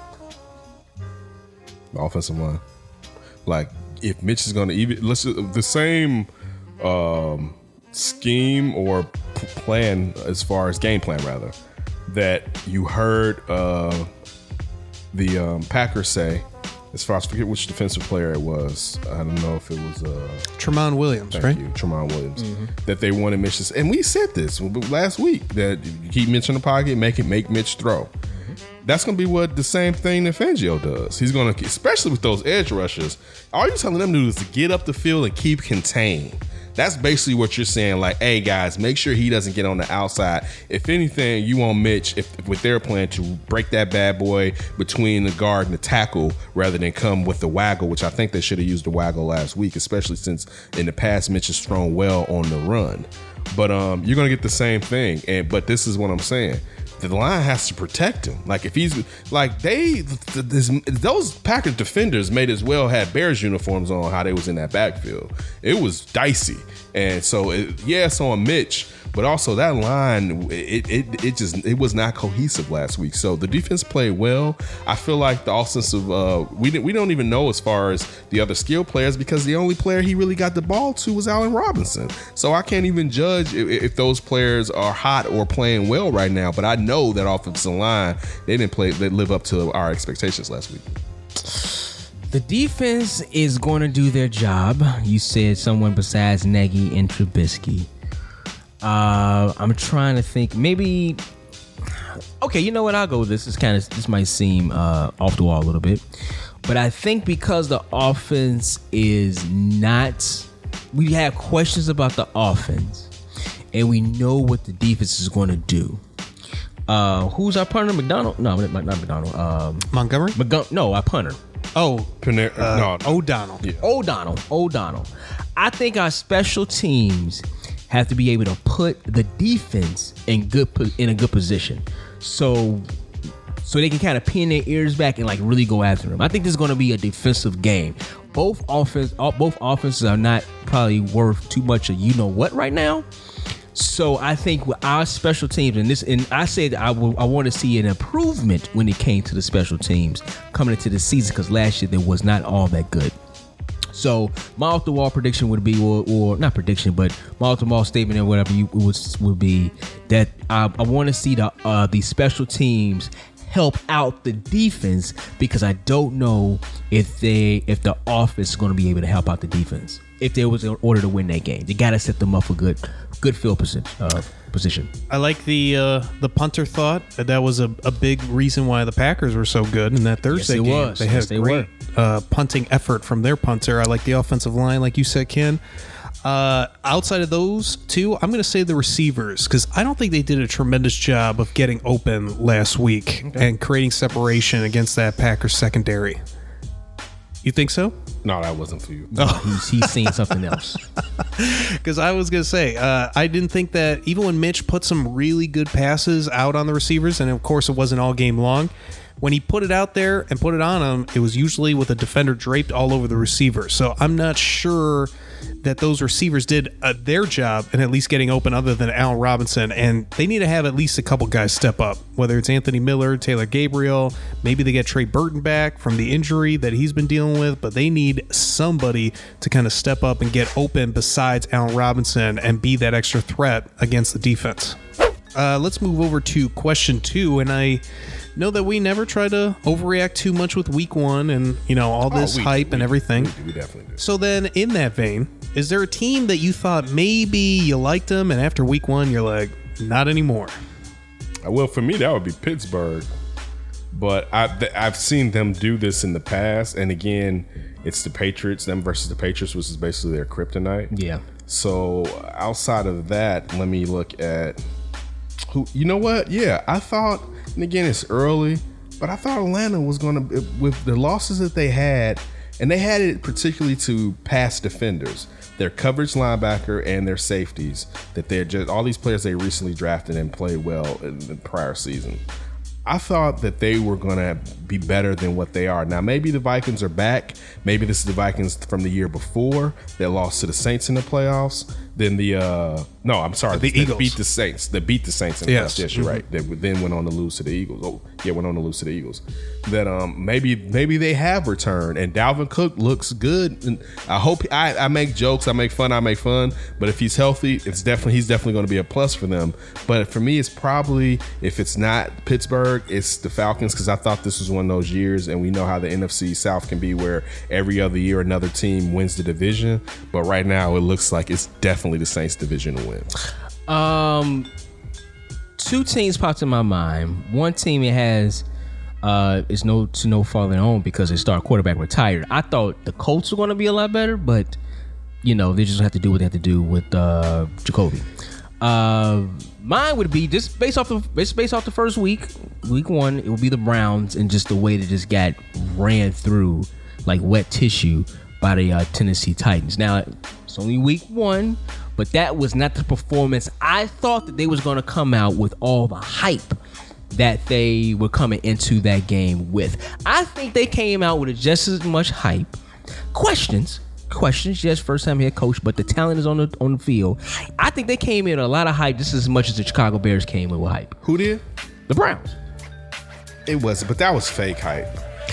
S7: The offensive line. Like if Mitch is gonna even let's just, the same um, scheme or p- plan as far as game plan rather that you heard uh, the um, Packers say. As far as I forget which defensive player it was, I don't know if it was. Uh,
S4: Tremont Williams,
S7: Thank
S4: right?
S7: you, Tremont Williams.
S9: Mm-hmm.
S7: That they wanted Mitch to, and we said this last week that you keep Mitch in the pocket, make it make Mitch throw. That's going to be what the same thing that Fangio does. He's going to, especially with those edge rushers, all you're telling them to do is to get up the field and keep contained. That's basically what you're saying. Like, hey guys, make sure he doesn't get on the outside. If anything, you want Mitch, if, if with their plan to break that bad boy between the guard and the tackle, rather than come with the waggle, which I think they should have used the waggle last week, especially since in the past Mitch has thrown well on the run. But um, you're gonna get the same thing. And but this is what I'm saying. The line has to protect him. Like if he's like they, th- this, those Packers defenders made as well had Bears uniforms on how they was in that backfield. It was dicey, and so it, yes on Mitch, but also that line it, it it just it was not cohesive last week. So the defense played well. I feel like the offensive uh, we didn't, we don't even know as far as the other skill players because the only player he really got the ball to was Allen Robinson. So I can't even judge if, if those players are hot or playing well right now. But I know that offensive line they didn't play they live up to our expectations last week.
S3: The defense is going to do their job. You said someone besides Nagy and Trubisky. Uh, I'm trying to think. Maybe. Okay, you know what? I'll go with this. This kind of this might seem uh, off the wall a little bit, but I think because the offense is not, we have questions about the offense, and we know what the defense is going to do. Uh, who's our punter? McDonald? No, not McDonald. Um,
S4: Montgomery?
S3: McGon- no, our punter.
S4: Oh,
S7: Panera,
S4: uh,
S7: no,
S4: O'Donnell.
S3: O'Donnell, O'Donnell. I think our special teams have to be able to put the defense in good po- in a good position, so so they can kind of pin their ears back and like really go after them. I think this is going to be a defensive game. Both offense, all- both offenses are not probably worth too much of you know what right now. So I think with our special teams and this, and I said I will- I want to see an improvement when it came to the special teams coming into the season because last year there was not all that good. So my off the wall prediction would be, or, or not prediction, but my off the wall statement or whatever you would would be that I, I want to see the uh, the special teams help out the defense because I don't know if they if the offense is going to be able to help out the defense if there was an order to win that game. They got to set them up for good good field position. Uh, position.
S4: I like the uh, the punter thought. That that was a, a big reason why the Packers were so good in that Thursday
S3: it
S4: game.
S3: was.
S4: They had
S3: Yes,
S4: a
S3: they
S4: great uh, punting effort from their punter. I like the offensive line, like you said, Ken. Uh, outside of those two, I'm going to say the receivers because I don't think they did a tremendous job of getting open last week and creating separation against that Packers secondary. You think so?
S7: no, that wasn't for you.
S3: He's, he's seen something else.
S4: Because I was gonna say, uh, I didn't think that even when Mitch put some really good passes out on the receivers, and of course it wasn't all game long. When he put it out there and put it on him, it was usually with a defender draped all over the receiver. So I'm not sure that those receivers did uh, their job in at least getting open, other than Allen Robinson. And they need to have at least a couple guys step up, whether it's Anthony Miller, Taylor Gabriel, maybe they get Trey Burton back from the injury that he's been dealing with, but they need somebody to kind of step up and get open besides Allen Robinson and be that extra threat against the defense. Uh, let's move over to question two, and I know that we never try to overreact too much with week one and you know all this
S7: Oh, we do,
S4: hype
S7: we
S4: and
S7: do,
S4: everything.
S7: We definitely did.
S4: So then, in that vein, is there a team that you thought maybe you liked them, and after week one, you're like, not anymore?
S7: Uh, Well, for me, that would be Pittsburgh, but I, th- I've seen them do this in the past, and again, It's the Patriots, them versus the Patriots, which is basically their kryptonite.
S3: Yeah.
S7: So outside of that, let me look at who. You know what? Yeah, I thought, and again, it's early, but I thought Atlanta was going to with the losses that they had, and they had it particularly to pass defenders, their coverage linebacker, and their safeties. That they're just all these players they recently drafted and played well in the prior season. I thought that they were going to be better than what they are. Now, maybe the Vikings are back. Maybe this is the Vikings from the year before that lost to the Saints in the playoffs. Then the uh no, I'm sorry, the
S4: Eagles.
S7: beat the Saints. They beat the Saints in the
S4: Yes.
S7: playoffs. Yes, you're right. They then went on to lose to the Eagles. Oh, yeah, went on to lose to the Eagles. That um maybe maybe they have returned and Dalvin Cook looks good. And I hope I, I make jokes, I make fun, I make fun. But if he's healthy, it's definitely he's definitely going to be a plus for them. But for me, it's probably if it's not Pittsburgh, it's the Falcons because I thought this was one of those years, and we know how the NFC South can be, where every other year another team wins the division. But right now, it looks like it's definitely the Saints' division to win.
S3: Um, two teams popped in my mind. One team it has uh is no to no falling on because their star quarterback retired. I thought the Colts were going to be a lot better, but you know they just have to do what they have to do with uh Jacoby. Uh, mine would be just based off the based, based off the first week, week one. It would be the Browns and just the way they just got ran through like wet tissue by the uh, Tennessee Titans. Now it's only week one, but that was not the performance I thought that they was going to come out with all the hype that they were coming into that game with. I think they came out with just as much hype. Questions, questions. Yes, first time head coach, but the talent is on the on the field. I think they came in with a lot of hype, just as much as the Chicago Bears came in with hype.
S7: Who did?
S3: The Browns.
S7: It wasn't, but that was fake hype.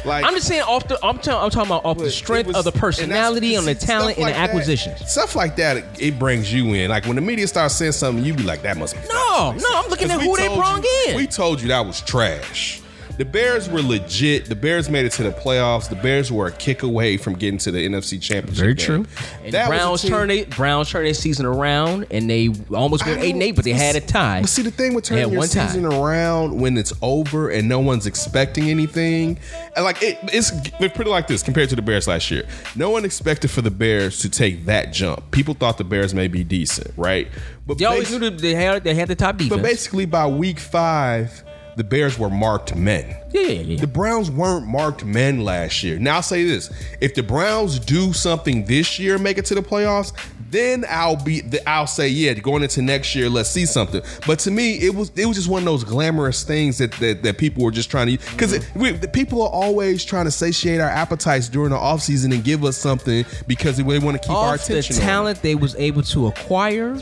S7: Like
S3: I'm just saying off the. I'm, tell- I'm talking about off the
S7: But
S3: strength
S7: it was-
S3: of the
S7: and that's-
S3: personality, on the
S7: see,
S3: talent,
S7: stuff like
S3: and the
S7: that-
S3: acquisitions.
S7: stuff like that, it, it brings you in. Like when the media starts saying something, you be like, "That must be."
S3: No, no, I'm looking
S7: 'Cause
S3: at
S7: we
S3: who they
S7: told
S3: brought
S7: you-
S3: in.
S7: We told you that was trash. The Bears were legit. The Bears made it to the playoffs. The Bears were a kick away from getting to the NFC Championship.
S3: Very
S7: game.
S3: true. And
S7: That was a
S3: Browns
S7: team-
S3: turned they Browns turned their season around, and they almost went
S7: I
S3: eight and
S7: don't-
S3: eight, but they had a tie.
S7: But see, the thing with
S3: They had
S7: turning your
S3: one tie.
S7: season around when it's over and no one's expecting anything, and like it, it's let's put it like this compared to the Bears last year, no one expected for the Bears to take that jump. People thought the Bears may be decent, right? But
S3: They always
S7: basi-
S3: knew that they had they had the top defense.
S7: but basically, by week five, the Bears were marked men.
S3: yeah, yeah, yeah.
S7: The Browns weren't marked men last year. Now I'll say this: if the Browns do something this year, and make it to the playoffs, then I'll be. th- I'll say, yeah, going into next year, let's see something. But to me, it was it was just one of those glamorous things that that, that people were just trying to because the people are always trying to satiate our appetites during the offseason and give us something because they want to keep our
S3: off the
S7: attention. on it.
S3: talent they was able to acquire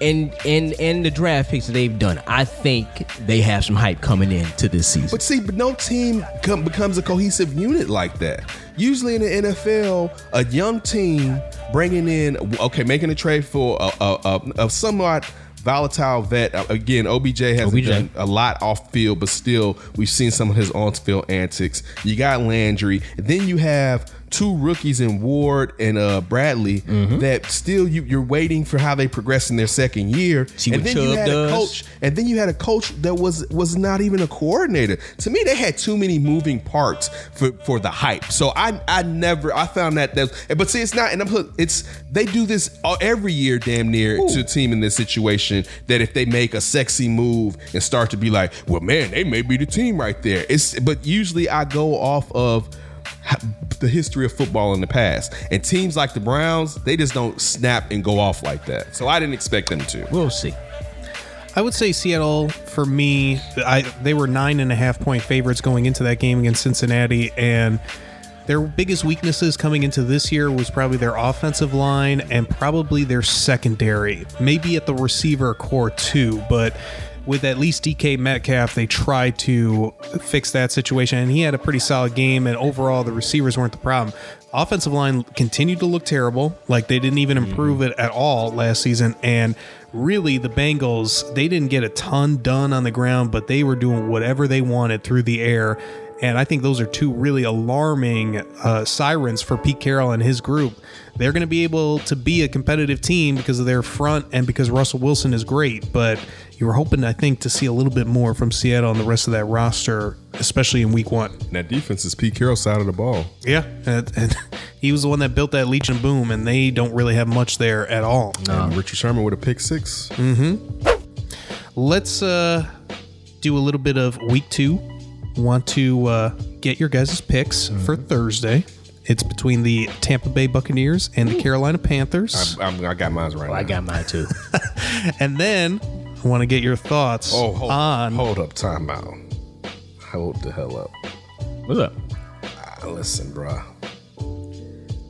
S3: and and and the draft picks that they've done. I think they have some hype coming into this season.
S7: But see, but no team com- becomes a cohesive unit like that. Usually in the NFL, a young team bringing in, okay, making a trade for a, a, a, a somewhat volatile vet. Uh, Again, OBJ has
S3: OBJ.
S7: done a lot off field, but still, we've seen some of his on field antics. You got Landry, then you have two rookies in Ward and uh, Bradley that still you, you're waiting for how they progress in their second year.
S3: See
S7: and
S3: what
S7: then
S3: Chubb
S7: you had
S3: does.
S7: a coach and then you had a coach that was was not even a coordinator. To me, they had too many moving parts for for the hype. So I I never I found that that. But see, it's not. And I'm it's they do this all- every year, damn near to a team in this situation. That if they make a sexy move and start to be like, well, man, they may be the team right there. It's but usually I go off of ha- the history of football in the past. And teams like the Browns, they just don't snap and go off like that. So I didn't expect them to.
S3: we'll see.
S4: I would say Seattle for me. I they were nine and a half point favorites going into that game against Cincinnati, and their biggest weaknesses coming into this year was probably their offensive line and probably their secondary, maybe at the receiver core too. But with at least DK Metcalf, they tried to fix that situation, and he had a pretty solid game. And overall, the receivers weren't the problem. Offensive line continued to look terrible, like they didn't even improve it at all last season, and really the Bengals, they didn't get a ton done on the ground, but they were doing whatever they wanted through the air. And I think those are two really alarming uh, sirens for Pete Carroll and his group. They're going to be able to be a competitive team because of their front and because Russell Wilson is great. But you were hoping, I think, to see a little bit more from Seattle and the rest of that roster, especially in week one.
S7: And that defense is Pete Carroll's side of the ball.
S4: Yeah. And, *laughs* and he was the one that built that Legion Boom, and they don't really have much there at all.
S7: And Richard Sherman with a pick six.
S4: let's uh do a little bit of week two want to uh get your guys' picks
S7: Mm-hmm.
S4: for thursday it's between the tampa bay buccaneers and the carolina panthers
S7: I'm, I got mine right now.
S3: I got mine too.
S4: and then i want to get your thoughts
S7: Oh, hold,
S4: on
S7: hold up, time out. Hold the hell up.
S3: *laughs* What's up?
S7: Ah, Listen, bruh.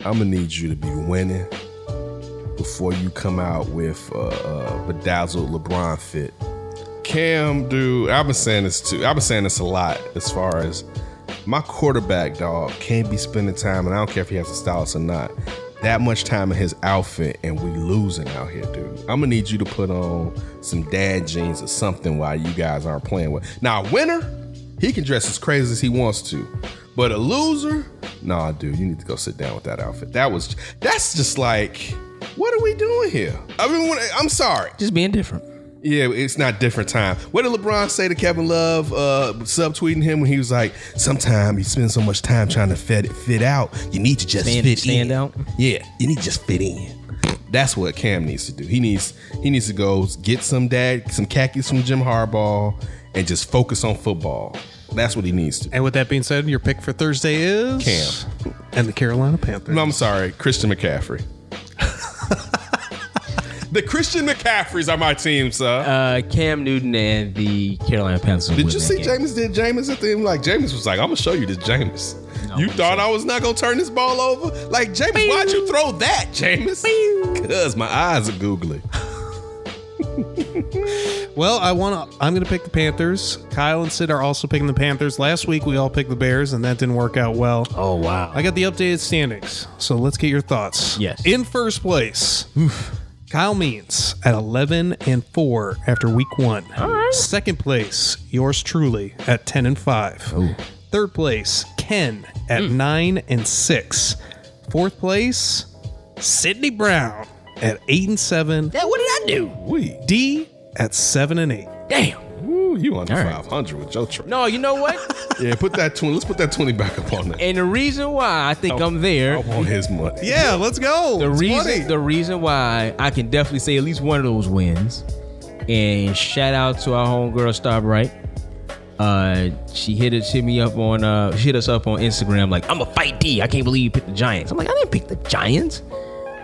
S7: I'm gonna need you to be winning before you come out with uh, uh, bedazzled LeBron fit. Cam, dude, I've been saying this too. I've been saying this a lot as far as my quarterback dog can't be spending time, and I don't care if he has a stylist or not. That much time in his outfit, and we losing out here, dude. I'm gonna need you to put on some dad jeans or something while you guys aren't playing with. Now, a winner, he can dress as crazy as he wants to, but a loser, nah, dude, you need to go sit down with that outfit. That was that's just like, what are we doing here? I mean, when, I'm sorry.
S3: Just being different.
S7: Yeah, it's not different time. What did LeBron say to Kevin Love, uh, subtweeting him when he was like, "Sometime you spend so much time trying to fit fit out, you need to just
S3: Stand-
S7: fit
S3: stand
S7: in.
S3: out?
S7: Yeah, you need to just fit in." That's what Cam needs to do. He needs he needs to go get some dad some khakis from Jim Harbaugh and just focus on football. That's what he needs to. do.
S4: and with that being said your pick for thursday is
S7: Cam.
S4: and the carolina panthers
S7: No, I'm sorry, Christian McCaffrey. *laughs* the Christian McCaffreys are my team, sir.
S3: Uh, Cam Newton and the Carolina Panthers. will
S7: Did
S3: win
S7: you
S3: that
S7: see
S3: game.
S7: Jameis did Jameis at the end? Like Jameis was like, I'm gonna show you this Jameis. you thought I was not gonna turn this ball over? Like Jameis, why'd you throw that, Jameis? Cause my eyes are googly.
S4: Well, I want to. I'm going to pick the Panthers. Kyle and Sid are also picking the Panthers. Last week we all picked the Bears, and that didn't work out well. Oh wow! I got the updated standings, so let's get your thoughts.
S3: Yes.
S4: In first place, Kyle Means at 11 and four after week one. Second place, yours truly at 10 and five. Third place, Ken at nine and six. Fourth place, Sidney Brown at eight and seven.
S3: Yeah, what did I do?
S7: We,
S4: D at seven and eight.
S3: Damn.
S7: ooh, you under
S3: All right.
S7: 500 with your trip?
S3: No, you know what? *laughs*
S7: Yeah, put that 20. Let's put that 20 back up on that.
S3: And the reason why I think I'm there,
S7: I want his money.
S4: Yeah, let's go.
S3: the
S4: It's
S3: reason
S4: funny.
S3: the reason why I can definitely say at least one of those wins. And shout out to our homegirl Starbright. Uh, she hit us, hit me up on, uh, she hit us up on Instagram like, "I'm a fight D. I can't believe you picked the Giants." I'm like, I didn't pick the Giants.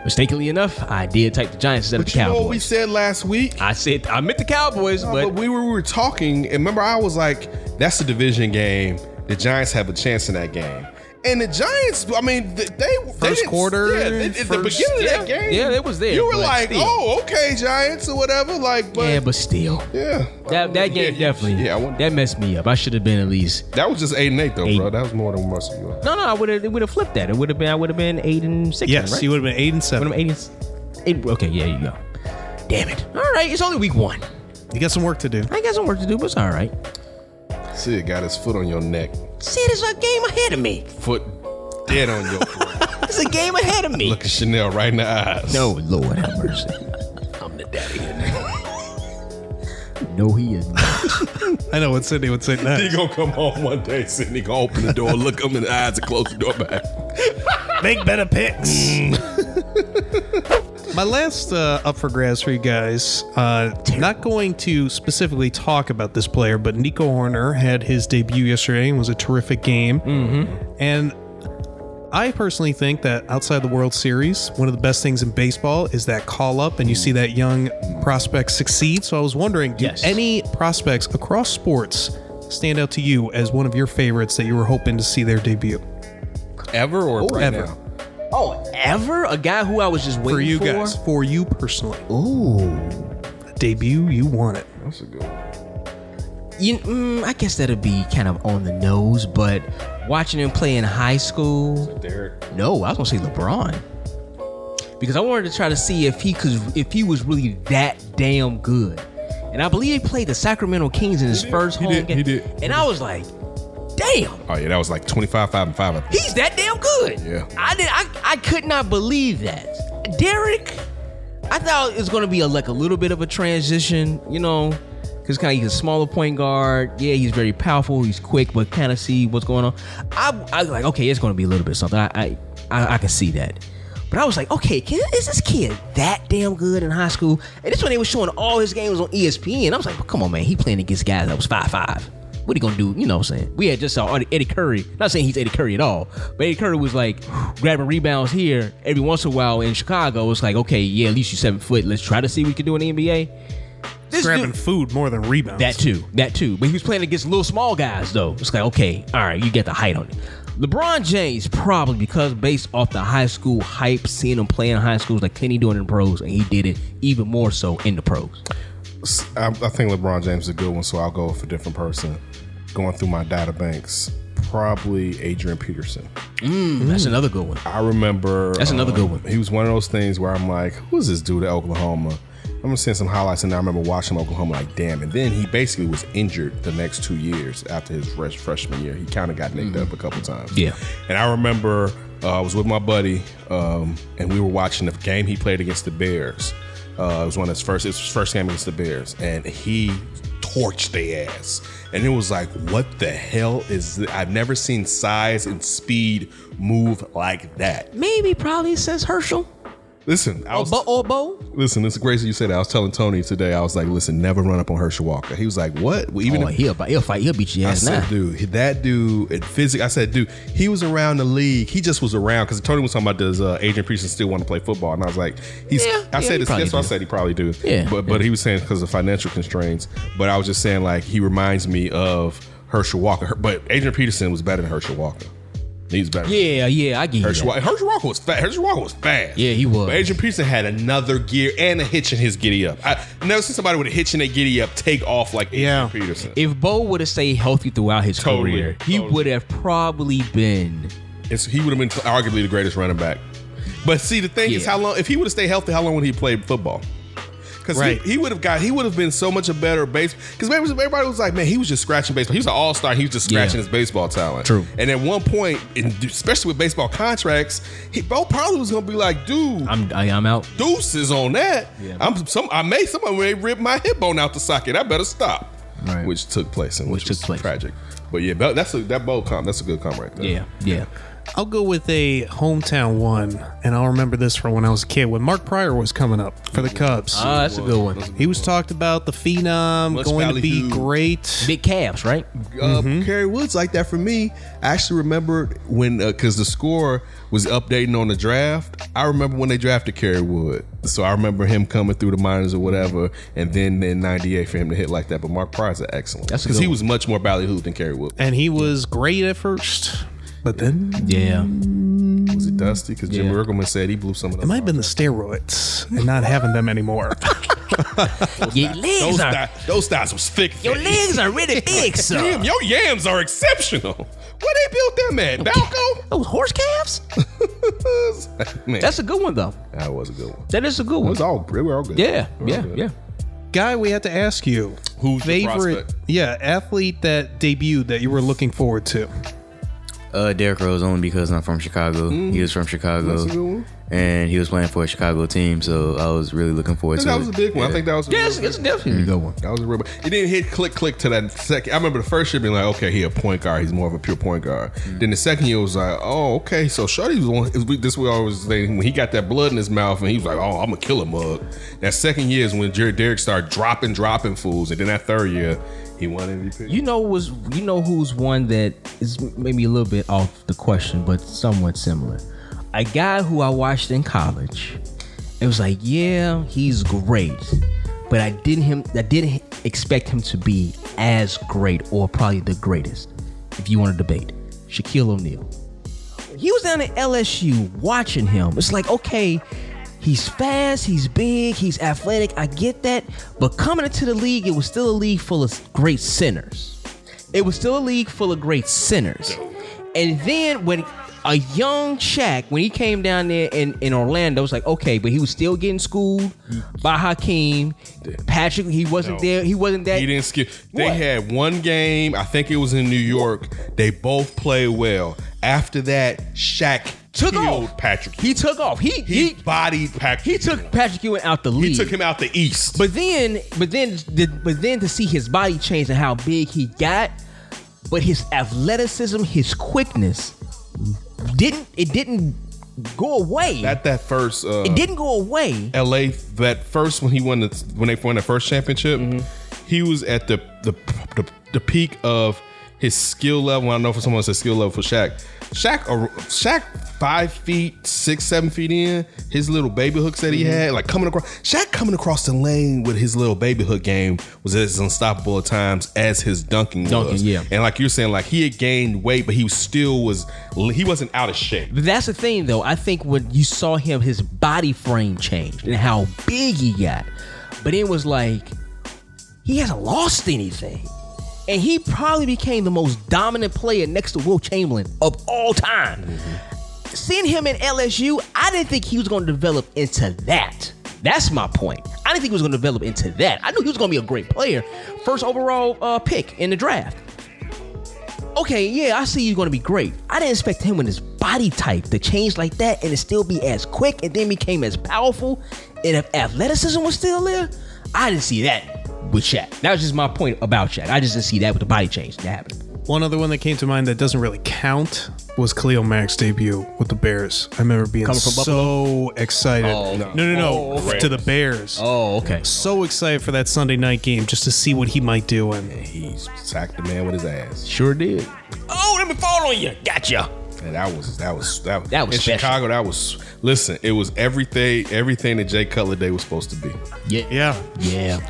S3: Mistakenly enough, I did type the Giants instead of
S7: But
S3: the
S7: you know what
S3: Cowboys.
S7: we said last week?
S3: I said I meant the Cowboys,
S7: No,
S3: but,
S7: but we were, we were talking, and remember, I was like, "That's a division game. The Giants have a chance in that game." And the Giants, I mean, th- they first they didn't-
S4: quarter,
S7: yeah, they- at the
S4: first-
S7: beginning of that
S3: yeah,
S7: game,
S3: yeah, it was there,
S7: You were
S3: but
S7: like,
S3: still.
S7: "Oh, okay, Giants or whatever." Like, but
S3: yeah,
S7: yeah,
S3: but still, that that game
S7: Yeah,
S3: definitely,
S7: yeah, I wonder-
S3: that messed me up. I should have been at least
S7: that was just eight and eight though,
S3: Eight.
S7: bro. That was more than most of you.
S3: No, no, I would have. It would have flipped that. It would have been. I would have been eight and six.
S4: yes,
S3: right?
S4: you would have been eight and
S3: Would
S4: seven.
S3: have been eight and s- eight. Okay, yeah, you go. Damn it! All right, it's only week one.
S4: You got some work to do.
S3: I got some work to do, but it's all right.
S7: Sid got his foot on your neck,
S3: See, there's a game ahead of me.
S7: foot dead on your throat.
S3: It's a game ahead of me.
S7: Look at Chanel right in the eyes.
S3: No, Lord have mercy. I'm the daddy here now. No, he is. Not.
S4: I know what Sydney would say *laughs*
S7: He
S4: next.
S7: gonna come home one day, Sidney gonna open the door, look him in the eyes, and close the door back.
S4: Make better picks. My last uh, up for grabs for you guys. Uh, not going to specifically talk about this player, but Nico Horner had his debut yesterday and was a terrific game. Mm-hmm. And I personally think that outside the World Series, one of the best things in baseball is that call up and you see that young prospect succeed. So I was wondering, do
S3: Yes.
S4: any prospects across sports stand out to you as one of your favorites that you were hoping to see their debut?
S7: Ever or right
S4: Ever.
S7: now?
S3: Oh, ever a guy who I was just waiting
S4: For you guys, for you personally.
S3: Ooh.
S4: A debut, you want it.
S7: That's a good one.
S3: you, mm, I guess that'd be kind of on the nose, but watching him play in high school. No, I was gonna say LeBron because I wanted to try to see if he could, if he was really that damn good. And I believe he played the Sacramento Kings in his first
S7: He
S3: home
S7: did.
S3: game.
S7: He did.
S3: And I was like, damn,
S11: Oh yeah, that was like 25, 5, and 5. I think.
S3: he's that damn good.
S11: Yeah.
S3: I did. I I could not believe that, Derek. I thought it was going to be a, like a little bit of a transition, you know, because kind of he's a smaller point guard. Yeah, he's very powerful. He's quick, but kind of see what's going on. I I was like okay, it's going to be a little bit something. I I I, I can see that. But I was like, okay, kid, is this kid that damn good in high school? And this when they were showing all his games on E ESPN. I was like, well, come on, man, he playing against guys that was five five. What he gonna do? You know what I'm saying? We had just saw Eddie Curry. Not saying he's Eddie Curry at all, but Eddie Curry was like grabbing rebounds here every once in a while in Chicago. It's like, okay, yeah, at least you're seven foot. Let's try to see what we can do in the NBA. This
S4: Grabbing
S3: dude-
S4: food more than rebounds.
S3: that too. That too. But he was playing against little small guys though. It's like, okay, all right, you get the height on it. LeBron James probably because based off the high school hype, seeing him play in high school is like can he do it in the pros, and he did it even more so in the pros.
S7: I, I think LeBron James is a good one, so I'll go with a different person. Going through my data banks, probably Adrian Peterson.
S3: That's another good one.
S7: I remember
S3: That's another good one.
S7: He was one of those things where I'm like, who is this dude at Oklahoma? I'm seeing some highlights, and I remember watching him at Oklahoma like, damn. And then he basically was injured the next two years after his fresh, freshman year. He kind of got nicked up a couple times.
S3: Yeah.
S7: And I remember uh, I was with my buddy, um, and we were watching the game he played against the Bears. Uh, it was one of his first. It was his first game against the Bears, and he torched their ass. And it was like, what the hell is? This? I've never seen size and speed move like that.
S3: Maybe probably since Herschel
S7: Listen, I
S3: or
S7: was,
S3: Bo, or Bo.
S7: listen. It's crazy you said that. I was telling Tony today. I was like, listen, never run up on Herschel Walker. He was like, what? Well, even
S3: Oh,
S7: if-
S3: he'll, he'll fight. He'll beat your
S7: I
S3: ass
S7: said,
S3: now.
S7: dude, that dude at physics. I said, dude, he was around the league. He just was around because Tony was talking about does uh, Adrian Peterson still want to play football? And I was like, he's.
S3: Yeah,
S7: I
S3: yeah,
S7: said
S3: he
S7: this.
S3: probably
S7: That's what I
S3: do.
S7: said. He probably do.
S3: Yeah,
S7: but but he was saying because of financial constraints. But I was just saying like he reminds me of Herschel Walker. Her- But Adrian Peterson was better than Herschel Walker. He's better.
S3: Yeah, yeah, I get you.
S7: Herschel,
S3: that.
S7: Walker, Herschel Walker was fast. Herschel Walker was fast.
S3: Yeah, he was.
S7: But Adrian Peterson had another gear and a hitch in his giddy up. I I've never seen somebody with a hitch in their giddy up take off like Adrian
S4: Yeah.
S7: Peterson.
S3: If Bo would have stayed healthy throughout his
S7: Totally,
S3: career, he
S7: totally.
S3: would have probably been
S7: It's, he would have been arguably the greatest running back. But see, the thing is,
S3: Yeah.
S7: how long if he would have stayed healthy, how long would he play football? Because
S4: Right.
S7: he, he would have got he would have been so much a better base. Because everybody was like, man, he was just scratching baseball. He was an all star. He was just scratching
S3: Yeah.
S7: his baseball talent.
S3: True.
S7: And at one point, in, especially with baseball contracts, he Bo probably was gonna be like, dude,
S3: I'm I, I'm out.
S7: deuces on that. I'm some. I may someone may rip my hip bone out the socket. I better stop.
S3: Right.
S7: Which took place and which,
S3: Which took
S7: was
S3: place.
S7: tragic. But yeah, that- that's a that bold comp. That's a good comp right there.
S3: Yeah, yeah.
S4: I'll go with a hometown one, and I'll remember this from when I was a kid when Mark Pryor was coming up for the Cubs.
S3: Oh, that's a good one.
S4: he was talked about the phenom
S7: Uh, West
S4: going
S7: Valley
S4: to be
S7: dude.
S4: great.
S3: Big calves, right?
S7: uh, Kerry Woods like that for me. I actually remember when because the score was updating on the draft. I remember when they drafted Kerry Wood, so I remember him coming through the minors or whatever, and then in '98 for him to hit like that. But Mark Pryor's an excellent
S3: That's a
S7: because
S3: good
S7: he
S3: one.
S7: was much more ballyhooed than Kerry Wood.
S4: and he was great at first, but then
S3: Yeah.
S7: Was it Dusty? Because Jim
S3: Mm-hmm. Yeah.
S7: Riggleman said he blew some of those.
S4: it might have been the steroids and not having
S7: *laughs*
S4: them anymore.
S3: Your legs
S7: those,
S3: are
S7: thi- those thighs was thick.
S3: your
S7: thick.
S3: legs are *laughs* really big,
S7: Damn,
S3: sir.
S7: your yams are exceptional. Where they built them
S3: *laughs*
S7: at? Balco?
S3: Those horse calves?
S7: *laughs* Man,
S3: That's a good one though.
S7: that was a good one.
S3: That is a good
S7: It
S3: one.
S7: was all, we were all good.
S3: Yeah,
S7: We were all
S3: yeah,
S7: good.
S3: yeah.
S4: Guy, we have to ask you
S7: Who's your
S4: favorite,
S7: prospect?
S4: yeah, athlete that debuted that you were looking forward to.
S6: Uh, Derrick Rose only because I'm from Chicago. He was from Chicago,
S7: Mm-hmm. That's a good one.
S6: and he was playing for a Chicago team, so I was really looking forward
S7: I
S6: to
S7: think that
S6: it.
S7: was a big one. I
S6: Yeah.
S7: think that was a
S3: Yeah,
S7: real
S3: it's,
S7: big
S3: it's definitely a good one.
S7: That was a real. It didn't hit click click to that second. I remember the first year being like, okay, he a point guard. He's more of a pure point guard.
S3: Mm-hmm.
S7: Then the second year was like, oh, okay. So Shorty was one. it was- This we always saying when he got that blood in his mouth and he was like, oh, I'm a killer mug. That second year is when Jared Derrick started dropping, dropping fools, and then that third year he won MVP.
S3: You know was you know who's one that is maybe a little bit off the question, but somewhat similar. A guy who I watched in college. It was like, yeah, he's great, but I didn't him I didn't expect him to be as great or probably the greatest. If you want to debate, Shaquille O'Neal. He was down at LSU watching him. It's like, okay, he's fast, he's big, he's athletic. I get that. But coming into the league, it was still a league full of great sinners. It was still a league full of great sinners. And then when a young Shaq when he came down there in, in Orlando, it's like okay, but he was still getting schooled by Hakeem, Patrick. He wasn't
S7: No.
S3: there. He wasn't that.
S7: He didn't skip. They
S3: What?
S7: had one game. I think it was in New York. They both played well. After that, Shaq
S3: took
S7: killed
S3: off.
S7: Patrick.
S3: He took off. He he
S7: He,
S3: he,
S7: bodied Patrick.
S3: took Patrick Ewing out the league.
S7: He took him out the East.
S3: But then, but then, the, but then to see his body change and how big he got, but his athleticism, his quickness, didn't it didn't go away.
S7: at that first uh,
S3: it didn't go away.
S7: LA that first when he won the when they won the first championship,
S3: Mm-hmm.
S7: he was at the, the the the peak of his skill level. I don't know if someone said skill level for Shaq. Shaq, or Shaq, five feet, six, seven feet in. His little baby hooks that he
S3: Mm-hmm.
S7: had, like coming across. Shaq coming across the lane with his little baby hook game was as unstoppable at times as his dunking,
S3: Dunking,
S7: was.
S3: yeah.
S7: And like you're saying, like he had gained weight, but he was still was he wasn't out of shape.
S3: But that's the thing, though. I think when you saw him, his body frame changed and how big he got. But it was like he hasn't lost anything, and he probably became the most dominant player next to Will Chamberlain of all time. Seeing him in LSU, I didn't think he was going to develop into that. That's my point. I didn't think he was going to develop into that. I knew he was going to be a great player, first overall uh, pick in the draft okay, yeah, I see you're gonna be great. I didn't expect him with his body type to change like that and to still be as quick and then became as powerful. And if athleticism was still there, I didn't see that with Shaq. That was just my point about Shaq. I just didn't see that with the body change that happened.
S4: One other one that came to mind that doesn't really count was Cleo Mack's debut with the Bears. I remember being
S3: Coming from
S4: so excited. no, no, no,
S3: Oh,
S4: to the Bears.
S3: Oh, okay.
S4: So excited for that Sunday night game just to see what he might do. And
S12: He sacked the man with his ass,
S3: Sure did. Oh, let me fall on you. Gotcha.
S12: and that was that was that,
S3: That was
S7: in
S3: special.
S7: Chicago. That was listen. It was everything. Everything that Jay Cutler Day was supposed to be.
S4: yeah,
S3: Yeah.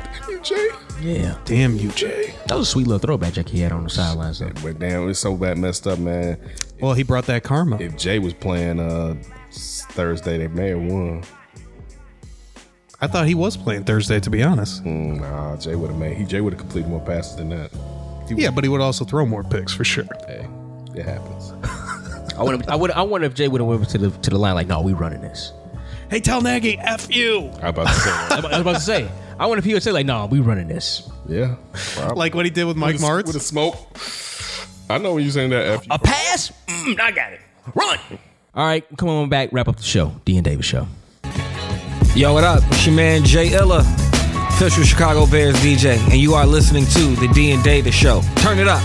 S7: Jay,
S3: Yeah.
S4: damn you, Jay.
S3: That was a sweet little throwback Jack he had on the sidelines. though.
S7: but damn, it's so bad messed up, man.
S4: Well, he brought that karma.
S7: If Jay was playing uh Thursday, they may have won.
S4: I thought he was playing Thursday, to be honest.
S7: Mm, Nah, Jay would have made. He Jay would have completed more passes than that.
S4: Yeah, but he would also throw more picks for sure.
S7: Hey, it happens.
S3: I wonder, I wonder, I wonder if Jay would have went to the to the line like, no, we running this.
S4: Hey, tell Nagy, F you.
S7: I about to say,
S3: I was about to say. I wonder if he would say like, no, we running this.
S7: *laughs* yeah,
S4: Like what he did with Mike Martz.
S7: with a smoke. I know when you saying that. F you.
S3: A pass? Mm, I got it. Run. All right, come on back. Wrap up the show. D and Davis show.
S13: Yo, what up? It's your man Jay Illa, official Chicago Bears DJ, and you are listening to the D and Davis Show. Turn it up.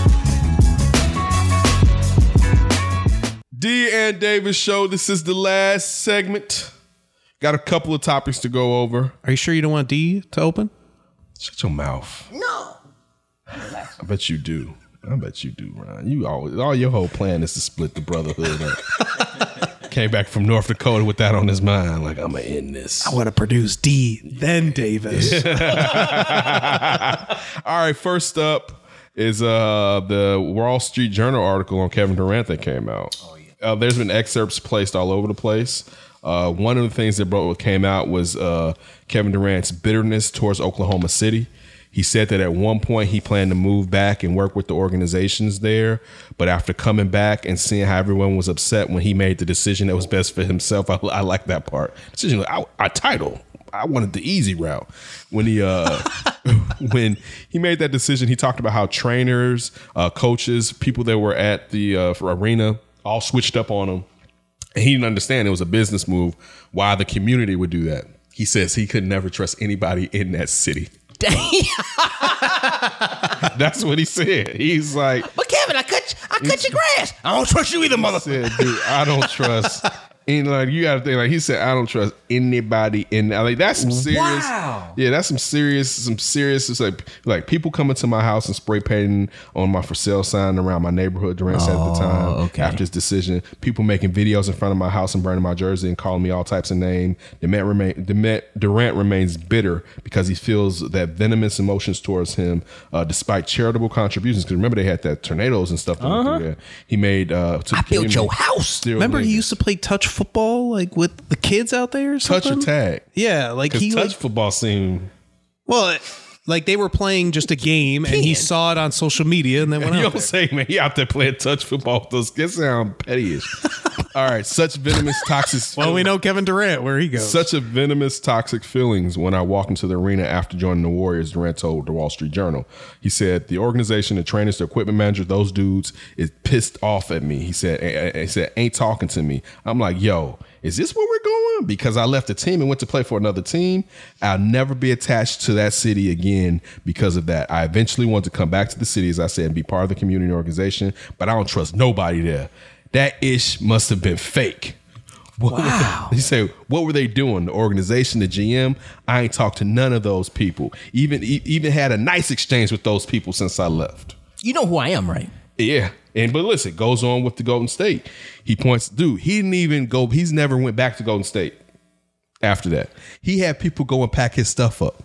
S7: D and Davis show. This is the last segment. Got a couple of topics to go over.
S4: Are you sure you don't want D to open?
S7: Shut your mouth. No. I bet you do. I bet you do, Ron. You always all your whole plan is to split the brotherhood up. Came back from North Dakota with that on his mind, like I'ma end this.
S4: want to produce D, then *laughs* Davis.
S7: All right, first up is uh the Wall Street Journal article on Kevin Durant that came out. Oh yeah. Uh, there's been excerpts placed all over the place. Uh, one of the things that brought, came out was uh, Kevin Durant's bitterness towards Oklahoma City. He said that at one point he planned to move back and work with the organizations there, but after coming back and seeing how everyone was upset when he made the decision that was best for himself, I, I like that part. Decision, I, I title. I wanted the easy route. When he uh, *laughs* when he made that decision, he talked about how trainers, uh, coaches, people that were at the uh, arena all switched up on him. And he didn't understand it was a business move. Why the community would do that? He says he could never trust anybody in that city. *laughs*
S3: Damn. *laughs*
S7: That's what he said. He's like,
S3: But Kevin, I cut I cut your grass. I don't trust you either, mother.
S7: said, dude, I don't trust. And like you gotta think, like he said, I don't trust anybody in like that's some serious.
S3: Wow.
S7: Yeah, that's some serious, some serious. It's like like people coming to my house and spray painting on my for sale sign around my neighborhood. Durant said at the time
S3: Oh, okay.
S7: after his decision, people making videos in front of my house and burning my jersey and calling me all types of names. Durant remain Durant, Durant remains bitter because he feels that venomous emotions towards him, uh, despite charitable contributions. Because remember they had that tornadoes and stuff. that went through there. He made uh, to
S3: Uh-huh.
S7: the
S3: I built
S7: community.
S3: your house.
S7: Still
S4: Remember,
S7: niggas.
S4: he used to play touch football like with the kids out there. Or
S7: touch
S4: something?
S7: or tag.
S4: Yeah, like
S7: Because
S4: he
S7: touch
S4: like
S7: football seemed
S4: well, Like they were playing just a game, and he saw it on social media, and then *laughs* went
S7: You
S4: out.
S7: don't say, man. He out there playing touch football with those. That sound petty
S4: *laughs*
S7: as- All right, such venomous, toxic.
S4: Well, we know Kevin Durant where he goes.
S7: Such a venomous, toxic feelings when I walked into the arena after joining the Warriors, Durant told the Wall Street Journal. He said, The organization, the trainers, the equipment manager, those dudes is pissed off at me. He said, "A- a- He said, ain't talking to me. I'm like, Yo, is this where we're going? Because I left the team and went to play for another team. I'll never be attached to that city again because of that. I eventually want to come back to the city, as I said, and be part of the community organization, but I don't trust nobody there. That ish must have been fake. What were- He said, "What were they doing? The organization, the GM. I ain't talked to none of those people. Even e- even had a nice exchange with those people since I left.
S3: You know who I am, right?
S7: Yeah. And but listen, goes on with the Golden State. He points, dude. He didn't even go. He's never went back to Golden State after that. He had people go and pack his stuff up,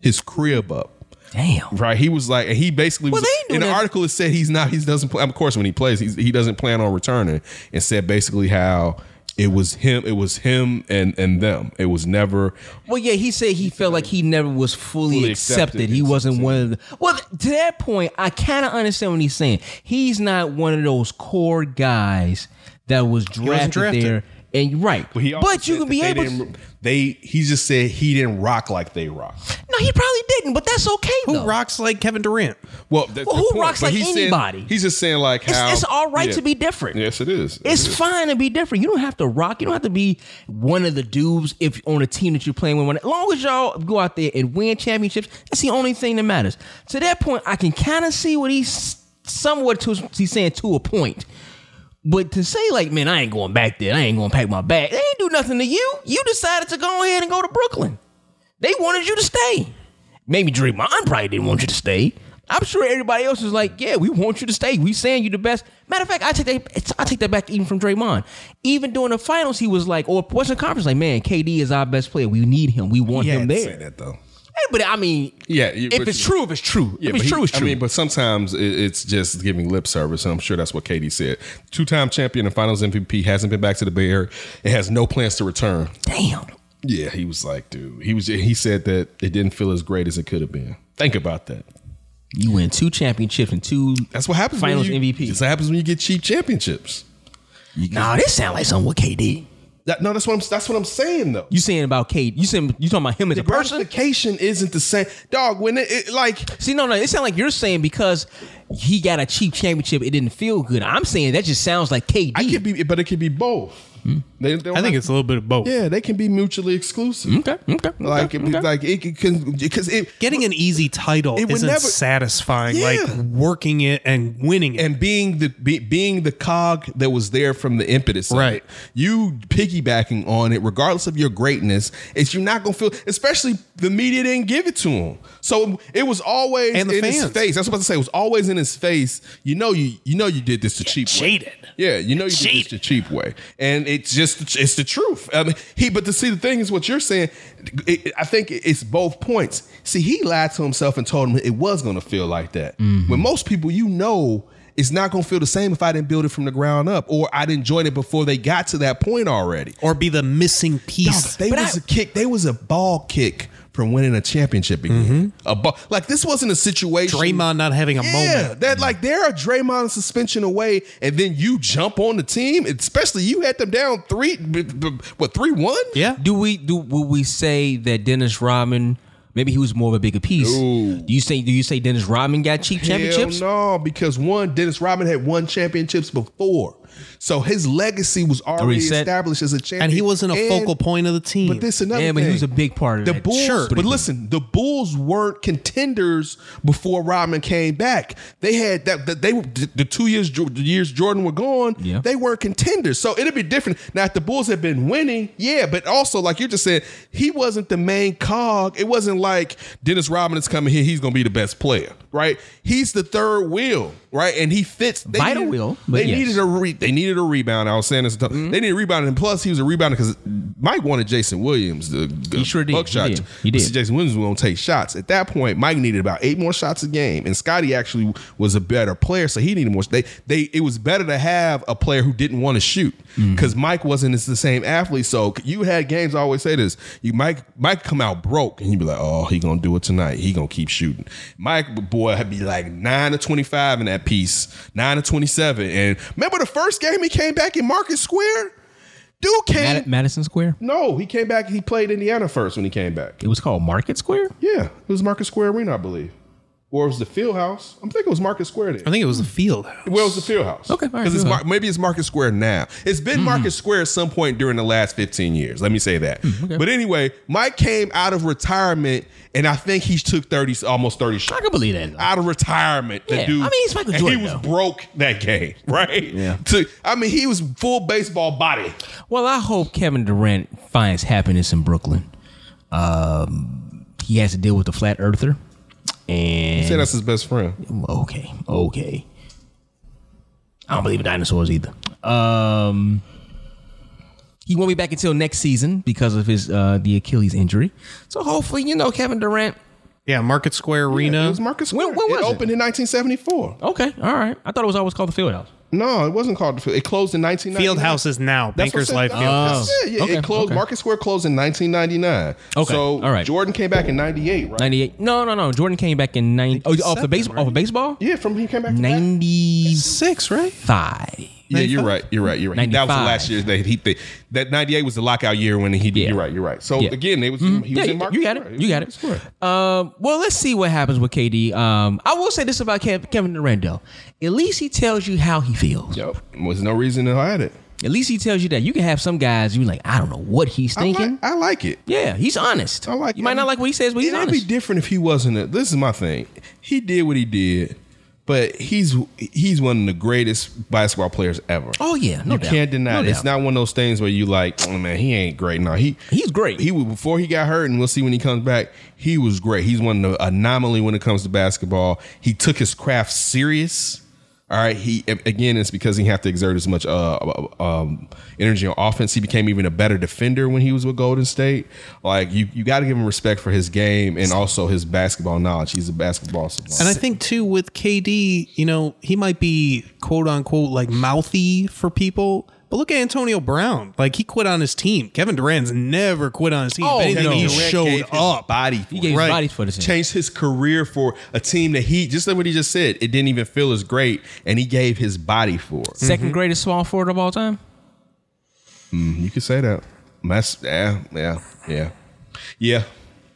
S7: his crib up.
S3: Damn.
S7: Right. He was like, and he basically was
S3: Well, they ain't doing
S7: in the
S3: that.
S7: article. It said he's not. He doesn't. Play, of course, when he plays, he's, he doesn't plan on returning. And said basically how it was him. It was him and and them. It was never.
S3: Well, yeah, he said he felt like he never was fully,
S7: Fully
S3: accepted.
S7: accepted
S3: He
S7: and
S3: wasn't one of the. Well, th- to that point, I kind of understand what he's saying. He's not one of those core guys that was drafted,
S4: drafted.
S3: there. And right, but,
S7: he also
S3: you
S7: said
S3: can
S7: that
S3: be
S7: they
S3: able.
S7: didn't- They he just said he didn't rock like they rock.
S3: no, he probably didn't, but that's okay.
S4: Who
S3: though.
S4: rocks like Kevin Durant?
S7: Well, that's
S3: Well,
S7: the
S3: who
S7: point,
S3: rocks
S7: but
S3: like
S7: he's saying-
S3: anybody?
S7: he's just saying like
S3: It's,
S7: how
S3: it's all right
S7: yeah.
S3: to be different.
S7: Yes, it is. It
S3: It's
S7: is.
S3: fine to be different. You don't have to rock. You don't have to be one of the dudes if on a team that you're playing with. As long as y'all go out there and win championships, that's the only thing that matters. To that point, I can kind of see what he's somewhat to, he's saying to a point. But to say like, man, I ain't going back there. I ain't going to pack my bag. They ain't do nothing to you. You decided to go ahead and go to Brooklyn. They wanted you to stay. Maybe Draymond probably didn't want you to stay. I'm sure everybody else was like, "Yeah, we want you to stay. We saying you the best." Matter of fact, I take that. I take that back even from Draymond. Even during the finals, he was like, or Western Conference, like, "Man, KD is our best player. We need him. We want him there."
S7: Say that though.
S3: Hey, but I mean,
S7: Yeah, you-
S3: if
S7: but
S3: it's
S7: you-
S3: true, if it's true, if it's
S7: but he-
S3: true, it's true.
S7: I mean, but sometimes it, it's just giving lip service, and I'm sure that's what Katie said. Two-time champion and Finals MVP hasn't been back to the Bay Area. It has no plans to return.
S3: Damn.
S7: Yeah, he was like, dude, he was. He said that it didn't feel as great as it could have been. Think about that.
S3: You win two championships and two.
S7: That's what happens.
S3: Finals
S7: when you,
S3: MVP.
S7: That's what happens when you get cheap championships.
S3: Nah, this sound like something with KD.
S7: That- no, that's what I'm. That's what I'm saying though.
S3: You saying about KD? You saying you talking about him as a person?
S7: Gratification isn't the same, dog. When it, it like
S3: See, no, no, it sounds like you're saying because he got a cheap championship, it didn't feel good. I'm saying that just sounds like KD.
S7: I could be, but it could be both. They, they don't
S4: I think
S7: have-
S4: it's a little bit of both.
S7: yeah, they can be mutually exclusive.
S3: okay, okay,
S7: Like,
S3: okay.
S7: it, like it can because it
S4: Getting an easy title
S7: It would
S4: isn't
S7: never-
S4: satisfying
S7: Yeah.
S4: like working it and winning it.
S7: and being the be, being the cog that was there from the impetus, of it.
S4: Right.
S7: You piggybacking on it, regardless of your greatness, it's you're not gonna feel. Especially the media didn't give it to him, so it was always
S4: And the
S7: in his
S4: fans.
S7: face. That's what I was about to say. It was always in his face. You know, you you know you did this the cheap way.
S4: cheated.
S7: Yeah, you know you did this the cheap way, and it's just it's the truth. I mean, he. But to see the thing is what you're saying. It, it- I think it's both points. See, he lied to himself and told him it was going to feel like that. When most people, you know, it's not going to feel the same if I didn't build it from the ground up, or I didn't join it before they got to that point already.
S4: or be the missing piece.
S7: They was a kick. They was a ball kick from winning a championship again. A ball like this wasn't a situation.
S4: Draymond not having a
S7: Yeah,
S4: moment.
S7: that like they're a Draymond suspension away, and then you jump on the team. Especially you had them down three, b- b- what three one?
S4: Yeah.
S3: Do we do will we say that Dennis Rodman? Maybe he was more of a bigger piece. Do you say do you say Dennis Rodman got cheap
S7: Hell
S3: championships?
S7: no, because one Dennis Rodman had won championships before, so his legacy was already
S3: Reset.
S7: established as a champion,
S4: And he wasn't a
S7: And-
S4: focal point of the team.
S7: But this another
S3: Yeah, but
S7: thing.
S3: he was a big part of
S7: the
S3: that.
S7: Bulls,
S3: Sure.
S7: but listen, the Bulls weren't contenders before Rodman came back. They had that, that they were the two years the years Jordan were gone.
S3: Yeah.
S7: they weren't contenders, so it'd be different. Now, if the Bulls had been winning, yeah, but also like you just said, he wasn't the main cog. It wasn't like Dennis Rodman is coming here; he's going to be the best player, right? He's the third wheel. right? And he fits. They
S3: Vital
S7: needed,
S3: will, but
S7: They
S3: yes.
S7: needed a re, they needed a rebound. I was saying this.
S3: Mm-hmm.
S7: They needed a rebound, and plus he was a rebounder because Mike wanted Jason Williams. The, the
S3: He sure did.
S7: buck
S3: He
S7: shot.
S3: did. He did.
S7: So Jason Williams was going to take shots. At that point, Mike needed about eight more shots a game, and Scotty actually was a better player, so he needed more. They they it was better to have a player who didn't want to shoot because Mike wasn't as the same athlete. So you had games. I always say this: you Mike Mike come out broke, and you'd be like, "Oh, he gonna do it tonight. He gonna keep shooting." Mike boy had be like nine to twenty five in that piece, nine to twenty seven. And remember the first game he came back in Market Square. Dude came.
S14: Mad- Madison Square.
S7: no, he came back. He played Indiana first when he came back.
S14: It was called Market Square.
S7: Yeah, it was Market Square Arena, I believe. Or it was the Field House. I'm thinking it was Market Square
S4: I
S7: then.
S4: think it was the field.
S7: Well, it was the Field House.
S14: Okay, all right,
S7: because
S14: that's
S7: Mar-
S14: fine.
S7: maybe it's Market Square now. It's been
S3: Mm-hmm.
S7: Market Square at some point during the last 15 years. Let me say that.
S3: Mm,
S7: But anyway, Mike came out of retirement, and I think he took 30, almost 30 shots
S3: I can believe that.
S7: out of retirement. The
S3: Yeah,
S7: dude,
S3: I mean, he's Michael
S7: and
S3: Jordan,
S7: He was
S3: though.
S7: broke that game, *laughs* right? Yeah. To, I mean, he was full baseball body.
S3: Well, I hope Kevin Durant finds happiness in Brooklyn. Um, he has to deal with the flat earther, and
S7: Say that's his best friend.
S3: okay, okay. I don't believe in dinosaurs either. Um, he won't be back until next season because of his uh, the Achilles injury. So hopefully, you know, Kevin Durant.
S4: Yeah, Market Square Arena.
S7: It was Market Square.
S3: When- when was
S7: it
S3: it?
S7: opened in 1974.
S3: Okay, all right. I thought it was always called the Fieldhouse.
S7: No, it wasn't called the Field. It closed in 1999.
S4: field House is now
S7: That's what
S4: Bankers
S7: I'm
S4: Life
S7: saying.
S4: Field House.
S7: That's it. Yeah,
S3: Okay,
S7: it closed.
S3: okay.
S7: Market Square closed in 1999.
S3: Okay,
S7: So
S3: all right.
S7: Jordan came back in 98, right?
S3: Ninety eight. No, no, no. Jordan came back in ninety. Oh, off the baseball. Off of baseball.
S7: Yeah, from he came back. to that.
S3: Ninety
S4: Six, right?
S3: five.
S7: Yeah, you're right. You're right. You're right. That was the
S3: 95.
S7: last year that he they, that 98 was the lockout year when he.
S3: Yeah.
S7: You're right. You're right. So
S3: Yeah. Mm-hmm.
S7: again, they was he was
S3: yeah,
S7: in Market
S3: you got
S7: Square.
S3: it.
S7: He was in
S3: You got
S7: Market
S3: it.
S7: Square.
S3: Um, well, let's see what happens with KD. Um, I will say this about Kev- Kevin Durant though. At least he tells you how he feels.
S7: Yep. Was no reason to hide it.
S3: At least he tells you that. You can have some guys you like. I don't know what he's
S7: I
S3: thinking.
S7: like, I like it.
S3: yeah, he's honest.
S7: I like.
S3: You
S7: it.
S3: might not like what he says, but he's
S7: It'd be
S3: honest.
S7: different if he wasn't. A, this is my thing. He did what he did, but he's he's one of the greatest basketball players ever.
S3: oh yeah, no
S7: you
S3: doubt.
S7: can't deny
S3: No
S7: it. It's
S3: doubt.
S7: not one of those things where you like, oh man, he ain't great. No, he
S3: He's great.
S7: He was before he got hurt, and we'll see when he comes back. He was great. He's one of the anomaly when it comes to basketball. He took his craft serious. All right. He again, it's because he had to exert as much uh, um, energy on offense. He became even a better defender when he was with Golden State. Like you, you got to give him respect for his game and also his basketball knowledge. He's a basketball savant.
S4: And I think too with KD, you know, he might be quote unquote like mouthy for people. But look at Antonio Brown. Like he quit on his team. Kevin Durant's never quit on his team.
S3: Oh,
S4: If anything,
S3: no.
S4: he
S7: Durant
S4: showed
S7: gave his
S4: up.
S7: Body. for
S3: He
S7: it.
S3: gave
S4: Right.
S3: his body for this. thing.
S7: changed his career for a team that he just like what he just said. It didn't even feel as great, and he gave his body for. it.
S3: 2nd greatest small forward of all time.
S7: You could say that. That's yeah, yeah, yeah, yeah.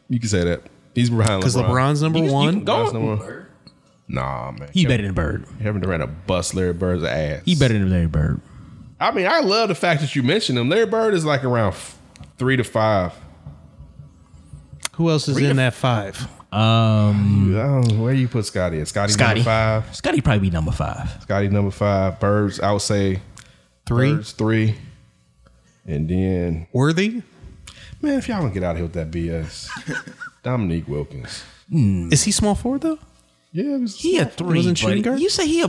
S7: You could say that. He's behind
S4: Because
S7: LeBron.
S4: LeBron's number one.
S7: LeBron's number one. Nah, man.
S3: He better than Bird.
S7: Kevin Durant a bust Larry Bird's ass.
S3: He better than Larry Bird.
S7: I mean, I love the fact that you mentioned him. Larry Bird is like around f- three to five.
S4: Who else is in that five?
S7: Oh, where you put Scotty at? Scotty number
S3: Scotty.
S7: five.
S3: Scotty probably be number five.
S7: Scotty number five. Birds, I would say
S4: Three.
S7: Birds three. And then
S4: Worthy?
S7: Man, if y'all don't get out of here with that *laughs* BS, Dominique Wilkins.
S4: Is he small forward though?
S7: Yeah, it was,
S3: He a three.
S4: wasn't shooting
S3: buddy.
S4: guard?
S3: You say he a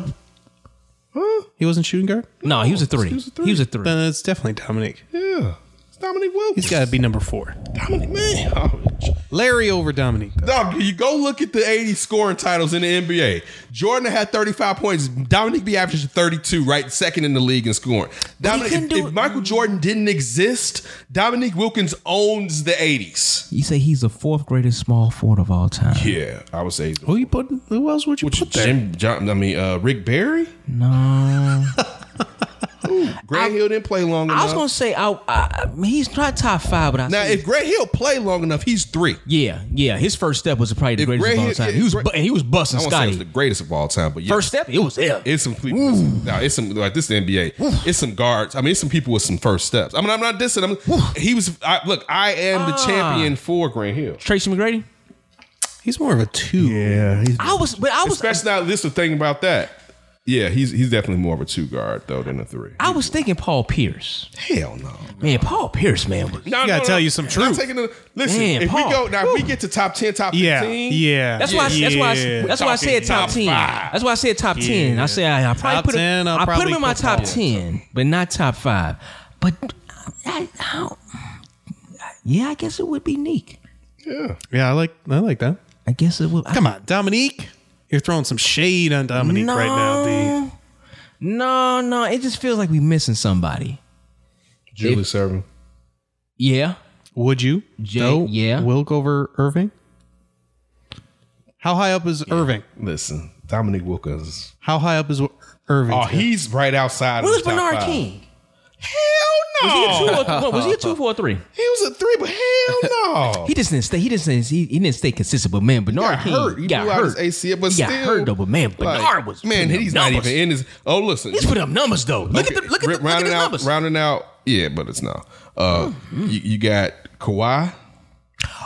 S4: He wasn't shooting guard?
S3: no? He was a three. He
S7: was a three.
S3: was a three.
S4: Then it's definitely Dominic.
S7: yeah, it's Dominique Wilkins.
S4: He's gotta be number four.
S7: Dominique man. Oh, j-
S4: Larry over Dominic.
S7: Dog, you go look at the 80 scoring titles in the NBA. Jordan had 35 points. Dominique be averaging 32, right? Second in the league in scoring. Dominique,
S3: couldn't
S7: if,
S3: do
S7: if
S3: it-
S7: Michael Jordan didn't exist, Dominique Wilkins owns the 80s.
S3: You say he's the fourth greatest small forward of all time.
S7: Yeah, I would say.
S4: Who you putting? Who else would you
S7: Which
S4: put there?
S7: Jim, John, I mean, uh, Rick Barry?
S3: No.
S7: Grant Hill didn't play long enough.
S3: I was gonna say I, I he's not top five, but I
S7: now,
S3: say-
S7: if Grant Hill played long enough, he's three.
S3: yeah, yeah, his first step was probably the
S7: If
S3: greatest
S7: Grant
S3: of all
S7: Hill-
S3: time.
S7: if
S3: He was
S7: Grant-
S3: bu- and he was busting
S7: I won't say it was
S3: Scotty.
S7: the greatest of all time, but yeah,
S3: first step, it was yeah.
S7: it's some people. Now it's some like this is the NBA. It's some guards. I mean, it's some people with some first steps. I mean, I'm not dissing. I'm, he was. I, look, I am
S3: Ah.
S7: the champion for Grant Hill.
S3: Tracy McGrady.
S4: He's more of a two.
S7: Yeah, he's
S3: I was, but I was.
S7: especially now. This is the thing about that.
S15: Yeah, he's he's definitely more of a two guard though than a three.
S3: I was thinking Paul Pierce.
S15: Hell no.
S3: Man, Paul Pierce, man, was
S15: No,
S4: gotta tell you some
S15: Not
S4: truth.
S15: taking the- listen,
S3: Man,
S15: if
S3: Paul.
S15: we go now, if we get to top ten, top
S4: Yeah,
S15: fifteen.
S4: yeah.
S3: That's why. I, that's why.
S4: Yeah.
S3: I, that's why I said top, ten. That's why I said top ten. I said I, I probably
S4: Top
S3: put him.
S4: 10, I'll
S3: I put
S4: probably
S3: him in my
S4: put
S3: top
S4: Paul.
S3: ten, but not top five. But I, I don't, yeah, I guess it would be Neek.
S4: Yeah, I like I like that.
S3: I guess it would. I-
S4: Come on, Dominique. You're throwing some shade on Dominique right now, D.
S3: No, no, it just feels like we missing somebody.
S7: Julie Serving.
S3: Yeah,
S4: Would you?
S3: Jay-
S4: though,
S3: yeah.
S4: Wilk over Irving? How high up is Irving?
S7: Listen, Dominique Wilkins.
S4: How high up is Irving?
S7: Oh, he's right outside.
S3: where was
S7: of the top
S3: Bernard
S7: five.
S3: King?
S7: Hell no.
S3: Was he a
S4: *laughs*
S3: two or what, was he a two four three?
S7: He was a three, but
S3: *laughs*
S7: hell no.
S3: He just didn't stay. He just didn't. He, he didn't stay consistent. But man, Bernard
S7: got
S3: King
S7: hurt. He
S3: got
S7: blew out
S3: hurt.
S7: his ACL, but
S3: he got
S7: still,
S3: hurt though. But man, Bernard
S7: like,
S3: was
S7: man.
S3: putting
S7: He's
S3: up
S7: not
S3: numbers.
S7: even in his. Oh, listen,
S3: He's putting up numbers though. Look at
S7: Okay,
S3: the look at
S7: ri-
S3: the, look at the
S7: out,
S3: numbers. Mm-hmm.
S7: Rounding out, yeah, but it's not. Uh, you, you got Kawhi.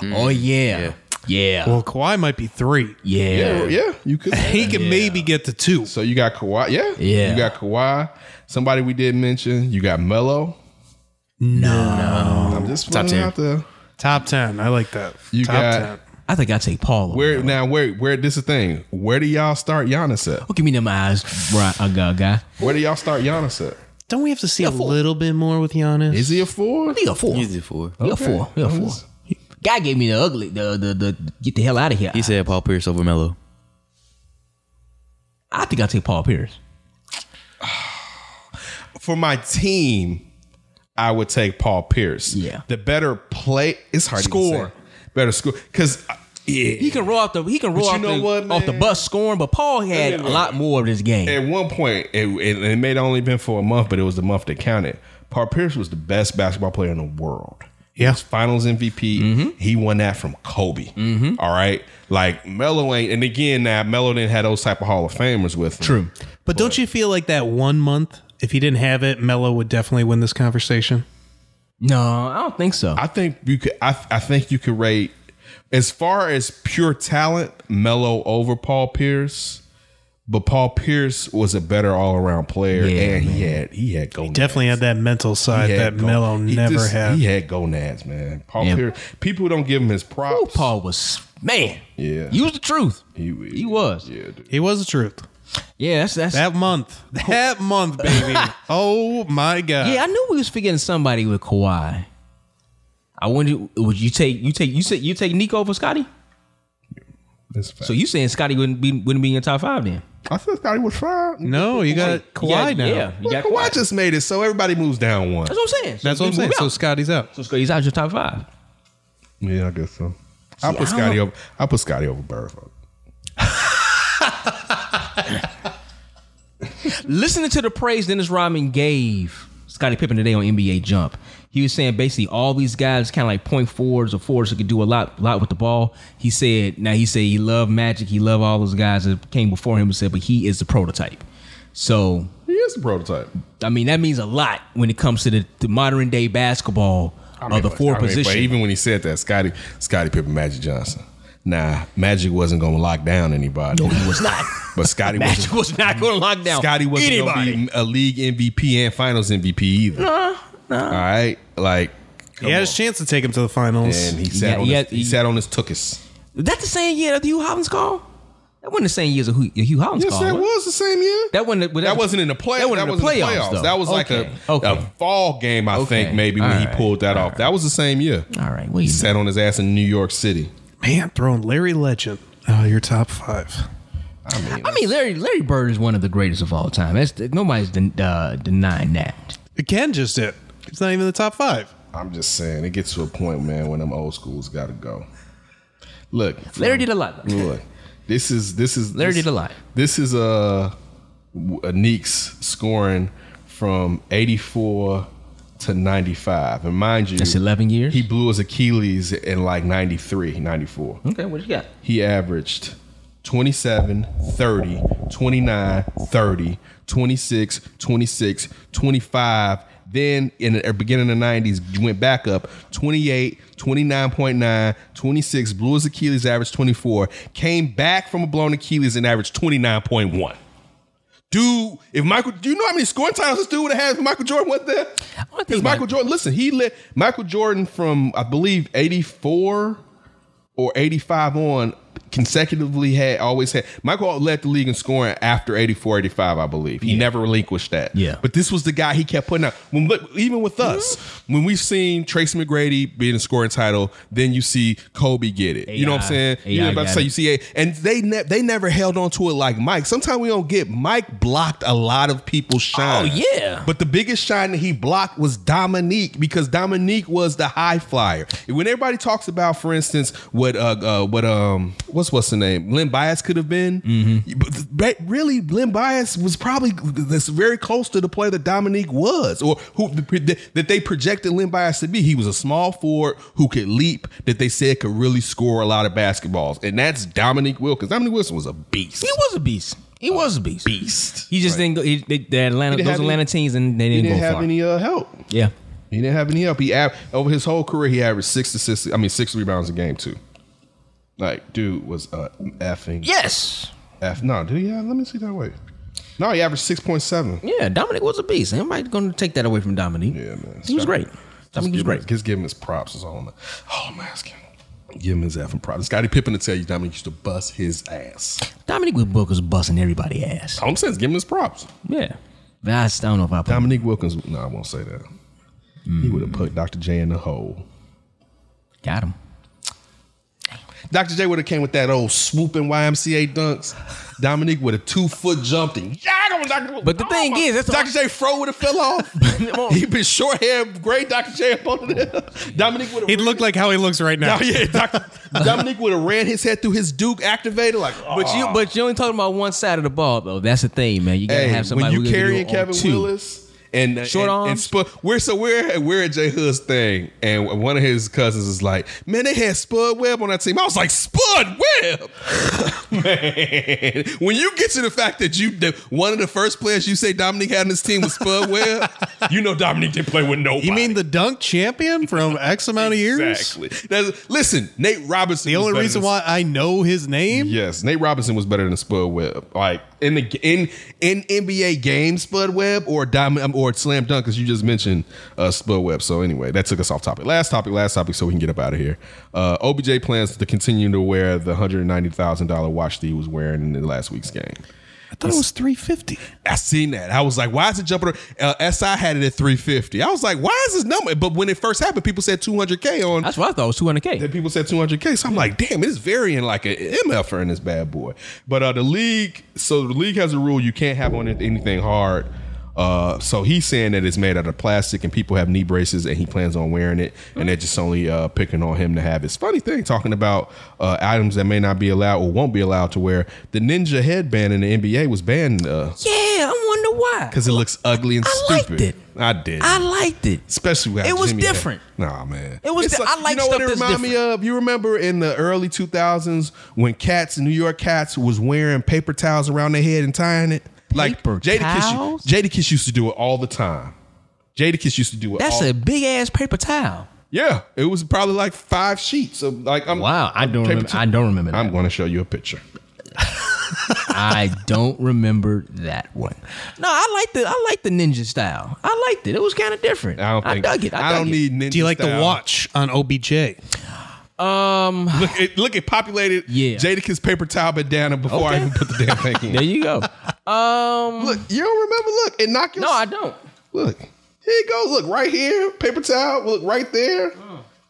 S3: Oh yeah. Yeah. Yeah.
S4: well, Kawhi might be three.
S7: Yeah,
S3: Yeah.
S7: yeah, you could.
S3: *laughs*
S7: say
S4: He
S7: that.
S4: can maybe get to two.
S7: So you got Kawhi. Yeah,
S3: Yeah.
S7: You got Kawhi. Somebody we did mention. You got Melo. No, I'm just
S6: Top
S7: putting it out there.
S4: Top ten. I like that.
S7: You
S4: Top
S7: got-
S4: ten.
S3: I think I take Paul. Where?
S7: Where now? Where? Where? This is the thing. Where do y'all start Giannis at?
S3: Oh, give me them eyes, right, uh, guy. guy.
S7: Where do y'all start Giannis at?
S4: Don't we have to see a little bit more with Giannis?
S7: Is he a four?
S3: He a four.
S6: He's the four.
S3: He a four. He a four. Guy gave me the ugly. The the the get the hell out of here.
S6: He said Paul Pierce over Melo.
S3: I think I take Paul Pierce.
S7: for my team, I would take Paul Pierce.
S3: Yeah.
S7: the better play. It's hard
S3: Score.
S7: to say. better score because
S3: He can roll off the he can roll
S7: you
S3: off,
S7: know
S3: the,
S7: what,
S3: off the
S7: man?
S3: bus scoring, but Paul had a lot more of this game.
S7: at one point it, it, it may have only been for a month, but it was the month that counted. Paul Pierce was the best basketball player in the world. He
S4: Yeah.
S7: was Finals MVP. He won that from Kobe. All right, like Melo ain't. And again, now Melo didn't have those type of Hall of Famers with him. True.
S4: But don't you feel like that one month, if he didn't have it, Melo would definitely win this conversation?
S3: No, I don't think so.
S7: I think you could. I, I think you could rate as far as pure talent, Melo over Paul Pierce, but Paul Pierce was a better all around player,
S3: Yeah,
S7: and he had he had gonads.
S4: Definitely had that mental side
S7: He
S4: that
S7: had go-
S4: Melo
S7: he
S4: never
S7: just-
S4: had.
S7: He had gonads, man. Paul
S3: Yeah.
S7: Pierce. People don't give him his props.
S3: Ooh, Paul was man.
S7: Yeah.
S3: he was the truth.
S7: He, was-
S3: He was.
S7: Yeah, dude.
S4: He was the truth.
S3: Yeah, that's that's.
S7: *laughs*
S4: That month. That month, baby. oh my god.
S3: yeah, I knew we was forgetting somebody with Kawhi. I wonder, would you take you take you said you take Nico over Scotty?
S7: That's a fact.
S3: So you saying Scotty wouldn't be wouldn't be in your top five then?
S7: I thought Scotty was five.
S4: No, you got Kawhi
S3: Yeah,
S4: now.
S3: Yeah, you got
S7: Kawhi
S3: Kawhi.
S7: just made it, so everybody moves down one.
S3: That's what I'm saying.
S4: That's what I'm saying. So
S3: So,
S4: Scotty's out.
S3: so Scotty's out your top five.
S7: Yeah, I guess so. I put
S3: I don't
S7: Scotty
S3: know.
S7: over. I put Scotty over Bird.
S3: Listening to the praise Dennis Rodman gave Scottie Pippen today on NBA Jump, he was saying basically all these guys kind of like point forwards or forwards who could do a lot, lot with the ball. He said, now he said he loved Magic, he loved all those guys that came before him and said, but he is the prototype. So
S7: He is the prototype.
S3: I mean that means a lot when it comes to the, the modern day basketball of the
S7: but-
S3: forward
S7: I mean,
S3: position.
S7: But even when he said that, Scotty, Scotty Pippen, Magic Johnson. Nah, Magic wasn't going to lock down anybody.
S3: no, he *laughs* was not.
S7: But Scotty
S3: Magic
S7: wasn't.
S3: was not going to lock down
S7: Scotty wasn't going
S3: anybody.
S7: to be a league MVP and Finals MVP either. Nah, nah. All right, like
S4: He had his chance to take him to the finals.
S7: and he sat
S3: Yeah,
S7: on
S3: he
S7: his,
S3: had-
S7: he,
S3: he-
S7: sat on his tookus.
S3: Is that the same year that the Hugh Hollins call? That wasn't the same year as the Hugh Hugh Hollins
S7: Yes,
S3: call.
S7: that
S3: was it?
S7: was the same year.
S3: That wasn't.
S7: That wasn't in the play. That,
S3: wasn't
S7: was in the playoffs.
S3: though.
S7: That was like a,
S3: Okay. okay.
S7: a fall game, I think,
S3: Okay.
S7: maybe when
S3: All
S7: he
S3: right.
S7: pulled that off. That was the same year.
S3: All right. Well,
S7: He
S3: you
S7: sat on his ass in New York City.
S4: Man, throwing Larry Legend. Oh, your top five.
S3: I mean, Larry Larry Bird is one of the greatest of all time. That's nobody's den, uh, denying that.
S4: Again, just it. It's not even the top five.
S7: I'm just saying, it gets to a point, man, when them old schools got to go. Look,
S3: Larry did a lot.
S7: look, this is this is
S3: Larry
S7: this,
S3: did a lot.
S7: This is a, a Knicks scoring from 84 to 95, and mind you,
S3: That's 11 years?
S7: He blew his Achilles in like 93, 94.
S3: Okay, what you got?
S7: He averaged 27, 30, 29, 30, 26, 26, 25. Then in the beginning of the 90s, went back up 28, 29.9, 26, blew his Achilles, averaged 24, came back from a blown Achilles and averaged 29.1. Dude, if Michael, do you know how many scoring titles this dude would have had if Michael Jordan wasn't there?
S3: don't think
S7: Because Michael Jordan, listen, he led Michael Jordan from I believe eighty four or eighty five on consecutively had always had Michael led the league in scoring after 84 85 I believe he never relinquished that
S16: Yeah.
S7: but this was the guy he kept putting out when look, even with
S3: Mm-hmm.
S7: us when we've seen Tracy McGrady being a scoring title then you see Kobe get it you know what I'm
S3: AI.
S7: saying you
S3: AI
S7: know about to
S3: got
S7: say
S3: it.
S7: you see it and they ne- they never held on to it like Mike sometimes we don't get Mike blocked a lot of people's shine
S3: Oh, yeah.
S7: but the biggest shine that he blocked was Dominique because Dominique was the high flyer. When everybody talks about, for instance, what uh, uh what um what's what's the name Lynn Bias could have been, but- but really Lynn Bias was probably that's very close to the player that Dominique was, or who that they projected Lynn Bias to be. He was a small forward who could leap that they said could really score a lot of basketballs, and that's Dominique Wilkins. Dominique Wilson was a beast.
S3: He was a beast. He was a beast.
S7: beast.
S3: He just didn't go. He, they, the Atlanta,
S7: didn't
S3: those
S7: have any-
S3: Atlanta teams, and they
S7: He
S3: didn't,
S7: didn't
S3: go
S7: have
S3: far.
S7: any uh, help.
S3: yeah,
S7: He didn't have any help. He av- over his whole career, he averaged six assists. I mean, six rebounds a game too. Like, dude was uh, effing.
S3: yes,
S7: F. No, did he? Have, let me see that way. No, he averaged six point seven.
S3: yeah. Dominic was a beast. Anybody going to take that away from Dominic?
S7: Yeah, man.
S3: he was great. Dominic was
S7: give him-
S3: great.
S7: Just give him his props. Is all I'm. All I'm asking. Give him his effing props. Scottie Pippen to tell you, Dominique used to bust his ass.
S3: Dominic Wilkins was busting everybody's ass.
S7: Tom says, give him his props.
S3: Yeah, but I, just- I don't know if I. Put,
S7: Dominique Wilkins. No, I won't say that. He would have put Dr. J in the hole.
S3: got him.
S7: Dr. J would have came with that old swooping YMCA dunks. Dominique would have two foot jumped and yagged on Dr.
S3: But the thing is, that's
S7: Dr. J fro would have fell
S3: *laughs*
S7: off. he been short haired, great Dr. J up under there. Dominique would have.
S4: He'd look like how he looks right now.
S7: Oh, *laughs* yeah, Dr. Dominique would have ran his head through his Duke activator like.
S3: But you, but you only talking about one side of the ball though. That's the thing, man. You gotta
S7: Ah. hey,
S3: have somebody
S7: when
S3: who
S7: you
S3: can do
S7: carrying
S3: it on
S7: Kevin
S3: two.
S7: Willis and uh,
S3: Short
S7: and, and
S3: arms?
S7: Spud, we're so we're we're at Jay Hood's thing, and one of his cousins is like, "Man, they had Spud Webb on that team." I was like, "Spud Webb, *laughs* man!" When you get to the fact that you that one of the first players you say Dominique had on his team was Spud Webb, *laughs* you know Dominique didn't play with nobody.
S4: You mean the dunk champion from X amount of years?
S7: exactly? That's- listen, Nate Robinson.
S4: The
S7: was
S4: only
S7: better
S4: reason
S7: than
S4: why I know his name.
S7: Yes, Nate Robinson was better than Spud Webb. Like in the in in NBA game, Spud Webb or diamond or slam dunk, because you just mentioned uh, Spud Webb. So anyway, that took us off topic. Last topic, last topic, so we can get up out of here. Uh, OBJ plans to continue to wear the hundred ninety thousand dollar watch that he was wearing in the last week's game.
S4: I thought it was 350.
S7: I seen that. I was like, why is it jumping? Uh, SI had it at three fifty. I was like, why is this number? But when it first happened, people said two hundred k on
S3: That's what I thought was 200k.
S7: that people said 200k. So I'm like, damn, it's varying like an mf'er er in this bad boy. But uh, the league, so the league has a rule you can't have on it anything hard. Uh, so he's saying that it's made out of plastic and people have knee braces and he plans on wearing it and they're just only uh, picking on him to have It's Funny thing talking about uh, items that may not be allowed or won't be allowed to wear. The ninja headband in the NBA was banned because
S3: Yeah, I wonder why.
S7: it looks ugly and
S3: I liked
S7: stupid.
S3: it.
S7: I did.
S3: I liked it.
S7: Especially with how
S3: It was
S7: Jimmy had-
S3: different.
S7: Nah, man.
S3: It was
S7: It's
S3: di- I like
S7: you know what
S3: stuff
S7: it
S3: that's
S7: remind me of? You remember in the early 2000s when cats, New York cats, was wearing paper towels around their head and tying it? Like
S3: Paper
S7: Jada
S3: towels?
S7: Kiss, Jada Kiss used to do it all the time. Jada Kiss used to do it.
S3: That's
S7: all,
S3: a big ass paper towel.
S7: yeah. It was probably like five sheets of like I'm
S3: Wow, I don't. Remember,
S7: paper
S3: I don't remember.
S7: towel.
S3: That.
S7: I'm *laughs* going to show you a picture.
S3: I don't remember that one. No, I like the I like the ninja style. I liked it. It was kind of different.
S7: I don't think
S3: I dug it. I,
S7: I don't
S3: dug
S7: need
S3: it.
S7: ninja
S4: Do you like the
S7: style.
S4: watch on OBJ?
S7: Look, it, look, it populated.
S3: Yeah.
S7: Jadakiss paper towel bandana before I
S3: Okay.
S7: even put the damn thing
S3: *laughs*
S7: in.
S3: There
S7: *laughs*
S3: you go. Um,
S7: Look, you don't remember? Look, it knocked your
S3: no, I don't.
S7: Look, here it goes. Look right here, paper towel. Look right there.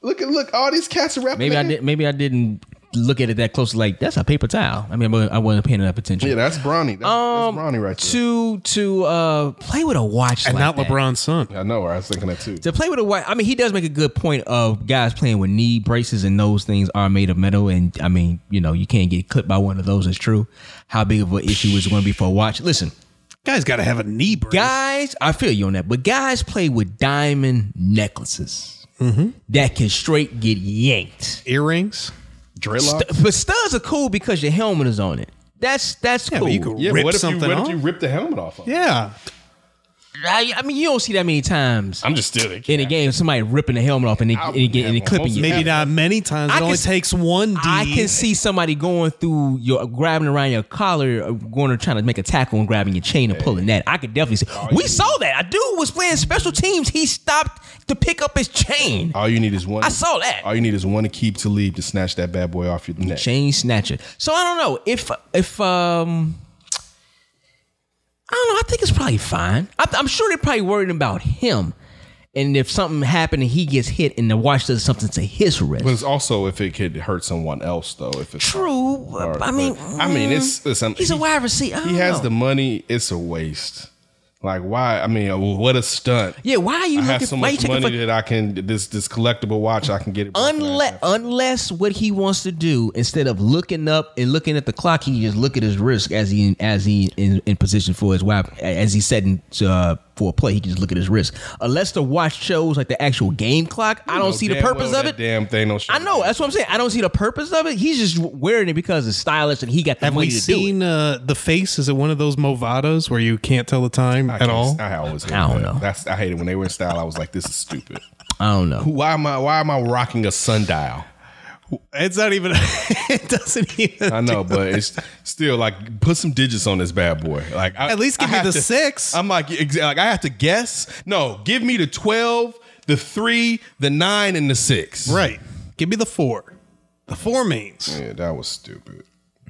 S7: Look at look. All these cats are wrapping.
S3: Maybe I
S7: their-
S3: did. Maybe I didn't look at it that closely. Like that's a paper towel. I mean, I wasn't- I wasn't paying enough attention.
S7: Yeah, that's Bronny. That's,
S3: Um,
S7: that's Bronny right there.
S3: to to uh play with a watch
S4: And
S3: like
S4: not
S3: that.
S4: LeBron's son.
S7: I know. I was thinking that too.
S3: To play with a watch, I mean, he does make a good point of guys playing with knee braces, and those things are made of metal. And I mean, you know, you can't get clipped by one of those. It's true. How big of an issue is it going to be for a watch? Listen,
S4: Guy's got to have a knee brace.
S3: guys, I feel you on that, but guys play with diamond necklaces
S4: Mm-hmm.
S3: that can straight get yanked.
S4: Earrings.
S7: Dreadlock.
S3: Stu- but studs are cool because your helmet is on it. That's that's
S4: Yeah,
S3: cool.
S4: but you could
S7: yeah, but
S4: rip
S7: what if you
S4: something
S7: what
S4: off.
S7: if you rip the helmet off? Of? it?
S4: yeah.
S3: I, I mean, you don't see that many times
S7: I'm just still
S3: in a game somebody ripping the helmet off and it, and it, get- and it clipping you.
S4: Maybe not many times. It
S3: I can
S4: only
S3: s-
S4: takes one D.
S3: I can see somebody going through your grabbing around your collar, uh, going and trying to make a tackle and grabbing your chain and pulling that. I could definitely see.
S7: Oh,
S3: we saw that. A dude was playing special teams. He stopped to pick up his chain.
S7: All you need is one.
S3: I saw that.
S7: All you need is one to keep to leave to snatch that bad boy off your neck.
S3: Chain snatcher. So I don't know if if um. I don't know. I think it's probably fine. I, I'm sure they're probably worried about him, and if something happened and he gets hit and the watch does something to his wrist.
S7: But it's also if it could hurt someone else, though. If it's
S3: True.
S7: Or-
S3: I mean,
S7: but- I mean, it's, it's
S3: he's a wide receiver. I
S7: He
S3: don't
S7: has
S3: know.
S7: the money. It's a waste. Like why? I mean, uh, what a stunt!
S3: yeah. Why are you
S7: I have
S3: looking?
S7: so
S3: why you
S7: much
S3: checking
S7: money
S3: for,
S7: that I can this this collectible watch. I can get it.
S3: Unless, unless what he wants to do instead of looking up and looking at the clock, he can just look at his wrist as he as he in, in position for his wide as he set in, uh, for a play. He can just look at his wrist. Unless the watch shows like the actual game clock, I don't see the
S7: damn well
S3: purpose
S7: that
S3: of it.
S7: Damn thing don't show
S3: I know that's what I'm saying. I don't see the purpose of it. He's just wearing it because it's stylish and he got the
S4: Have
S3: money
S4: we
S3: to do
S4: seen uh, the face? Is it one of those Movados where you can't tell the time
S7: I
S4: at
S7: can't-
S4: all?
S7: I always hate
S3: I don't
S7: that.
S3: know.
S7: That's I hate it when they were in style. I was like, this is stupid.
S3: it. I don't know.
S7: Why am I Why am I rocking a sundial?
S4: It's not even. *laughs* it doesn't even.
S7: I know, but it's still like put some digits on this bad boy. Like I,
S4: At least give
S7: I
S4: me
S7: have
S4: the
S7: to-
S4: six.
S7: I'm like, ex- like I have to guess. No, give me the twelve, the three, the nine, and the six.
S4: Right. Give me the four. The four means.
S7: Yeah, that was stupid.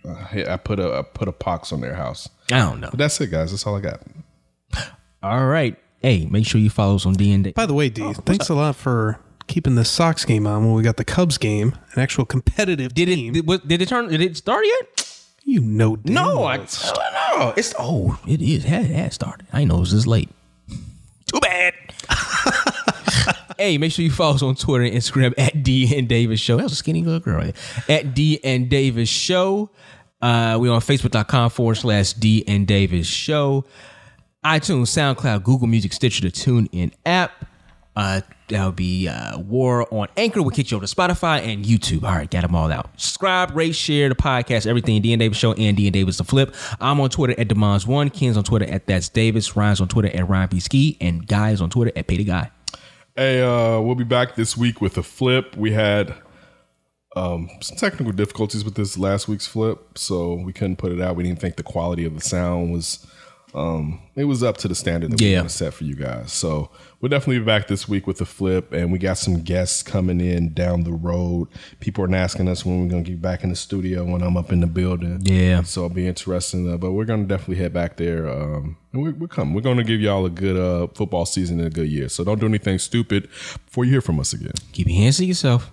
S7: Uh, yeah, I put a I put a pox on their house.
S3: I don't know.
S7: But that's it, guys. That's all I got.
S3: All right. Hey, make sure you follow us on D and D.
S4: By the way, D, thanks a lot for keeping the Sox game on when we got the Cubs game, an actual competitive
S3: Did it?
S4: team.
S3: Did, was- did it turn? Did it start yet?
S4: you know, damn
S3: No,
S4: well
S3: I,
S4: it's-
S3: I don't know. It's oh, it is. Had had started. I didn't know it was this late. *laughs* Too bad. *laughs* hey, make sure you follow us on Twitter and Instagram at D and Davis Show. That was a skinny little girl. right there. At D and Davis Show. Uh, we're on Facebook.com forward slash D and Davis Show. iTunes, SoundCloud, Google Music, Stitcher, the TuneIn app. Uh, that'll be uh, War on Anchor. We'll kick you over to Spotify and YouTube. All right, got them all out. Subscribe, rate, share the podcast, everything. Dean Davis Show and Dean Davis The Flip. I'm on Twitter at Demons1. Ken's on Twitter at That's Davis. Ryan's on Twitter at Ryan B. Ski. And Guy is on Twitter at Pay the Guy.
S7: Hey, uh, we'll be back this week with a flip. We had um, some technical difficulties with this last week's flip, so we couldn't put it out. We didn't think the quality of the sound was um, it was up to the standard that we
S3: Yeah.
S7: want to set for you guys. So we'll definitely be back this week with a flip, and we got some guests coming in down the road. People are asking us when we're gonna get back in the studio when I'm up in the building.
S3: Yeah.
S7: so it'll be interesting. Uh, but we're gonna definitely head back there, um, and we, we're coming. We're gonna give y'all a good uh, football season and a good year. So don't do anything stupid before you hear from us again.
S3: Keep your hands to yourself.